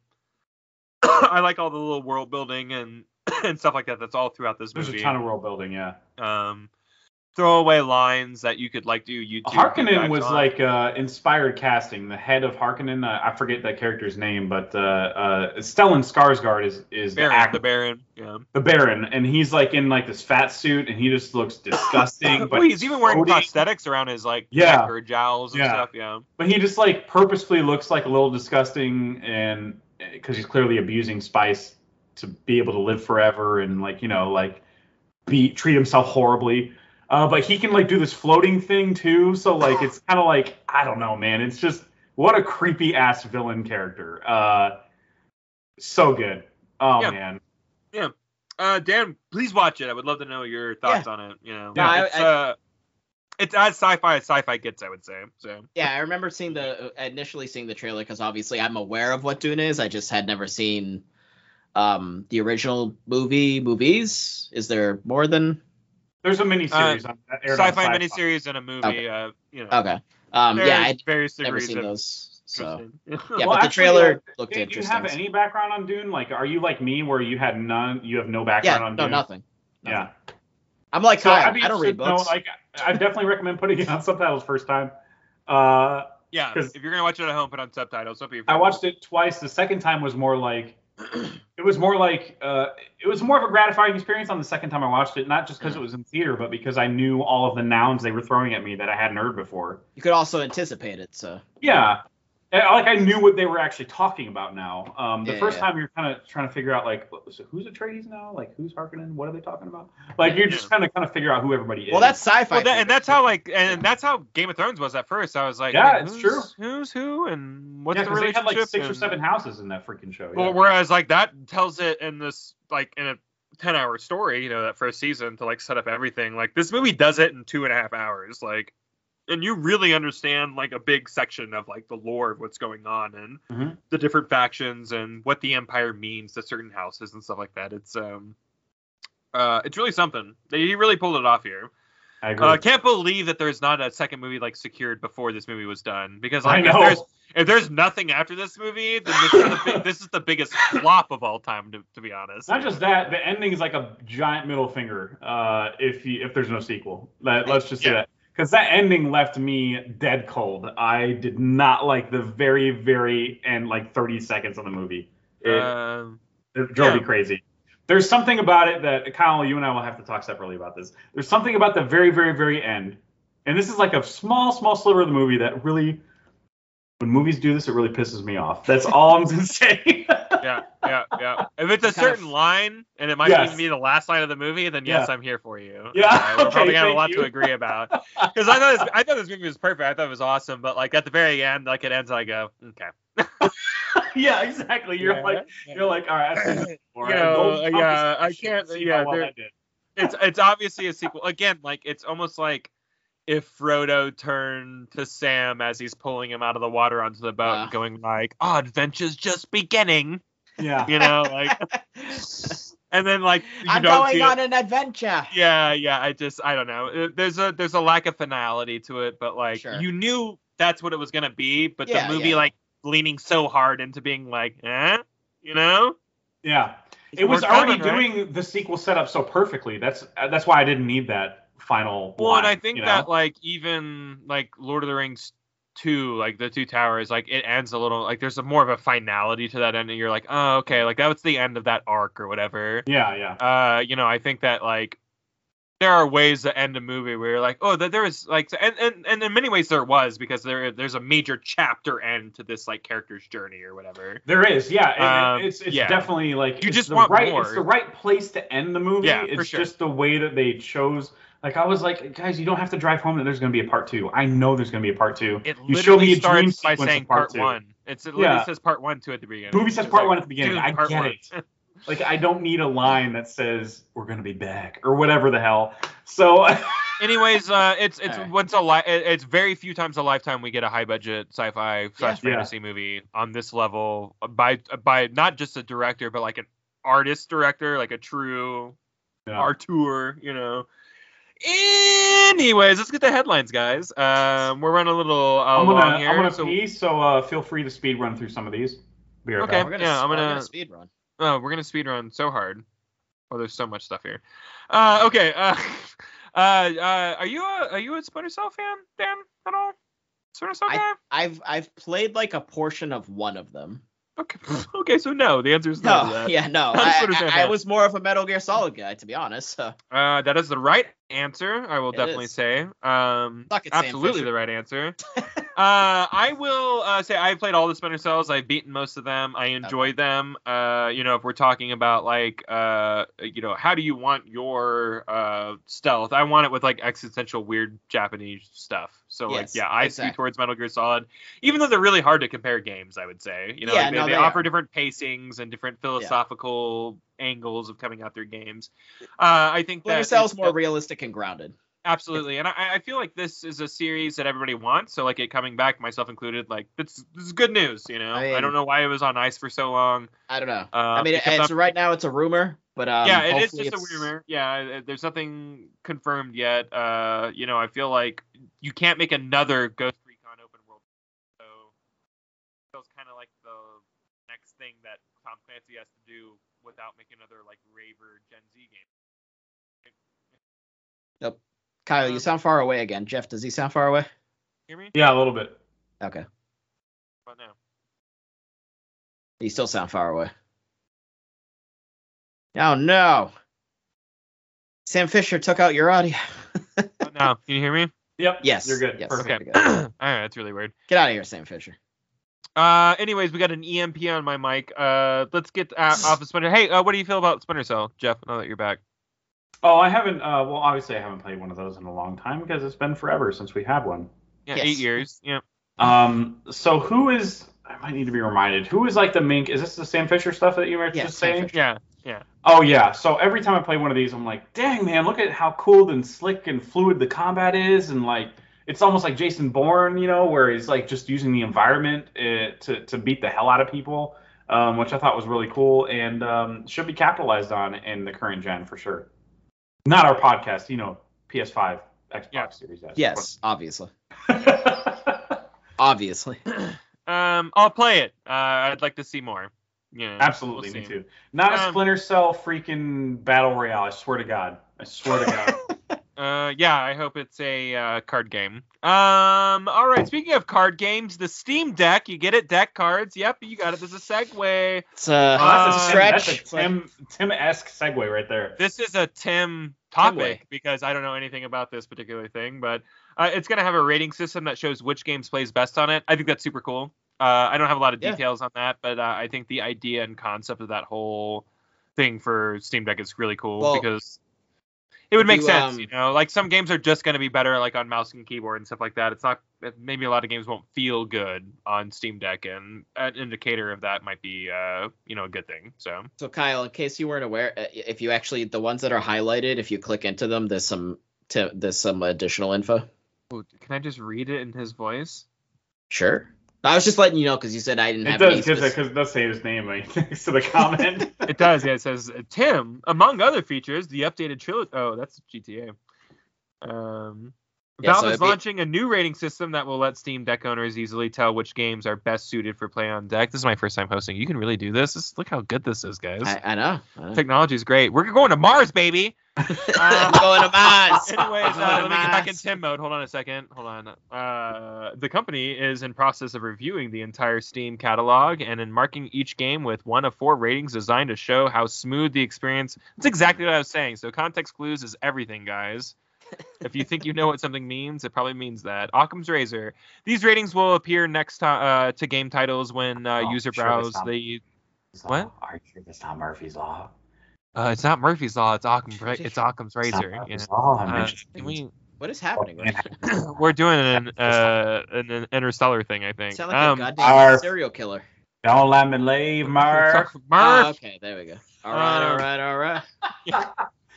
I like all the little world building and and stuff like that. That's all throughout this There's movie. a ton of world building. Yeah. um, throwaway lines that you could like do YouTube. Harkonnen deep was dives on. like uh, inspired casting. The head of Harkonnen, uh, I forget that character's name, but uh, uh, Stellan Skarsgård is is the, Baron, act, the the, Baron. Yeah. Baron, and he's like in like this fat suit, and he just looks disgusting. but well, he's even wearing floating. prosthetics around his like Yeah. neck or jowls and Yeah. stuff. Yeah. But he just like purposefully looks like a little disgusting, and because he's clearly abusing Spice to be able to live forever, and like you know, like be treat himself horribly. Uh, but he can like do this floating thing too, so like it's kind of like I don't know, man. It's just what a creepy ass villain character. Uh, so good. Oh Yeah. man, Uh, Dan, please watch it. I would love to know your thoughts on it. You know, No, I- it's, I- uh, it's as sci-fi as sci-fi gets, I would say. So Yeah, I remember seeing the uh, initially seeing the trailer because obviously I'm aware of what Dune is. I just had never seen um the original movie movies. Is there more than there's a miniseries. on that aired on sci-fi, Sci-Fi. miniseries and a movie. Okay. Uh, you know, okay? Um, various, yeah, I'd various never degrees seen of those. So interesting. yeah, Well, but the actually, trailer uh, looked Do you interesting. have any background on Dune? Like, are you like me, where you had none? You have no background yeah, on no, Dune. nothing. Yeah. I'm like So, Kyle. I, mean, don't so, read no, books. like, I definitely recommend putting it on subtitles first time. Uh, Yeah, 'Cause- if you're gonna watch it at home, put on subtitles. Don't be afraid. I watched it twice. The second time was more like it was more like uh, it was more of a gratifying experience on the second time I watched it, not just because it was in theater, but because I knew all of the nouns they were throwing at me that I hadn't heard before. you could also anticipate it. So Yeah. And, Like I knew what they were actually talking about now. Um, the Yeah, first yeah. time you're kind of trying to figure out like so who's Atreides now, like who's Harkonnen, what are they talking about? Like you're just trying to kind of figure out who everybody is. well, that's sci-fi. Well, that, theory. and that's how like, and that's how Game of Thrones was at first. I was like, Yeah, wait, it's who's, true. Who's who and what's yeah, the 'cause they relationship? had like six or and- seven houses in that freaking show. Well, Yeah. whereas like that tells it in this like in a ten hour story, you know, that first season to like set up everything. Like this movie does it in two and a half hours, like, and you really understand like a big section of like the lore of what's going on and Mhm. the different factions and what the empire means to certain houses and stuff like that. It's um, uh, it's really something. They really pulled it off here. I agree. Uh, I can't believe that there's not a second movie like secured before this movie was done because I like if know. there's if there's nothing after this movie, then this is the, big, this is the biggest flop of all time to, to be honest. Not just that, the ending is like a giant middle finger. Uh, if you, if there's no sequel, Let, let's just say Yeah. that because that ending left me dead cold. I did not like the very very end, like 30 seconds of the movie. It, Um, it drove me yeah. crazy. There's something about it that Kyle, you and I will have to talk separately about this. There's something about the very very very end, and this is like a small small sliver of the movie that really, when movies do this, it really pisses me off. That's all I'm gonna say. yeah, yeah, yeah. If it's a Kind of- certain line and it might Yes. even be the last line of the movie, then yes, I'm here for you. Yeah, Uh, we're okay, probably gonna have a thank lot you. to agree about because I thought this, I thought this movie was perfect. I thought it was awesome, but like at the very end, like it ends, I go, okay, yeah, exactly. You're Yeah. like. You're like, all right, I've seen this before. You I know, don't uh, yeah, fucking I see can't- how yeah, well there- that did. it's it's obviously a sequel. Again, like it's almost like if Frodo turned to Sam as he's pulling him out of the water onto the boat, Ah. and going like, "Oh, adventure's just beginning," Yeah. you know, like, and then like you I'm don't going see on it. an adventure. Yeah, yeah. I just I don't know. It- There's a there's a lack of finality to it, but like Sure. you knew that's what it was gonna be, but Yeah, the movie yeah. like leaning so hard into being like, eh, you know, Yeah. It's It was more already common, right? doing the sequel setup so perfectly. That's uh, that's why I didn't need that final. Well, and line, I think you know? that like even like Lord of the Rings two, like the two towers, like it ends a little like there's a more of a finality to that ending. You're like, oh okay, like that was the end of that arc or whatever. Yeah, yeah. Uh, you know, I think that like there are ways to end a movie where you're like, oh, that there was like, and, and and in many ways there was because there there's a major chapter end to this like character's journey or whatever. There is, yeah. and- and Um, it's it's yeah. definitely like You it's just the want right. more. It's the right place to end the movie. Yeah, for it's sure. just the way that they chose. Like I was like, guys, you don't have to drive home that there's going to be a part two. I know there's going to be a part two. It You show me literally a dream starts by sequence of saying part part, two. one. It's, it literally Yeah. says part one too at the beginning. Movie says It's part like, one at the beginning. dude, I part get one. it. Like I don't need a line that says we're gonna be back or whatever the hell. So Anyways, uh, it's it's Alright. once a li- it- it's very few times a lifetime we get a high budget sci-fi slash Yeah. fantasy movie on this level uh, by by not just a director but like an artist director, like a true Yeah. artur, you know. Anyways, let's get the headlines, guys. Um, we're running a little uh, I'm gonna long here. I'm gonna so, pee. So uh, feel free to speed run through some of these. Be right Okay. back. We're gonna, yeah, I'm we're gonna- speed run. Oh, we're gonna speed run so hard. Oh, there's so much stuff here. Uh, okay. Uh, uh, uh, are you a are you a Splinter Cell fan, Dan? At all? Splinter Cell guy? I've I've played like a portion of one of them. Okay. okay. So no, the answer is no. to No, that. yeah, no. I'm just I, gonna say I- I that. was more of a Metal Gear Solid guy, to be honest. So. Uh, that is the right answer. I will It definitely is. say. Um, Suck it, Sam absolutely Fisher. the right answer. uh, I will uh, say I've played all the Splinter Cells. I've beaten most of them. I enjoy them. Uh, you know, if we're talking about like, uh, you know, how do you want your uh, stealth? I want it with like existential, weird Japanese stuff. So like, Yes, yeah, I exactly. see towards Metal Gear Solid, even though they're really hard to compare games. I would say, you know, Yeah, like, they, no, they they offer are. different pacings and different philosophical angles of coming out their games. Uh, I think Splinter that Cell's it's- more realistic and grounded. absolutely, and I, I feel like this is a series that everybody wants. So like it coming back, myself included, like this, this is good news. You know, I I, mean- don't know why it was on ice for so long. I don't know. Uh, I mean, it it's kept on- right now it's a rumor, but um, yeah, it is hopefully just a it's- rumor. Yeah, it- there's nothing confirmed yet. Uh, you know, I feel like you can't make another Ghost Recon open world. So it feels kind of like the next thing that Tom Clancy has to do without making another like raver Gen Z game. Kyle, Uh-huh. you sound far away again. Jeff, does he sound far away? Hear me? Yeah, a little bit. Okay. What now? You still sound far away. Oh no. Sam Fisher took out your audio. What now? Can you hear me? Yep. Yes. You're good. Yes. Perfect. Okay. we go. All right, that's really weird. Get out of here, Sam Fisher. Uh, anyways, we got an EMP on my mic. Uh, let's get uh, off of Splinter. Hey, uh, what do you feel about Splinter Cell, Jeff? Now that you're back. Oh, I haven't. Uh, well, obviously, I haven't played one of those in a long time because it's been forever since we had one. Yeah, Yes. eight years. Yeah. Um, so who is? I might need to be reminded. Who is like the mink? Is this the Sam Fisher stuff that you were Yeah, just Sam saying? Fisher. Yeah. Oh yeah. So every time I play one of these, I'm like, dang man, look at how cool and slick and fluid the combat is, and like it's almost like Jason Bourne, you know, where he's like just using the environment uh, to to beat the hell out of people, um, which I thought was really cool and um, should be capitalized on in the current gen for sure. Not our podcast, you know, PS5, Xbox Yeah. Series S. Yes, obviously. Obviously. Um, I'll play it. Uh, I'd like to see more. Yeah. Absolutely, We'll me see. too. Not a Um, Splinter Splinter Cell freaking battle royale. I swear to God. I swear to God. Uh, yeah, I hope it's a uh, card game. Um, all right. Speaking of card games, the Steam Deck. You get it, deck cards. Yep, you got it. This is a segue. It's uh, Well, Ah, that's that's a a Tim, stretch. It's like- Tim Tim esque segue right there. This is a Tim Tim topic because I don't know anything about this particular thing, but uh, it's going to have a rating system that shows which games plays best on it. I think that's super cool. Uh, I don't have a lot of Yeah. details on that, but uh, I think the idea and concept of that whole thing for Steam Deck is really cool Well, because it would make you, sense, um, you know. Like some games are just going to be better like on mouse and keyboard and stuff like that. It's not maybe a lot of games won't feel good on Steam Deck, and an indicator of that might be, uh, you know, a good thing. So. So Kyle, in case you weren't aware, uh, if you actually the ones that are highlighted, if you click into them, there's some t- there's some additional info. Ooh, can I just read it in his voice? Sure. I was just letting you know because you said I didn't It have any. does spec- because it does say his name right next to the comment. It does. Yeah, it says uh, Tim, among other features, the updated trilogy. Oh, that's GTA. Um, Yeah, Valve so is it'd be- launching a new rating system that will let Steam Deck owners easily tell which games are best suited for play on deck. This is my first time hosting. You can really do this. this look how good this is, guys. I, uh, I know. I know. Technology is great. We're going to Mars, baby. I'm going to Mars. Anyways, uh, Going let to me get back in Mars. Tim mode. Hold on a second. Hold on. Uh, the company is in process of reviewing the entire Steam catalog and in marking each game with one of four ratings designed to show how smooth the experience. That's exactly what I was saying. So context clues is everything, guys. If you think you know what something means, it probably means that. Occam's Razor. These ratings will appear next to, uh, to game titles when uh, Oh, user sure, browse it's not- the. Law, What? Archer, Oh, that's not Murphy's law. Uh, it's not Murphy's Law. It's Occam's. Ra- It's Occam's It's not Razor. You know? Murphy's law. I'm Uh, interested. can we? What is happening right now? We're doing an uh an, an interstellar thing, I think. Um, Sound like a goddamn our- serial killer. Don't let me leave, Murph. Murph. Oh, okay, there we go. All right, Uh, all right, all right.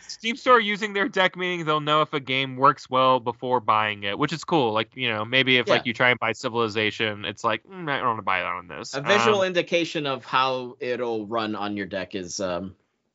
Steam Store using their deck, meaning they'll know if a game works well before buying it, which is cool. Like you know, maybe if like you try and buy Civilization, it's like mm, I don't want to buy that on this. A visual Um, indication of how it'll run on your deck is um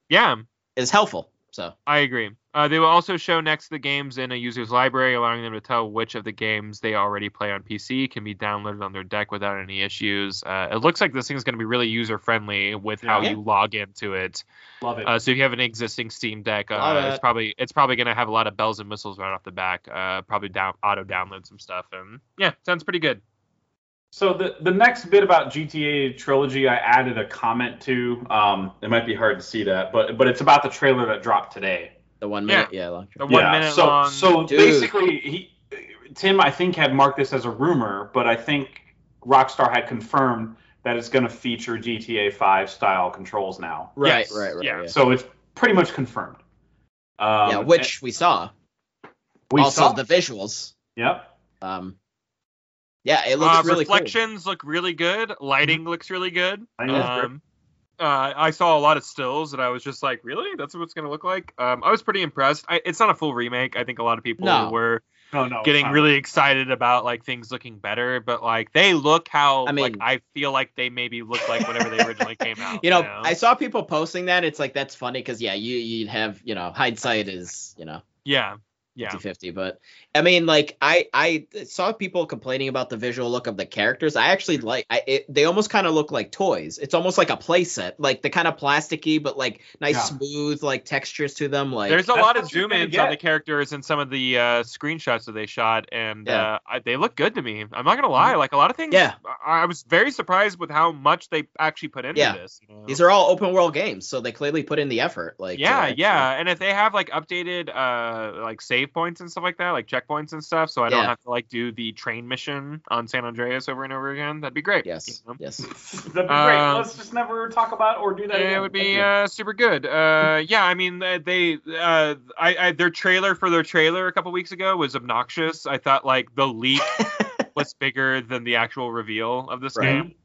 yeah, is helpful. So I agree. Uh, they will also show next the games in a user's library, allowing them to tell which of the games they already play on PC can be downloaded on their deck without any issues. Uh, it looks like this thing's going to be really user friendly with how Yeah. you log into it. Love it. Uh, so if you have an existing Steam Deck, Love uh, it. it's probably it's probably gonna have a lot of bells and whistles right off the back. Uh, probably down auto download some stuff, and yeah, sounds pretty good. So the the next bit about GTA trilogy, I added a comment to. Um, it might be hard to see that, but but it's about the trailer that dropped today. the one Yeah. minute, yeah, long The one minute so, long. So Dude. basically, he, Tim, I think, had marked this as a rumor, but I think Rockstar had confirmed that it's going to feature GTA 5 style controls now. Right, Yes, right, right. yeah. Yeah, yeah. So it's pretty much confirmed. Um, which we saw. and we also saw. the visuals. yep. Um, yeah, it looks Uh, really cool. Mm-hmm. reflections look really good. Lighting looks really good. I know. Um, uh, I saw a lot of stills, and I was just like, "Really? That's what it's gonna look like." Um, I was pretty impressed. I, it's not a full remake. I think a lot of people No. were no, no. getting it's not. really excited about like things looking better, but like they look how I like mean- I feel like they maybe look like whenever they originally came out. You know, I saw people posting that. It's like that's funny because yeah, you you'd have you know hindsight is you know yeah. Yeah. 50 but i mean like i i saw people complaining about the visual look of the characters i actually like i it, they almost kind of look like toys it's almost like a playset like the kind of plasticky but like nice Yeah. smooth like textures to them like There's a That's lot of what you're zoom gonna ins get. on the characters and some of the uh, screenshots that they shot, and Yeah. Mm-hmm. uh, I, they look good to me. I'm not gonna lie, like a lot of things. Yeah. I, I was very surprised with how much they actually put into Yeah. this. you know? these are all open world games so they clearly put in the effort like to yeah, actually- yeah, and if they have like updated uh like save points and stuff like that, like checkpoints and stuff, so I don't Yeah. have to like do the train mission on San Andreas over and over again, that'd be great. yes you know? yes That'd be great. Um, Let's just never talk about or do that. Yeah, again. it would Thank be you. uh, super good. Uh, yeah, I mean uh, they, uh, I, I their trailer for their trailer a couple weeks ago was obnoxious. I thought like the leak was bigger than the actual reveal of this Right. game.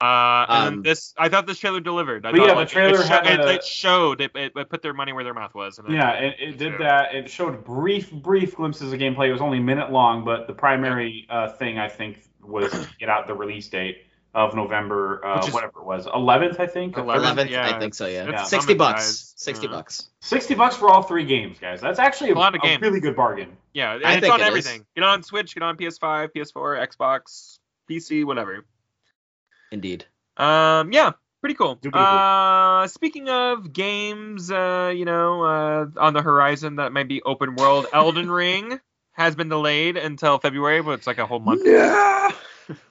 Uh, and then Um, this I thought this trailer delivered. I But thought, yeah, the like, it- trailer it, sho- had it, a- it showed it, it, it put their money where their mouth was. And I- Yeah, it, it Yeah. did that. It showed brief, brief glimpses of gameplay. It was only a minute long, but the primary uh, thing I think was to get out the release date of November, uh, Which is- whatever it was, 11th, I think. or 11th. 13th. 11th yeah, i think so yeah it's Yeah. 60 common bucks size. 60 Yeah. bucks Sixty bucks for all three games, guys. That's actually a, A lot of a games. really good bargain. Yeah, and I it's think on it is. everything. Get on Switch, get on PS5, PS4, Xbox, PC, whatever. indeed Um, yeah, pretty cool. Super cool. Uh, speaking of games, uh, you know, uh, on the horizon that might be open world, Elden Ring has been delayed until February, but it's like a whole month. yeah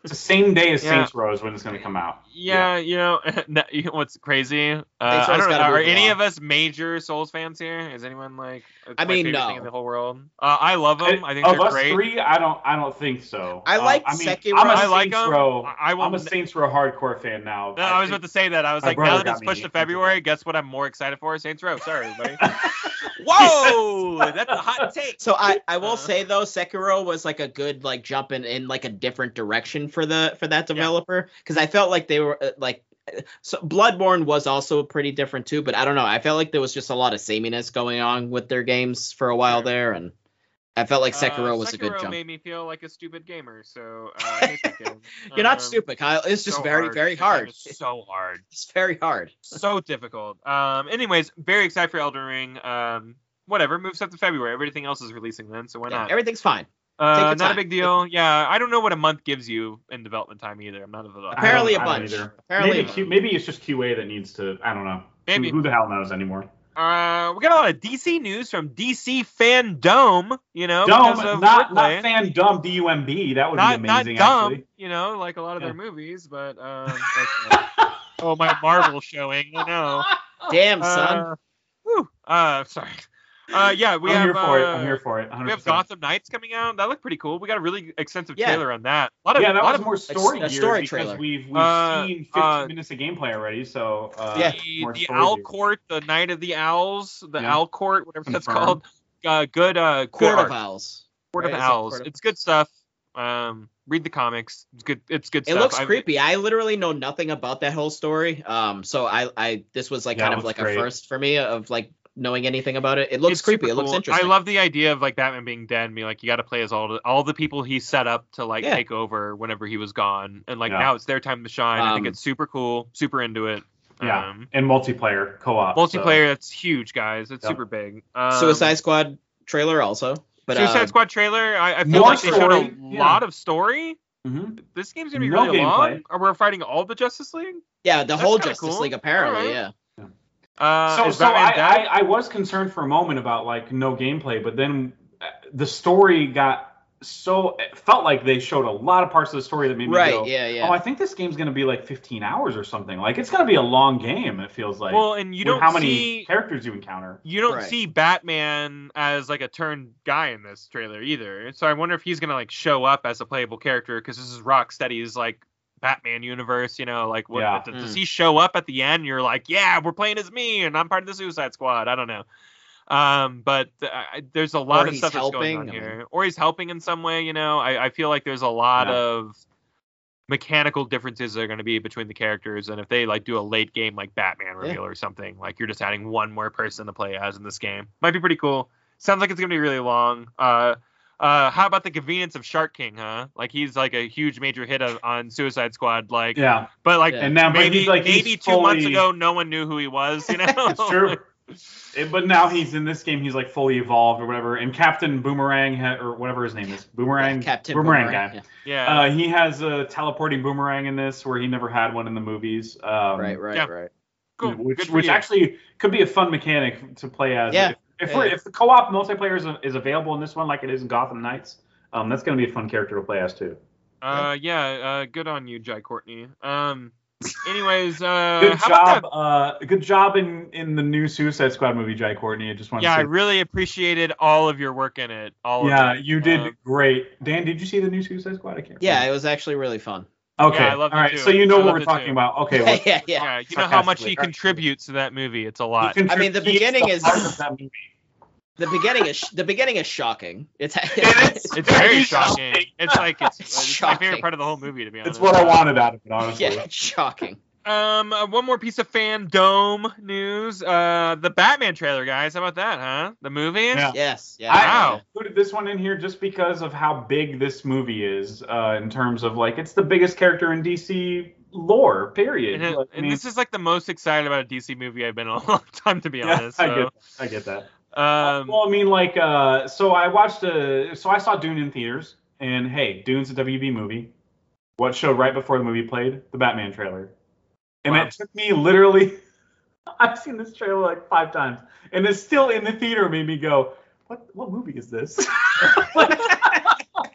It's the same day as Yeah. Saints Row is when it's going to come out. Yeah, you know, no, you know what's crazy? Uh, I Souls don't know. gotta Are move any along. of us major Souls fans here? Is anyone like? it's I my mean, favorite thing no. in the whole world. Uh, I love them. I think of they're us great. three, I don't, I don't think so. I Uh, like I mean, Sekiro. I'm a I like Saints 'em. Row. I- I will I'm a n- Saints Row hardcore fan now. No, I was about to say that. I was My like, now brother that it's got me pushed to into that. February, guess what I'm more excited for? Saints Row. Sorry, buddy. Whoa! That's a hot take. So I, I will Uh. say though, Sekiro was like a good like jump in, in like a different direction for the for that developer because I felt like they were uh, like uh, so Bloodborne was also pretty different too, but I don't know. I felt like there was just a lot of sameness going on with their games for a while Sure. there, and I felt like Sekiro Uh, was a good Sekiro jump. made me feel like a stupid gamer, so uh, I hate that game. You're not Um, stupid, Kyle. It's just so very hard. very This game hard. is so hard. It's very hard. so difficult. Um, anyways, very excited for Elden Ring. Um, whatever, moves up to February. Everything else is releasing then, so why Yeah, not? everything's fine. uh, take your not a time. big deal. Yeah, I don't know what a month gives you in development time either. I'm not a I developer. don't- Apparently a I don't bunch. either. Apparently a maybe, Q, maybe it's just QA that needs to. I don't know. Maybe. Who, who the hell knows anymore? Uh, we got a lot of DC news from DC Fandom. You know, dumb, Oh, because of not Wordplay. not fan dumb. D U M B. That would not, be not amazing. dumb, Actually. you know, like a lot of Yeah. their movies, but um, okay. oh my Marvel showing, I know. Damn son. Uh, whew, uh, sorry. Uh, yeah, we I'm have here for it. uh, I'm here for it. 100%. we have Gotham Knights coming out. That looked pretty cool. We got a really extensive Yeah. trailer on that. A lot of, yeah, that lot was of more story a geared story because trailer. we've we've Uh, seen 15 uh, minutes of gameplay already, so uh, Yeah. the, more the story Owl geared. Court, the Knight of the Owls, the Yeah. Owl Court, whatever that's Confirmed. called. Uh, good, uh, good Court art. of Owls. Court of Right, is it Owls. Court of- It's good stuff. Um, read the comics. It's good. It's good It stuff. looks I- creepy. I literally know nothing about that whole story. Um, so I, I this was like Yeah, kind it of like looks a great. first for me of like knowing anything about it. It looks It's super creepy. It looks cool. interesting. I love the idea of like Batman being dead and being like, you got to play as all the, all the people he set up to like Yeah. take over whenever he was gone, and like Yeah. now it's their time to shine. I think Um, it's super cool. Super into it. Yeah. Um, and multiplayer co-op. so- multiplayer that's huge, guys. It's Yeah. super big. Um, Suicide Squad trailer also, but Suicide uh, Squad trailer. I, I feel more like they showed a story, yeah. lot of story. Mm-hmm. Mhm. This game's gonna be No really long. gameplay. Are we fighting all the Justice League? yeah, the that's whole kinda Justice cool. League apparently. Alright. Yeah, Uh, so is so Batman I, dead? I I was concerned for a moment about like no gameplay, but then uh, the story got so it felt like they showed a lot of parts of the story that made me right. go, Yeah, Oh, yeah. I think this game's gonna be like 15 hours or something. Like it's gonna be a long game. It feels like. well, and you with don't how many see characters you encounter. you don't Right. see Batman as like a turned guy in this trailer either. So I wonder if he's gonna like show up as a playable character because this is Rocksteady's like Batman universe. You know, like what Yeah. th- does he show up at the end? You're like, yeah, we're playing as me, and I'm part of the Suicide Squad. I don't know. Um, but uh, I- there's a lot Or of he's stuff that's going helping, on I mean- here, or he's helping in some way. You know, I, I feel like there's a lot Yeah. of mechanical differences that are going to be between the characters and if they like do a late game like batman reveal or something like you're just adding one more person to play as in this game might be pretty cool sounds like it's going to be really long uh uh how about the convenience of shark king huh like he's like a huge major hit of, on suicide squad like Yeah. but like Yeah. And now but maybe he's like he's maybe two months fully- ago no one knew who he was you know It's true. It- but now he's in this game. He's like fully evolved or whatever. And Captain Boomerang ha- or whatever his name is, Boomerang, Captain Boomerang, guy. yeah. Yeah. Uh, he has a teleporting boomerang in this where he never had one in the movies. Um, right, right, yeah. right. cool. Which, Good for which you. actually could be a fun mechanic to play as. Yeah. If, if, Yeah. we're, if the co-op multiplayer is, is available in this one, like it is in Gotham Knights, um, that's going to be a fun character to play as too. Uh, yeah. Uh, good on you, Jai Courtney. Um. Anyways, uh, Good how about job. Uh, good job in, in the new Suicide Squad movie, Jai Courtney. I just that? want Yeah, I to say. really appreciated all of your work in it. All yeah, of it. you did Um, great. Dan, did you see the new Suicide Squad? I can't. Yeah, it was actually really fun. Remember. Okay. Yeah, I loved All it right. too. So you know I what loved we're it talking too. about. Okay. Yeah, Well, yeah, yeah. yeah. You know how much sarcastically, he actually. contributes to that movie. It's a he lot. I mean, the contributes- he is beginning is- heart of that movie. The beginning is the beginning is shocking. It's It It's very Very shocking. shocking. It's like it's, It's it's my favorite shocking. part of the whole movie, to be honest. It's what I wanted out of it, honestly. yeah, it's shocking. Um, uh, one more piece of fandom news. Uh, the Batman trailer, guys. How about that, huh? The movie. Yeah. Yes, yeah. I- Wow. included this one in here just because of how big this movie is uh, in terms of like it's the biggest character in DC lore. Period. And, it- Like, I and mean, this is like the most excited about a DC movie I've been in a long time, to be yeah, honest. I So, get that. I get that. um, well, I mean, like, uh, so I watched a, so I saw Dune in theaters, and hey, Dune's a WB movie. What show right before the movie played? The Batman trailer. And Wow. it took me literally, I've seen this trailer like five times, and it's still in the theater made me go, what, what movie is this?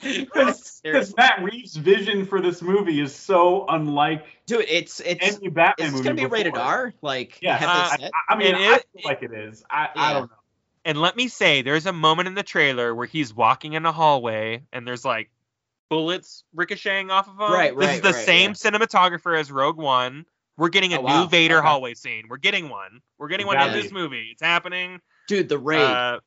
Because Seriously. Matt Reeves' vision for this movie is so unlike Dude, it's it's any Batman is this movie. gonna be rated before. R? Like Yes. Uh, have they I, said? I It mean, I is- feel like it is. I, I Yeah. don't know. and let me say, there's a moment in the trailer where he's walking in a hallway, and there's like bullets ricocheting off of him. Right, This is right, the right, same yeah. cinematographer as Rogue One. We're getting a Oh, new wow. Vader Okay. hallway scene. We're getting one. We're getting one Exactly. in this movie. It's happening. Dude, the raid, Uh,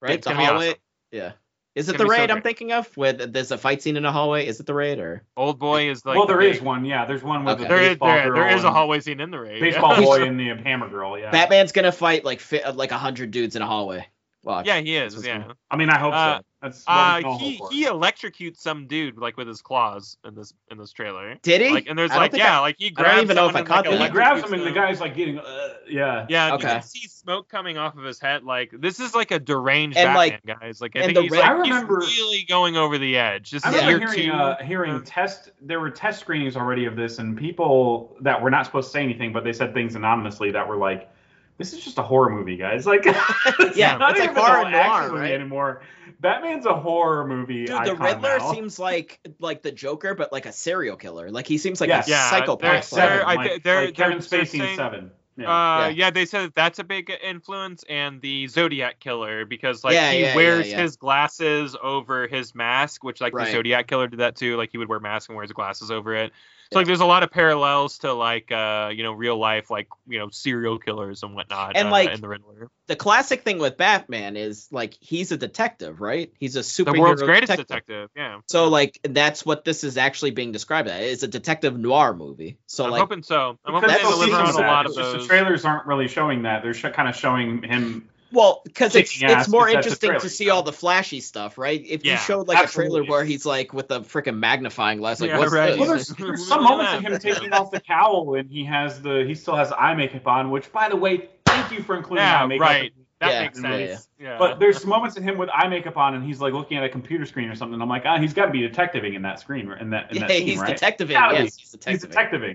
right? it's The gonna be hallway. awesome. Yeah. Is It's it the gonna be so raid I'm great. thinking of? Where th- there's a fight scene in a hallway? Is it the raid or? Old boy is like. well, there the is big- one. Yeah, there's one with Okay. the There is baseball there, girl there is a and- hallway scene in the raid. yeah. baseball boy and the hammer girl. Yeah. Batman's gonna fight like fi- uh, like a hundred dudes in a hallway. Watch. Yeah, he is. That's Yeah. cool. I mean, I hope Uh, so. That's what we can Uh, all he hope for. he electrocutes some dude like with his claws in this in this trailer. Did he? Like and there's I don't like think yeah, like he don't grabs even know if someone I and, caught like, that. he grabs electrocutes him, and the them. guy's like getting, uh, yeah. Yeah, and you Okay. can see smoke coming off of his head. Like this is like a deranged And, Batman, like- guys. Like I and think the he's ra- like I remember- he's really going over the edge. This I is Yeah. year remember hearing, two. uh, hearing test. There were test screenings already of this, and people that were not supposed to say anything, but they said things anonymously that were like, "This is just a horror movie, guys." Like, it's Yeah, not it's like even horror an noir, action movie right? anymore. Batman's a horror movie. Dude, the icon Riddler now. seems like like the Joker, but like a serial killer. Like he seems like Yes. a Yeah, psychopath. they're- Like, they're- I like, thi- they're- like Kevin they're- they're Spacey in saying- Seven. Yeah. Uh, Yeah. yeah. they said that that's a big influence, and the Zodiac Killer because like Yeah, he yeah, yeah, wears yeah. his glasses over his mask, which like the Right. Zodiac Killer did that too. Like he would wear masks and wear his glasses over it. Yeah. So like there's a lot of parallels to like uh you know real life like you know serial killers and whatnot. And, uh, like, in the Riddler, the classic thing with Batman is like he's a detective, right? He's a superhero. the world's greatest detective. detective. Yeah, So like that's what this is actually being described as. It's a detective noir movie. So I'm like hoping so. I'm hoping Because they that's it's deliver season on a seven, lot of it's just those. The trailers aren't really showing that. They're sh- kind of showing him. Well, because it's Kicking ass, it's more 'cause that's the interesting trailer, to see you know? all the flashy stuff, right? If Yeah, you showed like a absolutely. trailer where he's like with a freaking magnifying glass, like Yeah, what's right. Well, Well, there's, this? there's some moments of him taking off the cowl and he has the he still has eye makeup on. Which, by the way, thank you for including Yeah, eye makeup. right. That Yeah, makes yeah, sense. Yeah. Uh, But there's moments of him with eye makeup on and he's like looking at a computer screen or something. I'm like, ah, he's got to be detectiving in that screen in that in Yeah, that scene, he's right? detectiving. Gotta be. Yes, he's He's detectiving. detectiving.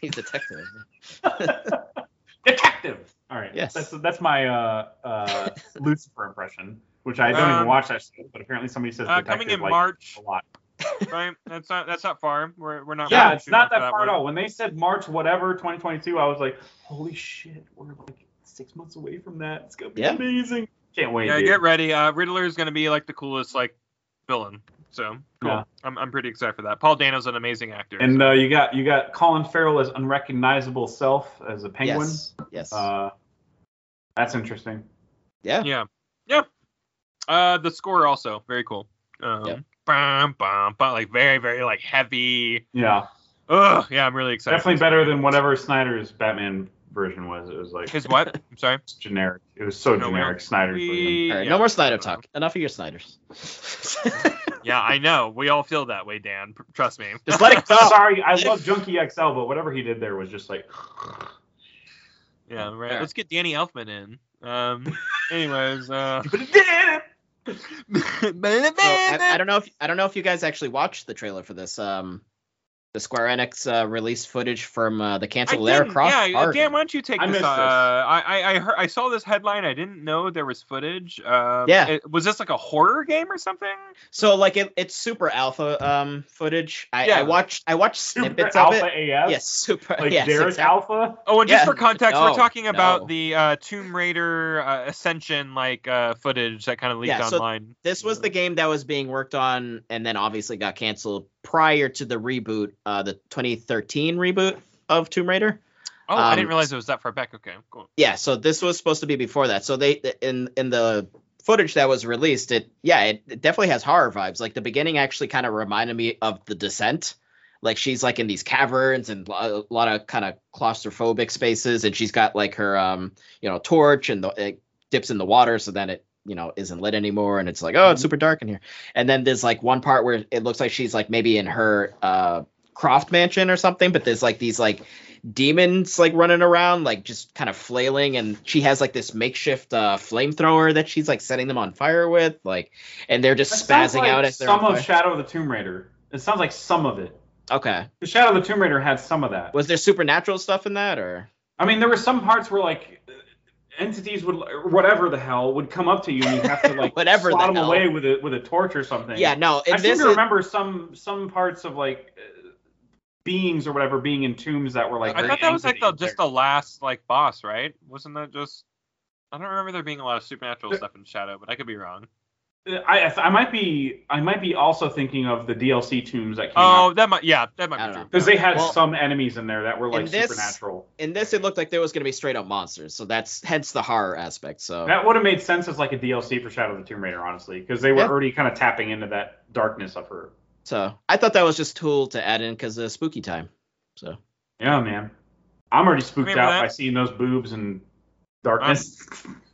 He's detectiving. Detective. All right. Yes. That's that's my uh, uh, Lucifer impression, which I don't Um, even watch that show, but apparently somebody says uh, detective coming in like, March, a lot. right? That's not that's not far. We're we're not. Yeah, we're it's not too much that far one. at all. When they said March whatever 2022, I was like, holy shit, we're like six months away from that. It's gonna be Yeah. amazing. Can't wait. Yeah, dude. get ready. Uh, Riddler is going to be like the coolest like villain. So cool. Yeah. I'm I'm pretty excited for that. Paul Dano's an amazing actor. and uh, you got you got Colin Farrell as unrecognizable self as a penguin. Yes. yes. Uh, that's interesting. yeah. yeah, yeah. Uh, the score also very cool. Um, Yep. bum, bum, bum, like very very like heavy. Yeah, Ugh, yeah, I'm really excited. definitely better than whatever Snyder's Batman version was. It was like His what? I'm sorry. generic. It was so No, we generic. don't- Snyder's version. We, All right, yeah. Uh-huh. no more Snyder talk. Enough of your Snyders. yeah, I know. We all feel that way, Dan. P- Trust me. Just let it go. Sorry, I love Junkie XL, but whatever he did there was just like Yeah, right. Alright. Let's get Danny Elfman in. Um, anyways, uh, But it did. So, I, I don't know if I don't know if you guys actually watched the trailer for this. Um, the Square Enix uh, release footage from uh, the canceled Lara didn't- Croft. yeah, Hard. Dan, why don't you take I this? missed Uh, this. I I I, heard, I saw this headline. I didn't know there was footage. Um, Yeah. it- was this like a horror game or something? So like it, it's super alpha um footage. I, Yeah. I watched I watched Super snippets of alpha it. AF. Yes, super. Like yes, there's exactly. alpha. Oh, and just Yeah. for context, we're No, talking about no. the uh, Tomb Raider uh, Ascension like uh, footage that kind of leaked Yeah, so online. This was the game that was being worked on and then obviously got canceled prior to the reboot, uh, the 2013 reboot of Tomb Raider. Oh, I um, didn't realize it was that far back. Okay, cool. Yeah, so this was supposed to be before that. So they in in the footage that was released, it yeah, it, it definitely has horror vibes. Like the beginning actually kind of reminded me of The Descent. Like she's like in these caverns and lo- a lot of kind of claustrophobic spaces, and she's got like her um you know torch and the, it dips in the water, so then it you know isn't lit anymore, and it's like Mm-hmm. oh it's super dark in here. And then there's like one part where it looks like she's like maybe in her uh Croft mansion or something, but there's like these like demons like running around, like just kind of flailing, and she has like this makeshift uh, flamethrower that she's like setting them on fire with, like, and they're That just sounds spazzing like out as they're on some of fire. Shadow of the Tomb Raider. It sounds like some of it. okay, The Shadow of the Tomb Raider had some of that. was there supernatural stuff in that, or I mean, there were some parts where like entities would, or whatever the hell, would come up to you and you have to like Whatever swat the them hell. away with a with a torch or something. yeah, no, in I seem this, to it- remember some some parts of like uh, beings or whatever being in tombs that were like. I very thought that was like the entities. just the last like boss, right? Wasn't that just? I don't remember there being a lot of supernatural There- stuff in Shadow, but I could be wrong. I, I th- I might be I might be also thinking of the DLC tombs that came Oh, that might yeah, that I might be don't true. know. because they had Well, some enemies in there that were like in this- supernatural. in this, it looked like there was gonna be straight up monsters, so that's hence the horror aspect. So That would have made sense as like a DLC for Shadow of the Tomb Raider, honestly, because they were Yeah. already kind of tapping into that darkness of her. so I thought that was just tool to add in because of spooky time. So Yeah, man. I'm already spooked Remember out that? by seeing those boobs and darkness.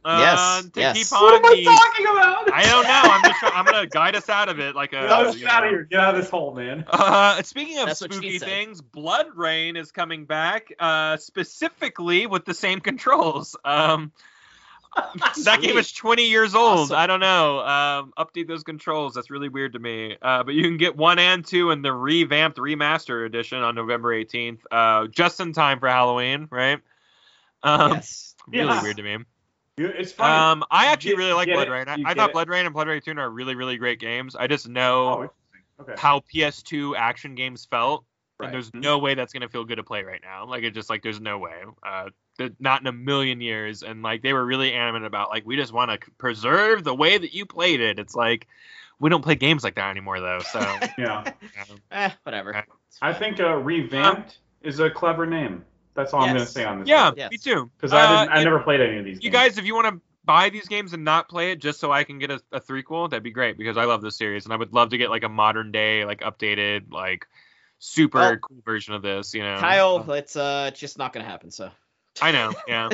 Uh, Yes, to yes. keep what on am I the- talking about? I don't know. I'm just try- I'm gonna guide us out of it like a. Get us you out know. of here. Get out of this hole, man. Uh, speaking of That's what she spooky said. things, Blood Rain is coming back, uh, specifically with the same controls. Um, that game is 20 years old. Awesome. I don't know. Um, update those controls. That's really weird to me. Uh, but you can get one and two in the revamped remaster edition on November 18th, uh, just in time for Halloween, right? Um, yes, Really Yeah. weird to me. You- It's funny. Um, I actually Get- really like get Blood it. Rain. I, You I get thought it. Blood Rain and Blood Rain 2 are really, really great games. I just know oh, interesting. Okay. how PS2 action games felt, Right. and there's no way that's gonna feel good to play right now. Like it's just like there's no way, uh, th- not in a million years. And like they were really adamant about like we just want to preserve the way that you played it. It's like we don't play games like that anymore though. So Yeah. um, eh, whatever. Okay. I think uh, revamped is a clever name. That's all I'm Yes. gonna say on this. Um, yeah, Yes. me too. Because I didn't. Uh, I if never played any of these. You games. guys, if you want to buy these games and not play it just so I can get a, a threequel, that'd be great because I love this series and I would love to get like a modern day, like updated, like super Well, cool version of this. You know, Kyle, it's uh, it's just not gonna happen. So I know. Yeah.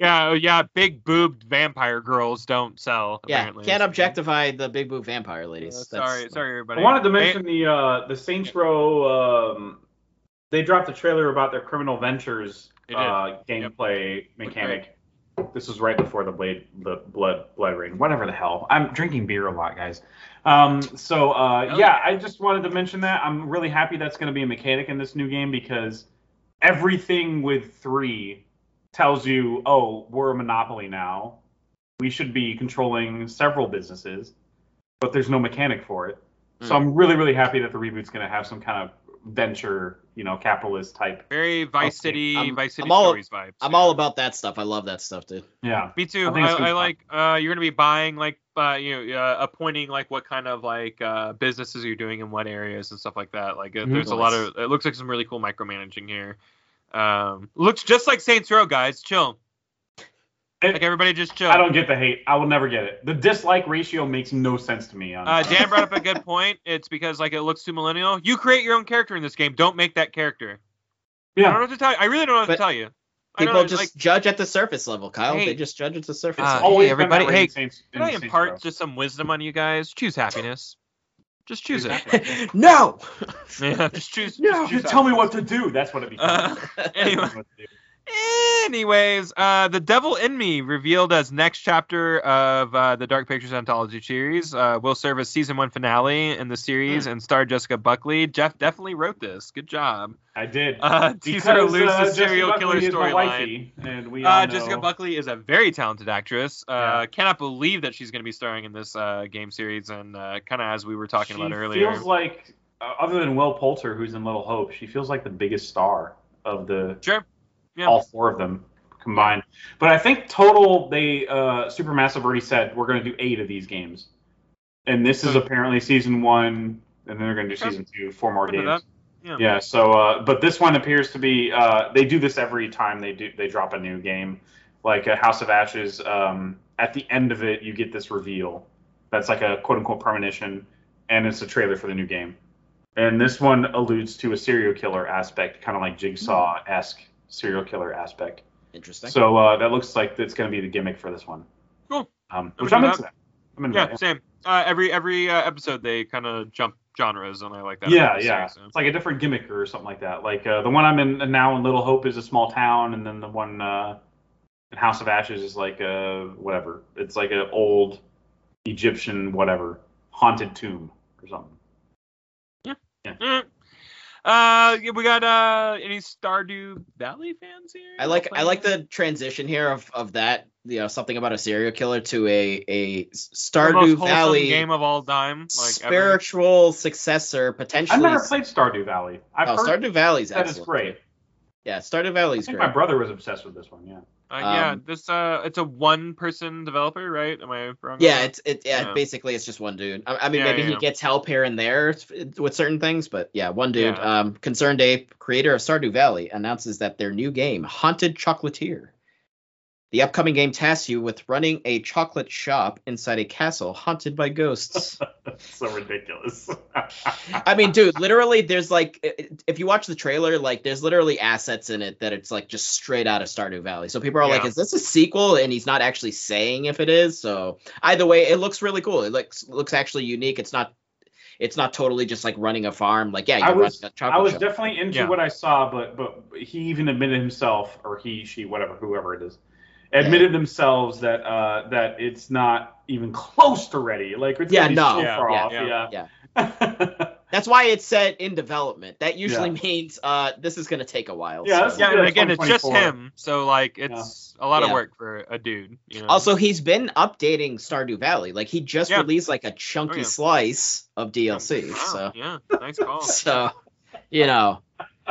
yeah. oh, Yeah. Big boobed vampire girls don't sell. yeah, Apparently. can't So- objectify the big boob vampire Yeah, ladies. That's- sorry. Sorry, everybody. I wanted to They- mention the uh, the Saints Row. Um, they dropped a trailer about their Criminal Ventures They did. uh, gameplay mechanic. This was right before the blade, the blood, blood rain, whatever the hell. I'm drinking beer a lot, guys. Um, so uh, Oh, yeah, I just wanted to mention that. I'm really happy that's going to be a mechanic in this new game because everything with three tells you, oh, we're a monopoly now. We should be controlling several businesses, but there's no mechanic for it. So Mm. I'm really, really happy that the reboot's going to have some kind of venture, you know, capitalist type. very Vice Okay, City, I'm- Vice City I'm all- stories vibes. I'm yeah. all about that stuff. I love that stuff, dude. Yeah. Me too. I think it's I, I gonna be like. Uh, you're gonna be buying like, uh, you know, uh, appointing like what kind of like uh, businesses you're doing in what areas and stuff like that. Like, uh, Mhm. there's a lot of. It looks like some really cool micromanaging here. Um, looks just like Saints Row, guys. Chill. It- like everybody just chill. I don't get the hate. I will never get it. The dislike ratio makes no sense to me. Uh, honestly. Dan brought up a good point. It's because like it looks too millennial. You create your own character in this game. Don't make that character. I don't yeah. know what to tell you. I really don't know what to But tell you. I don't People know, just like, judge at the surface level, Kyle. Hey. they just judge at the surface. Uh, level. hey, been everybody, that way in hey, Saints- in can I Saints Row. impart just some wisdom on you guys? Choose happiness. Just choose it. no. Yeah, just choose. No, just choose just tell me happiness. what to do. That's what it becomes. Uh, anyway, Anyways, uh, The Devil in Me, revealed as next chapter of uh, the Dark Pictures anthology series, uh, will serve as season one finale in the series and star Jessica Buckley. Jeff definitely wrote this. Good job. I did. Uh, teaser Because, alludes uh, to Jessica serial Buckley killer is my storyline. wifey, and we all Uh, know- Jessica Buckley is a very talented actress. Uh, Yeah. Cannot believe that she's going to be starring in this uh, game series, and uh, kind of as we were talking she about earlier. feels like, uh, other than Will Poulter, who's in Little Hope, she feels like the biggest star of the sure. Yeah. all four of them combined. But I think total, they uh, Supermassive already said we're going to do eight of these games, and this is So- apparently season one, and then they're going to do Hmm. Okay. season two, four more Good to games. that. Yeah. Yeah. So, uh, but this one appears to be uh, they do this every time they do they drop a new game, like a House of Ashes. Um, at the end of it, you get this reveal that's like a quote unquote premonition, and it's a trailer for the new game. And this one alludes to a serial killer aspect, kind of like Jigsaw esque serial killer aspect. Interesting. So uh, that looks like it's going to be the gimmick for this one. Cool. Um, I'm which I'm into into that. I'm into Yeah, that. same. Uh, every every uh, episode they kind of jump genres, and I like that. yeah, about the yeah. series, so. It's like a different gimmick or something like that. Like uh, the one I'm in now in Little Hope is a small town, and then the one uh, in House of Ashes is like a whatever. It's like an old Egyptian whatever haunted tomb or something. Mm. Uh, yeah, we got uh any Stardew Valley fans here? I like I Playing like it? the transition here of of that you know something about a serial killer to a a The most Stardew wholesome Valley game of all time. Like ever. spiritual successor I've potentially. never played Stardew Valley. I've oh, heard Stardew Valley's that is excellent. great. Yeah, Stardew I Valley's think great. my brother was obsessed with this one. Yeah. Uh, yeah, um, this uh, it's a one-person developer, right? Am I wrong? on yeah, that? it's it yeah, Yeah. basically it's just one dude. I, I mean Yeah, maybe yeah. he gets help here and there with certain things, but yeah, one dude. Yeah. Um, Concerned Ape, creator of Stardew Valley, announces that their new game, Haunted Chocolatier. The upcoming game tasks you with running a chocolate shop inside a castle haunted by ghosts. That's so ridiculous. I mean, dude, literally, there's like, i- i- if you watch the trailer, like, there's literally assets in it that it's like just straight out of Stardew Valley. So people are like, Yeah. is this a sequel? And he's not actually saying if it is. So either way, it looks really cool. It looks looks actually unique. It's not, it's not totally just like running a farm. Like, yeah, I you're was- running a I chocolate was shop. definitely into Yeah. what I saw, but but he even admitted himself, or he, she, whatever, whoever it is, admitted themselves that uh, that it's not even close to ready. Like it's Yeah, gonna be no. so Yeah, far yeah, off. Yeah, yeah. yeah. That's why it's said in development. That usually Yeah. means uh, this is gonna take a while. Yeah, that's- so- yeah, Yeah, and again, it's just 2024. him, so like it's a lot of Yeah. work for a dude. You know? Also, he's been updating Stardew Valley. Like he just Yeah. released Oh, like a chunky yeah. slice of DLC. Wow, So yeah, nice call. So, you know,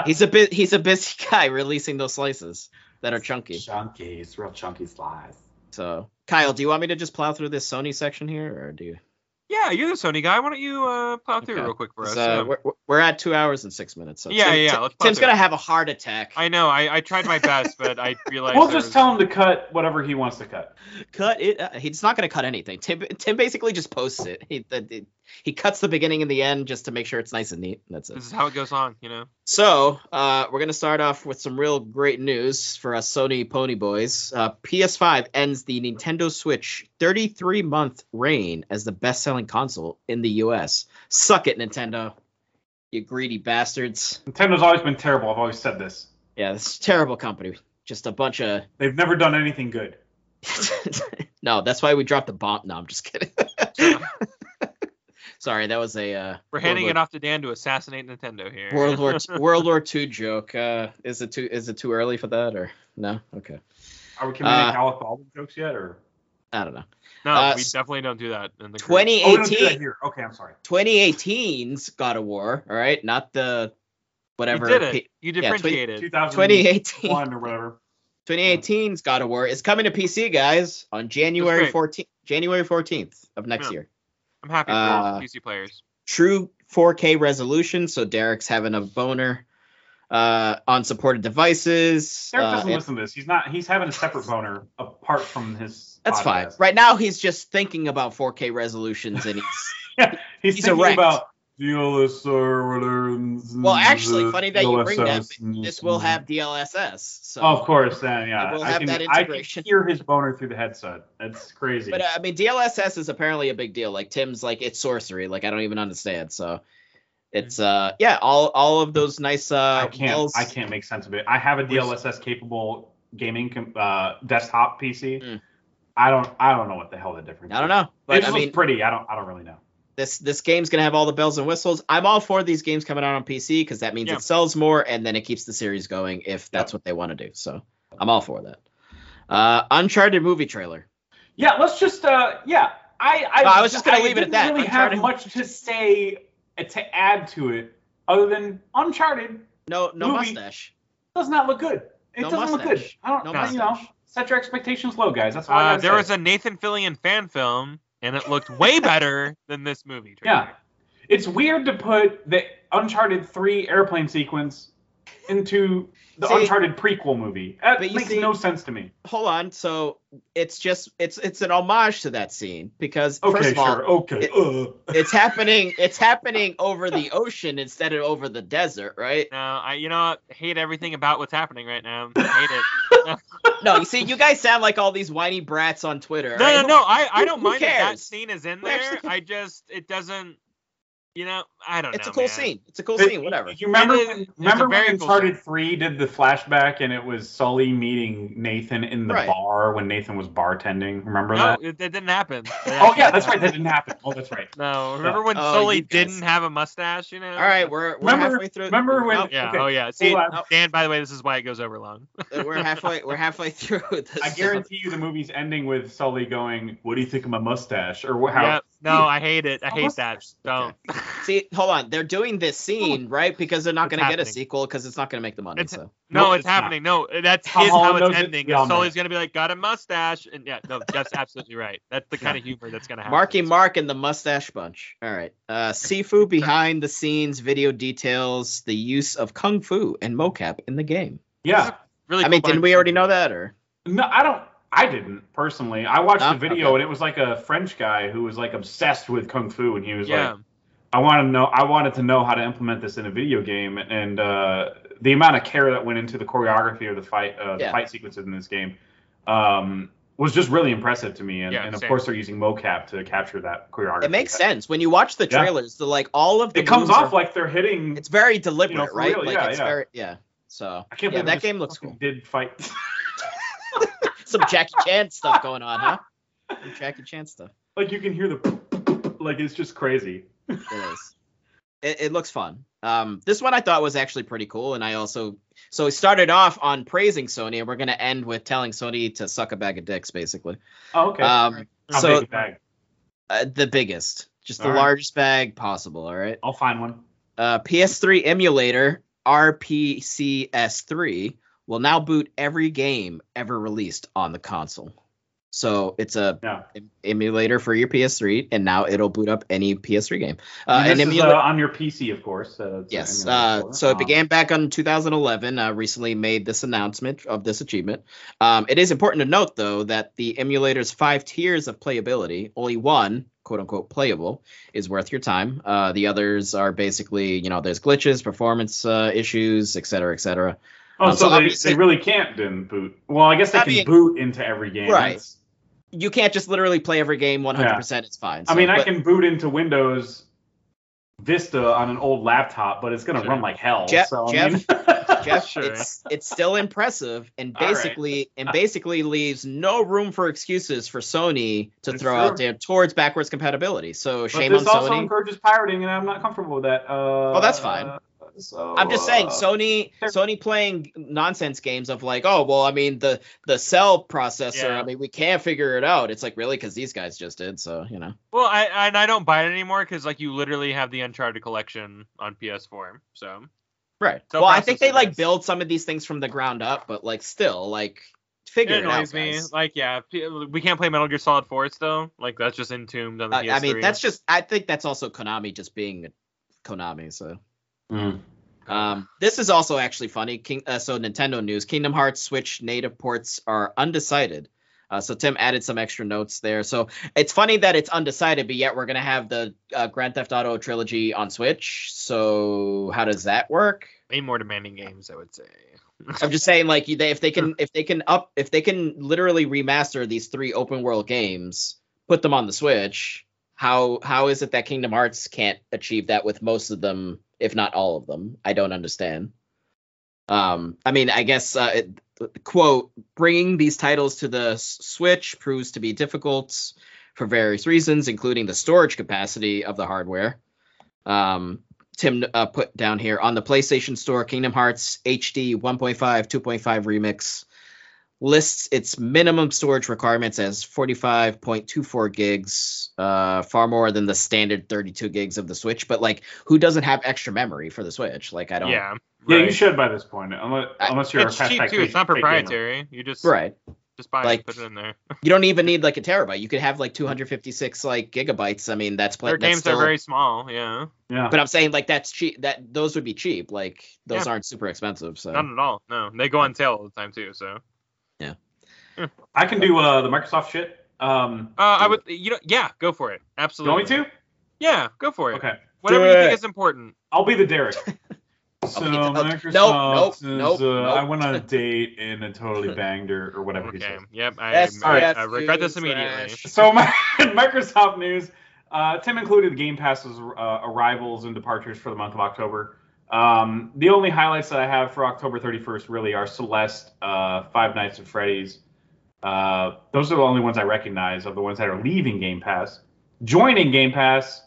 he's a bit he's a busy guy releasing those slices that are chunky. chunky, it's real chunky slice. So, Kyle, do you want me to just plow through this Sony section here, or do you? yeah, you're the Sony guy. Why don't you uh, plow through Okay. real quick for us? Um, So, yeah. we're, we're at two hours and six minutes. So Yeah, Tim- yeah, Tim- let's plow Tim's through. gonna have a heart attack. I know. I, I tried my best, but I realized. We'll there just was- tell him to cut whatever he wants to cut. Cut it. Uh, he's not gonna cut anything. Tim Tim basically just posts it. He that it- he cuts the beginning and the end just to make sure it's nice and neat. and That's it. This is how it goes on, you know. So, uh, we're going to start off with some real great news for us Sony Pony Boys. Uh, PS5 ends the Nintendo Switch 33 month reign as the best selling console in the US. Suck it, Nintendo. You greedy bastards. Nintendo's always been terrible. I've always said this. Yeah, this is a terrible company. Just a bunch of. They've never done anything good. no, that's why we dropped the bomb. No, I'm just kidding. Sorry, that was a. Uh, We're handing World it off to Dan to assassinate Nintendo here. War- World War World War II joke. Uh, is it too is it too early for that or no? Okay, Are we can we make Uh, Alec Baldwin jokes yet, or I don't know. no, Uh, we definitely don't do that. In the group. oh, we don't do 2018 that here. Okay, I'm sorry. 2018's God of War, all right? Not the You whatever. did it. P- You yeah, twen- differentiated. 2018 2001 or whatever. 2018's God of War is coming to PC guys on January That's 14th, January 14th of next Yeah. year. I'm happy for Uh, PC players. True 4K resolution, so Derek's having a boner uh on supported devices. Derek uh, doesn't and- listen to this. He's not. He's having a separate boner apart from his. that's fine. podcast. Right now he's just thinking about 4K resolutions and he's He's, He's thinking erect. about DLSR. Well, actually, funny that you bring that, this will have DLSS. So Of course, then yeah. It will I have can, that I can integration. hear his boner through the headset. That's crazy. But uh, I mean, DLSS is apparently a big deal. Like Tim's like it's sorcery. Like I don't even understand. So It's uh yeah, all all of those nice uh I can't walls- I can't make sense of it. I have a We're s- DLSS capable gaming com- uh, desktop PC. Mm. I don't I don't know what the hell the difference. I don't is. know. it But I just mean looks pretty. I don't I don't really know. this this game's gonna have all the bells and whistles. I'm all for these games coming out on PC because that means Yeah. it sells more and then it keeps the series going if that's what they want to do. So I'm all for that. Uh Uncharted movie trailer. Yeah, let's just uh yeah. I I, No, I was just gonna leave it at didn't that. Really Uncharted- have much to say uh, to add to it other than Uncharted No no Movie. mustache. does not look good. It No doesn't look good. mustache. I don't No I- you know. mustache. Set your expectations low, guys. That's all I Uh, gotta there say. was a Nathan Fillion fan film, and it looked way better than this movie. Yeah. It's weird to put the Uncharted 3 airplane sequence into the See- Uncharted prequel movie. That But you makes see- no sense to me. Hold on. So it's just it's it's an homage to that scene because first Okay, of all, sure. Okay. it- uh. it's happening it's happening over the ocean instead of over the desert, right? No, I you know what? hate everything about what's happening right now. hate it. No, you see, you guys sound like all these whiny brats on Twitter. No, I no, no. I, I who- don't who mind that that cares? scene is in Who actually there. I just it doesn't. You know, I don't It's know. a cool man. scene. It's a cool But scene. Whatever. You remember It is- when, it's a remember very when cool Uncharted 3 did the flashback and it was Sully meeting Nathan in the Right. bar when Nathan was bartending? Remember No, that? it, it didn't happen. Oh yeah, that's right. That didn't happen. Oh, that's right. No, remember when Oh, Sully you guys. didn't have a mustache? You know. All right, we're we're Remember- halfway through. remember when- Oh, Yeah. Okay. Oh yeah. See, Hold on. Dan. By the way, this is why it goes over long. we're halfway we're halfway through this. I guarantee you the movie's ending with Sully going, "What do you think of my mustache?" or wha- how Yeah. No, I hate it. I Oh, hate that. mustache. Don't. See, hold on. They're doing this scene right because they're not going It's to get a happening. sequel because it's not going to make the money. It's- so No, Nope, it's it's not. happening. No, that's Tom his Holland how knows it's it. ending. We all know Sully's gonna be like, got a mustache, and yeah, no, that's absolutely right. That's the kind of humor that's gonna happen. Marky Mark and the Mustache Bunch. All right. Uh, Sifu behind the scenes video details the use of kung fu and mocap in the game. Yeah. Really. I cool mean, bunch. didn't we already know that? Or No, I don't. I didn't personally. I watched No? the video Okay. and it was like a French guy who was like obsessed with kung fu and he was Yeah. like, "I want to know. I wanted to know how to implement this in a video game." And uh, the amount of care that went into the choreography of the fight, uh, the Yeah. fight sequences in this game, um, was just really impressive to me. And, Yeah, and of same. course, they're using mocap to capture that choreography. it makes That- sense when you watch the Yeah. trailers. The like all of the It comes moves are- off like they're hitting. it's very deliberate, for right? real, like yeah, it's yeah. very yeah. So I can't yeah, believe that this game looks cool. fucking Did fight. Some Jackie Chan stuff going on, huh? Some Jackie Chan stuff. like you can hear the. Like it's just crazy. it is. It, it looks fun. Um, this one I thought was actually pretty cool, and I also so we started off on praising Sony, and we're gonna end with telling Sony to suck a bag of dicks, basically. Oh, okay. Um, I'll so take a bag. uh, the biggest, just the All right. largest bag possible. All right. I'll find one. Uh, PS3 emulator RPCS3 will now boot every game ever released on the console. So it's a Yeah. em- emulator for your PS3, and now it'll boot up any PS3 game. Uh, And an this is, emulator. uh, on your PC, of course. Uh, it's Yes. an emulator Uh, for so it Um, began back on 2011. Uh, recently made this announcement of this achievement. Um, it is important to note, though, that the emulator's five tiers of playability, only one "quote unquote" playable, is worth your time. Uh, the others are basically, you know, there's glitches, performance uh, issues, et cetera, et cetera. Oh, um, so, so they, obviously- they really can't then boot. Well, I guess they I can mean- boot into every game. Right. That's- You can't just literally play every game 100%. It's fine. I So, mean, I but- can boot into Windows Vista on an old laptop, but it's gonna Sure. run like hell. Jeff- so, I Jeff- mean- Jeff, Sure. it's it's still impressive and All right. basically and basically leaves no room for excuses for Sony to It's throw true. out there towards backwards compatibility. So but shame on this also Sony. encourages pirating, and I'm not comfortable with that. Uh, Oh, that's fine. So, I'm just saying uh, Sony sure. Sony playing nonsense games of like, oh well, I mean the the cell processor, Yeah. I mean we can't figure it out. It's like really because these guys just did, so you know. Well, I and I don't buy it anymore because like you literally have the Uncharted collection on PS4. So Right. Cell well, I think they processor like is- build some of these things from the ground up, but like still like figure it it, out. annoys me. guys. Like yeah, P- we can't play Metal Gear Solid 4 still. Like that's just entombed on the I, PS3. Uh, I mean that's just I think that's also Konami just being Konami, so Mm. Ah. Um, this is also actually funny. King, uh, so Nintendo news: Kingdom Hearts Switch native ports are undecided. Uh, so Tim added some extra notes there. So it's funny that it's undecided, but yet we're gonna have the uh, Grand Theft Auto trilogy on Switch. So how does that work? way more demanding games, I would say. I'm just saying, like, they, if they can, if they can up, if they can literally remaster these three open world games, put them on the Switch, how how is it that Kingdom Hearts can't achieve that with most of them, if not all of them? I don't understand. Um, I mean, I guess uh, it, quote bringing these titles to the S- Switch proves to be difficult for various reasons, including the storage capacity of the hardware. Um, Tim uh, put down here on the PlayStation Store, Kingdom Hearts HD 1.5, 2.5 Remix lists its minimum storage requirements as 45.24 gigs, uh, far more than the standard 32 gigs of the Switch. But like, who doesn't have extra memory for the Switch? Like, I don't. Yeah. Yeah, you right. should by this point, unless, I- unless you're It's a cheap hashtag too. It's not fake gamer. proprietary. You just Right. just buy Like, it, put it in there. You don't even need like a terabyte. You could have like 256 like gigabytes. I mean, that's plenty. Their games are very small. Yeah, Yeah. But I'm saying like that's cheap. That those would be cheap. Like those Yeah. aren't super expensive. So not at all. No, they go on sale all the time too. So Uh, I can do uh, the Microsoft shit. Um, uh, I would, you know, yeah, go for it. do you Absolutely. want me to? Yeah, go for it. Okay. Whatever Do you think it. is important. I'll be the Derek. So be the- nope, Microsoft nope, says, nope, uh, I nope. went on a date and I totally banged her or whatever he Okay. says. Yep. I, Yes, I, yes, I regret this you immediately. trash. So my Microsoft news. Uh, Tim included Game Pass's uh, arrivals and departures for the month of October. Um, the only highlights that I have for October 31st really are Celeste, uh, Five Nights at Freddy's. Uh, those are the only ones I recognize of the ones that are leaving Game Pass. Joining Game Pass,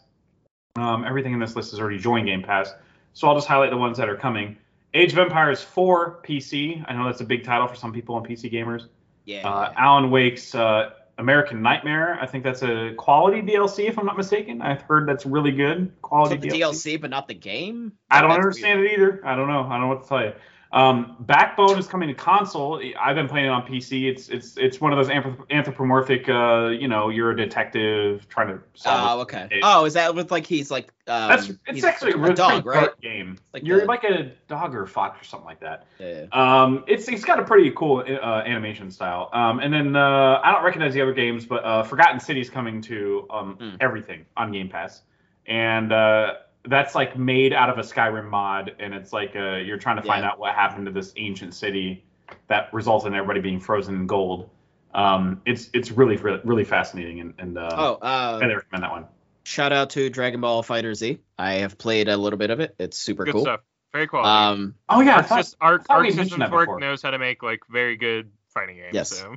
um, everything in this list is already joined Game Pass. So I'll just highlight the ones that are coming. Age of Empires 4 PC. I know that's a big title for some people on PC gamers. yeah. Uh, Alan Wake's uh, American Nightmare. I think that's a quality DLC, if I'm not mistaken. I've heard that's really good So quality the DLC. DLC, but not the game. I don't That's weird. understand it either. I don't know. I don't know what to tell you. Um, Backbone is coming to console. I've been playing it on PC. It's it's it's one of those anthrop- anthropomorphic. Uh, you know, you're a detective trying to solve. Oh, okay. it. Oh, is that with like he's like um, That's he's it's actually a a really dog, pretty dark right? game. Like you're the- like a dog or a fox or something like that. Yeah. Um, it's it's got a pretty cool uh, animation style. Um, and then uh, I don't recognize the other games, but uh, Forgotten City is coming to um, Hmm. everything on Game Pass, and uh, that's like made out of a Skyrim mod, and it's like uh, you're trying to find Yeah. out what happened to this ancient city that resulted in everybody being frozen in gold. Um, it's it's really really, really fascinating, and, and uh, Oh, uh, I recommend that one. shout out to Dragon Ball Fighter Z. I have played a little bit of it. It's super Good cool. stuff. Very quality. Um, Oh yeah, I Arc thought- Sys- Arc, thought Arc we mentioned Systems that Work before. knows how to make like very good fighting games. Yes. So.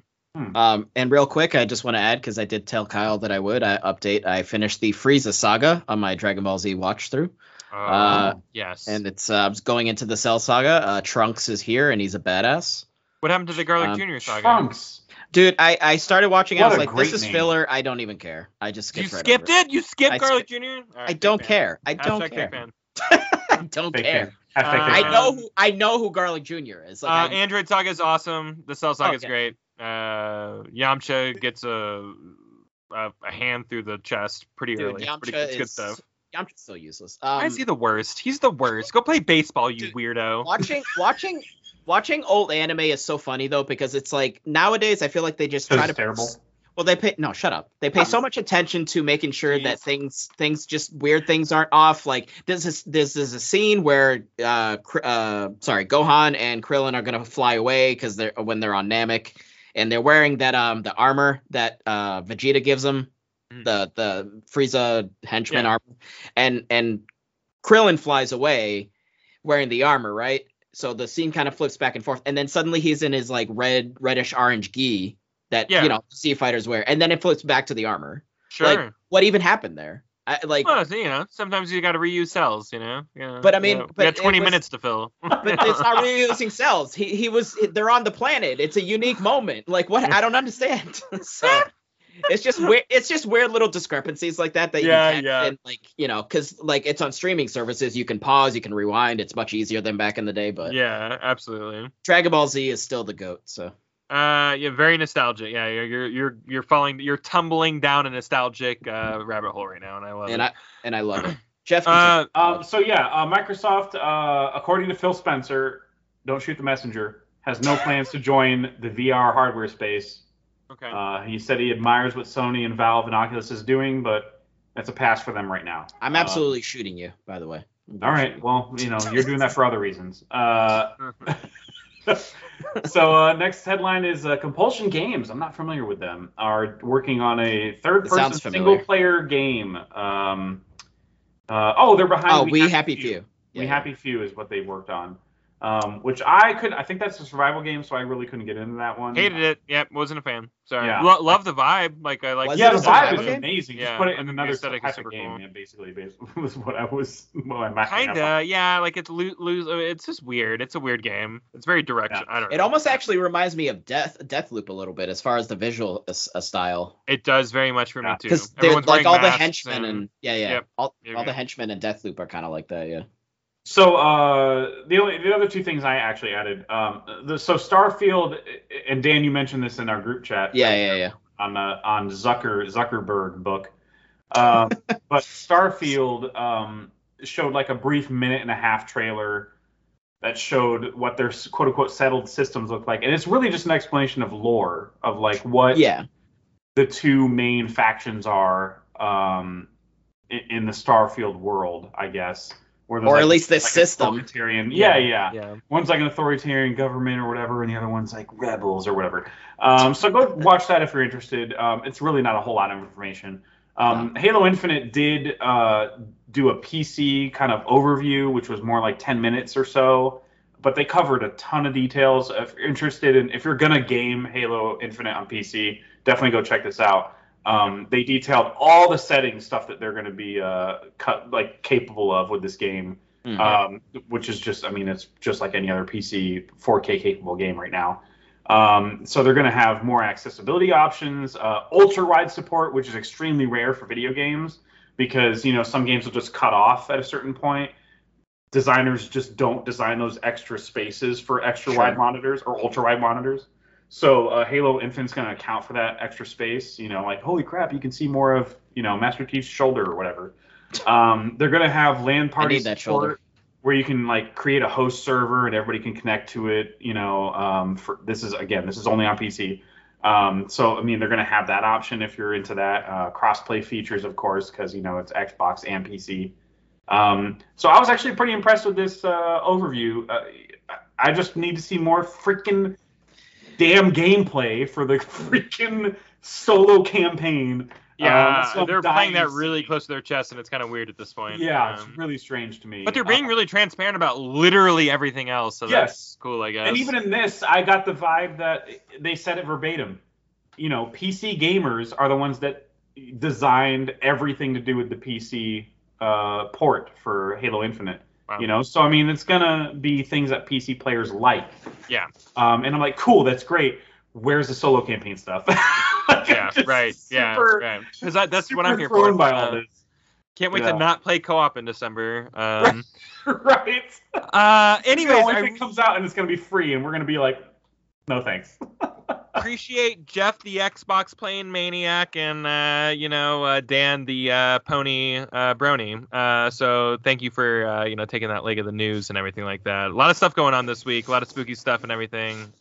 um, and real quick, I just want to add because I did tell Kyle that I would. I update. I finished the Frieza saga on my Dragon Ball Z watch through, Uh, Uh, yes. and it's uh, going into the Cell saga. Uh, Trunks is here and he's a badass. what happened to the Garlic um, Junior saga? Trunks. Dude, I, I started watching. What I was a like, great this is name. filler. I don't even care. I just You skipped. right skipped over it. You skipped I Garlic Junior. All right, I big don't fan. care. I don't Hashtag big care. fan. I don't Big care. fan. Hashtag Uh, big I fan. know who I know who Garlic Jr. is. Like, I- uh, Android Saga is awesome. The Cell Saga is Okay. great. Uh, Yamcha gets a, a a hand through the chest pretty Dude, early. It's pretty, Yamcha it's good is- stuff. Yamcha's still useless. Why Um, is he the worst? He's the worst. Go play baseball, you Dude, weirdo. watching watching watching old anime is so funny though because it's like nowadays I feel like they just This try is to terrible. well they pay no shut up they pay so much attention to making sure Uh-huh. Jeez. that things things just weird things aren't off like this is this is a scene where uh, Kr- uh sorry Gohan and Krillin are gonna fly away because they're when they're on Namek and they're wearing that um the armor that uh Vegeta gives them Mhm. the the Frieza henchman Yeah. armor and and Krillin flies away wearing the armor, right? So the scene kind of flips back and forth, and then suddenly he's in his like red, reddish orange gi that Yeah. you know sea fighters wear, and then it flips back to the armor. like, Sure. What even happened there? I, like, well, so, you know, sometimes you got to reuse cells. You know. Yeah. But I mean, yeah. but we it got 20 was- minutes to fill. but it's not really using cells. He he was they're on the planet. It's a unique moment. Like what? I don't understand. so it's just weird. It's just weird little discrepancies like that that Yeah, you catch yeah. and like you know because like it's on streaming services. You can pause. You can rewind. It's much easier than back in the day. But yeah, absolutely. Dragon Ball Z is still the goat. So. Uh, yeah, very nostalgic. Yeah, you're you're you're, you're falling, you're tumbling down a nostalgic uh, rabbit hole right now, and I love and it. I and I love it. Jeff, uh, Um, so yeah, uh, Microsoft, uh, according to Phil Spencer, don't shoot the messenger, has no plans to join the VR hardware space. okay. Uh, he said he admires what Sony and Valve and Oculus is doing, but that's a pass for them right now. I'm absolutely shooting you, by the way. All right, well, you know, you're doing that for other reasons. Uh, so uh, next headline is uh, Compulsion Games. I'm not familiar with them. Are working on a sounds third-person familiar. single-player game. Um, uh, oh, they're behind. Oh, we happy few. We Yeah. Happy Few is what they worked on, um, which I could. I think that's a survival game, so I really couldn't get into that one. Hated it. Yep, wasn't a fan. Sorry. Yeah. Lo- love the vibe. Like I like. Was yeah, it the a vibe survival is game? amazing. Yeah, Just put it I in think the another aesthetic is type of super game. cool. Yeah, basically, basically was what I was. What I'm mapping out. Kinda, yeah. Like it's lo- lose. It's just weird. It's a weird game. It's very direction. I don't. know. It almost actually reminds me of Death Deathloop a little bit as far as the visual s- uh, style. It does very much for Yeah. me too. Because they're Everyone's like wearing all the masks henchmen and, yeah, yeah, Yep. all, Yeah, all the yeah. henchmen and Deathloop are kind of like that. Yeah, So uh, the only the other two things I actually added. Um, the, so Starfield and Dan, you mentioned this in our group chat. yeah, yeah, yeah. On uh, on Zucker Zuckerberg book, um, but Starfield um, showed like a brief minute and a half trailer that showed what their quote unquote settled systems look like, and it's really just an explanation of lore of like what Yeah, the two main factions are um, in, in the Starfield world, I guess. Or, or at least this system. Authoritarian. Yeah, yeah, Yeah. One's like an authoritarian government or whatever, and the other one's like rebels or whatever. Um, so go watch that if you're interested. Um, it's really not a whole lot of information. Um, Halo Infinite did uh, do a PC kind of overview, which was more like 10 minutes or so, but they covered a ton of details. If you're interested in, if you're gonna game Halo Infinite on PC, definitely go check this out. Um, they detailed all the settings stuff that they're gonna be uh, cut, like capable of with this game Mhm. um, which is just, I mean, it's just like any other PC 4K capable game right now. Um, so they're going to have more accessibility options, uh, ultra wide support, which is extremely rare for video games because you know some games will just cut off at a certain point. Designers just don't design those extra spaces for extra Sure. wide monitors or ultra wide monitors. So uh, Halo Infinite's going to account for that extra space. You know, like holy crap, you can see more of you know Master Chief's shoulder or whatever. Um, they're going to have land party need that support shoulder. where you can like create a host server and everybody can connect to it. You know, um, for, this is again, this is only on PC. Um, so I mean, they're going to have that option if you're into that. Uh, crossplay features, of course, because you know it's Xbox and PC. Um, so I was actually pretty impressed with this uh, overview. Uh, I just need to see more freaking damn gameplay for the freaking solo campaign. Um, Yeah, Uh, that's what they're I'm playing dying that to really see. close to their chest, and it's kind of weird at this point. Yeah, it's Um, really strange to me. But they're Uh, being really transparent about literally everything else, so that's Yes. cool, I guess. And even in this, I got the vibe that they said it verbatim. You know, PC gamers are the ones that designed everything to do with the PC uh, port for Halo Infinite. Wow. You know, so I mean, it's gonna be things that PC players like. Yeah. Um, and I'm like, cool, that's great. Where's the solo campaign stuff? Like, I'm yeah, just right. Yeah, super- Because that's what super I'm here for. thrown by Uh, all this, Can't wait Yeah. to not play co-op in December. Um, right? uh, anyways, Anyways, I it comes out and it's gonna be free, and we're gonna be like, no thanks. appreciate Jeff the Xbox playing maniac and uh, you know uh, Dan the uh, pony uh, brony. Uh, so thank you for uh, you know taking that leg of the news and everything like that. A lot of stuff going on this week. A lot of spooky stuff and everything. Um,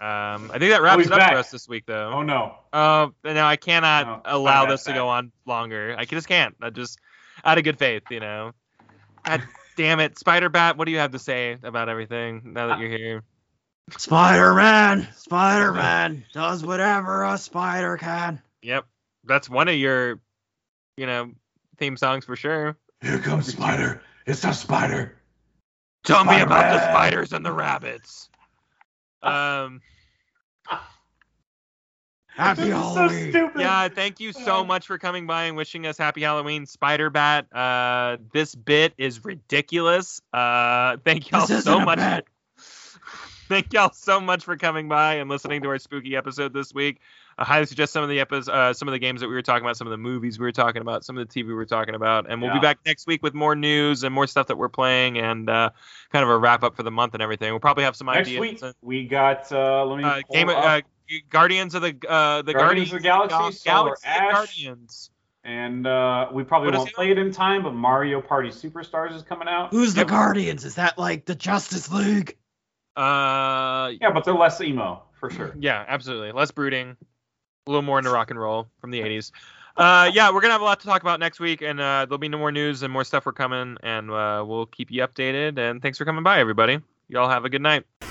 I think that wraps Oh, he's it up back. for us this week though. Oh no. Uh, no, I cannot No, allow I'm this to back. go on longer. I just can't. I just out of good faith, you know. God damn it, Spider Bat. What do you have to say about everything now that you're here? Spider Man, Spider Man does whatever a spider can. Yep, that's one of your, you know, theme songs for sure. Here comes Spider. It's a spider. Tell me about the Spider-Man. spiders and the rabbits. Um. Happy This is so Halloween. stupid. Yeah. Thank you so much for coming by and wishing us happy Halloween, Spider Bat. Uh, this bit is ridiculous. Uh, thank y'all this isn't so a much. bit. Thank y'all so much for coming by and listening to our spooky episode this week. I highly suggest some of the epis uh, some of the games that we were talking about, some of the movies we were talking about, some of the TV we were talking about, and we'll be Yeah. back next week with more news and more stuff that we're playing and uh, kind of a wrap up for the month and everything. We'll probably have some Next ideas. week and, we got uh, let me uh, pull game of, up, uh, Guardians of the uh, the Guardians Guardians, of the Galaxy, Solar Galaxy of Ash. Guardians. and uh, we probably what is won't it? play it in time, but Mario Party Superstars is coming out. Who's the Yep. Guardians? Is that like the Justice League? Uh, Yeah, but they're less emo for sure. Yeah, absolutely. Less brooding, a little more into rock and roll from the 80s. Uh, yeah, we're gonna have a lot to talk about next week, and uh, there'll be no more news and more stuff we're coming, and uh, we'll keep you updated. And thanks for coming by, everybody. Y'all have a good night.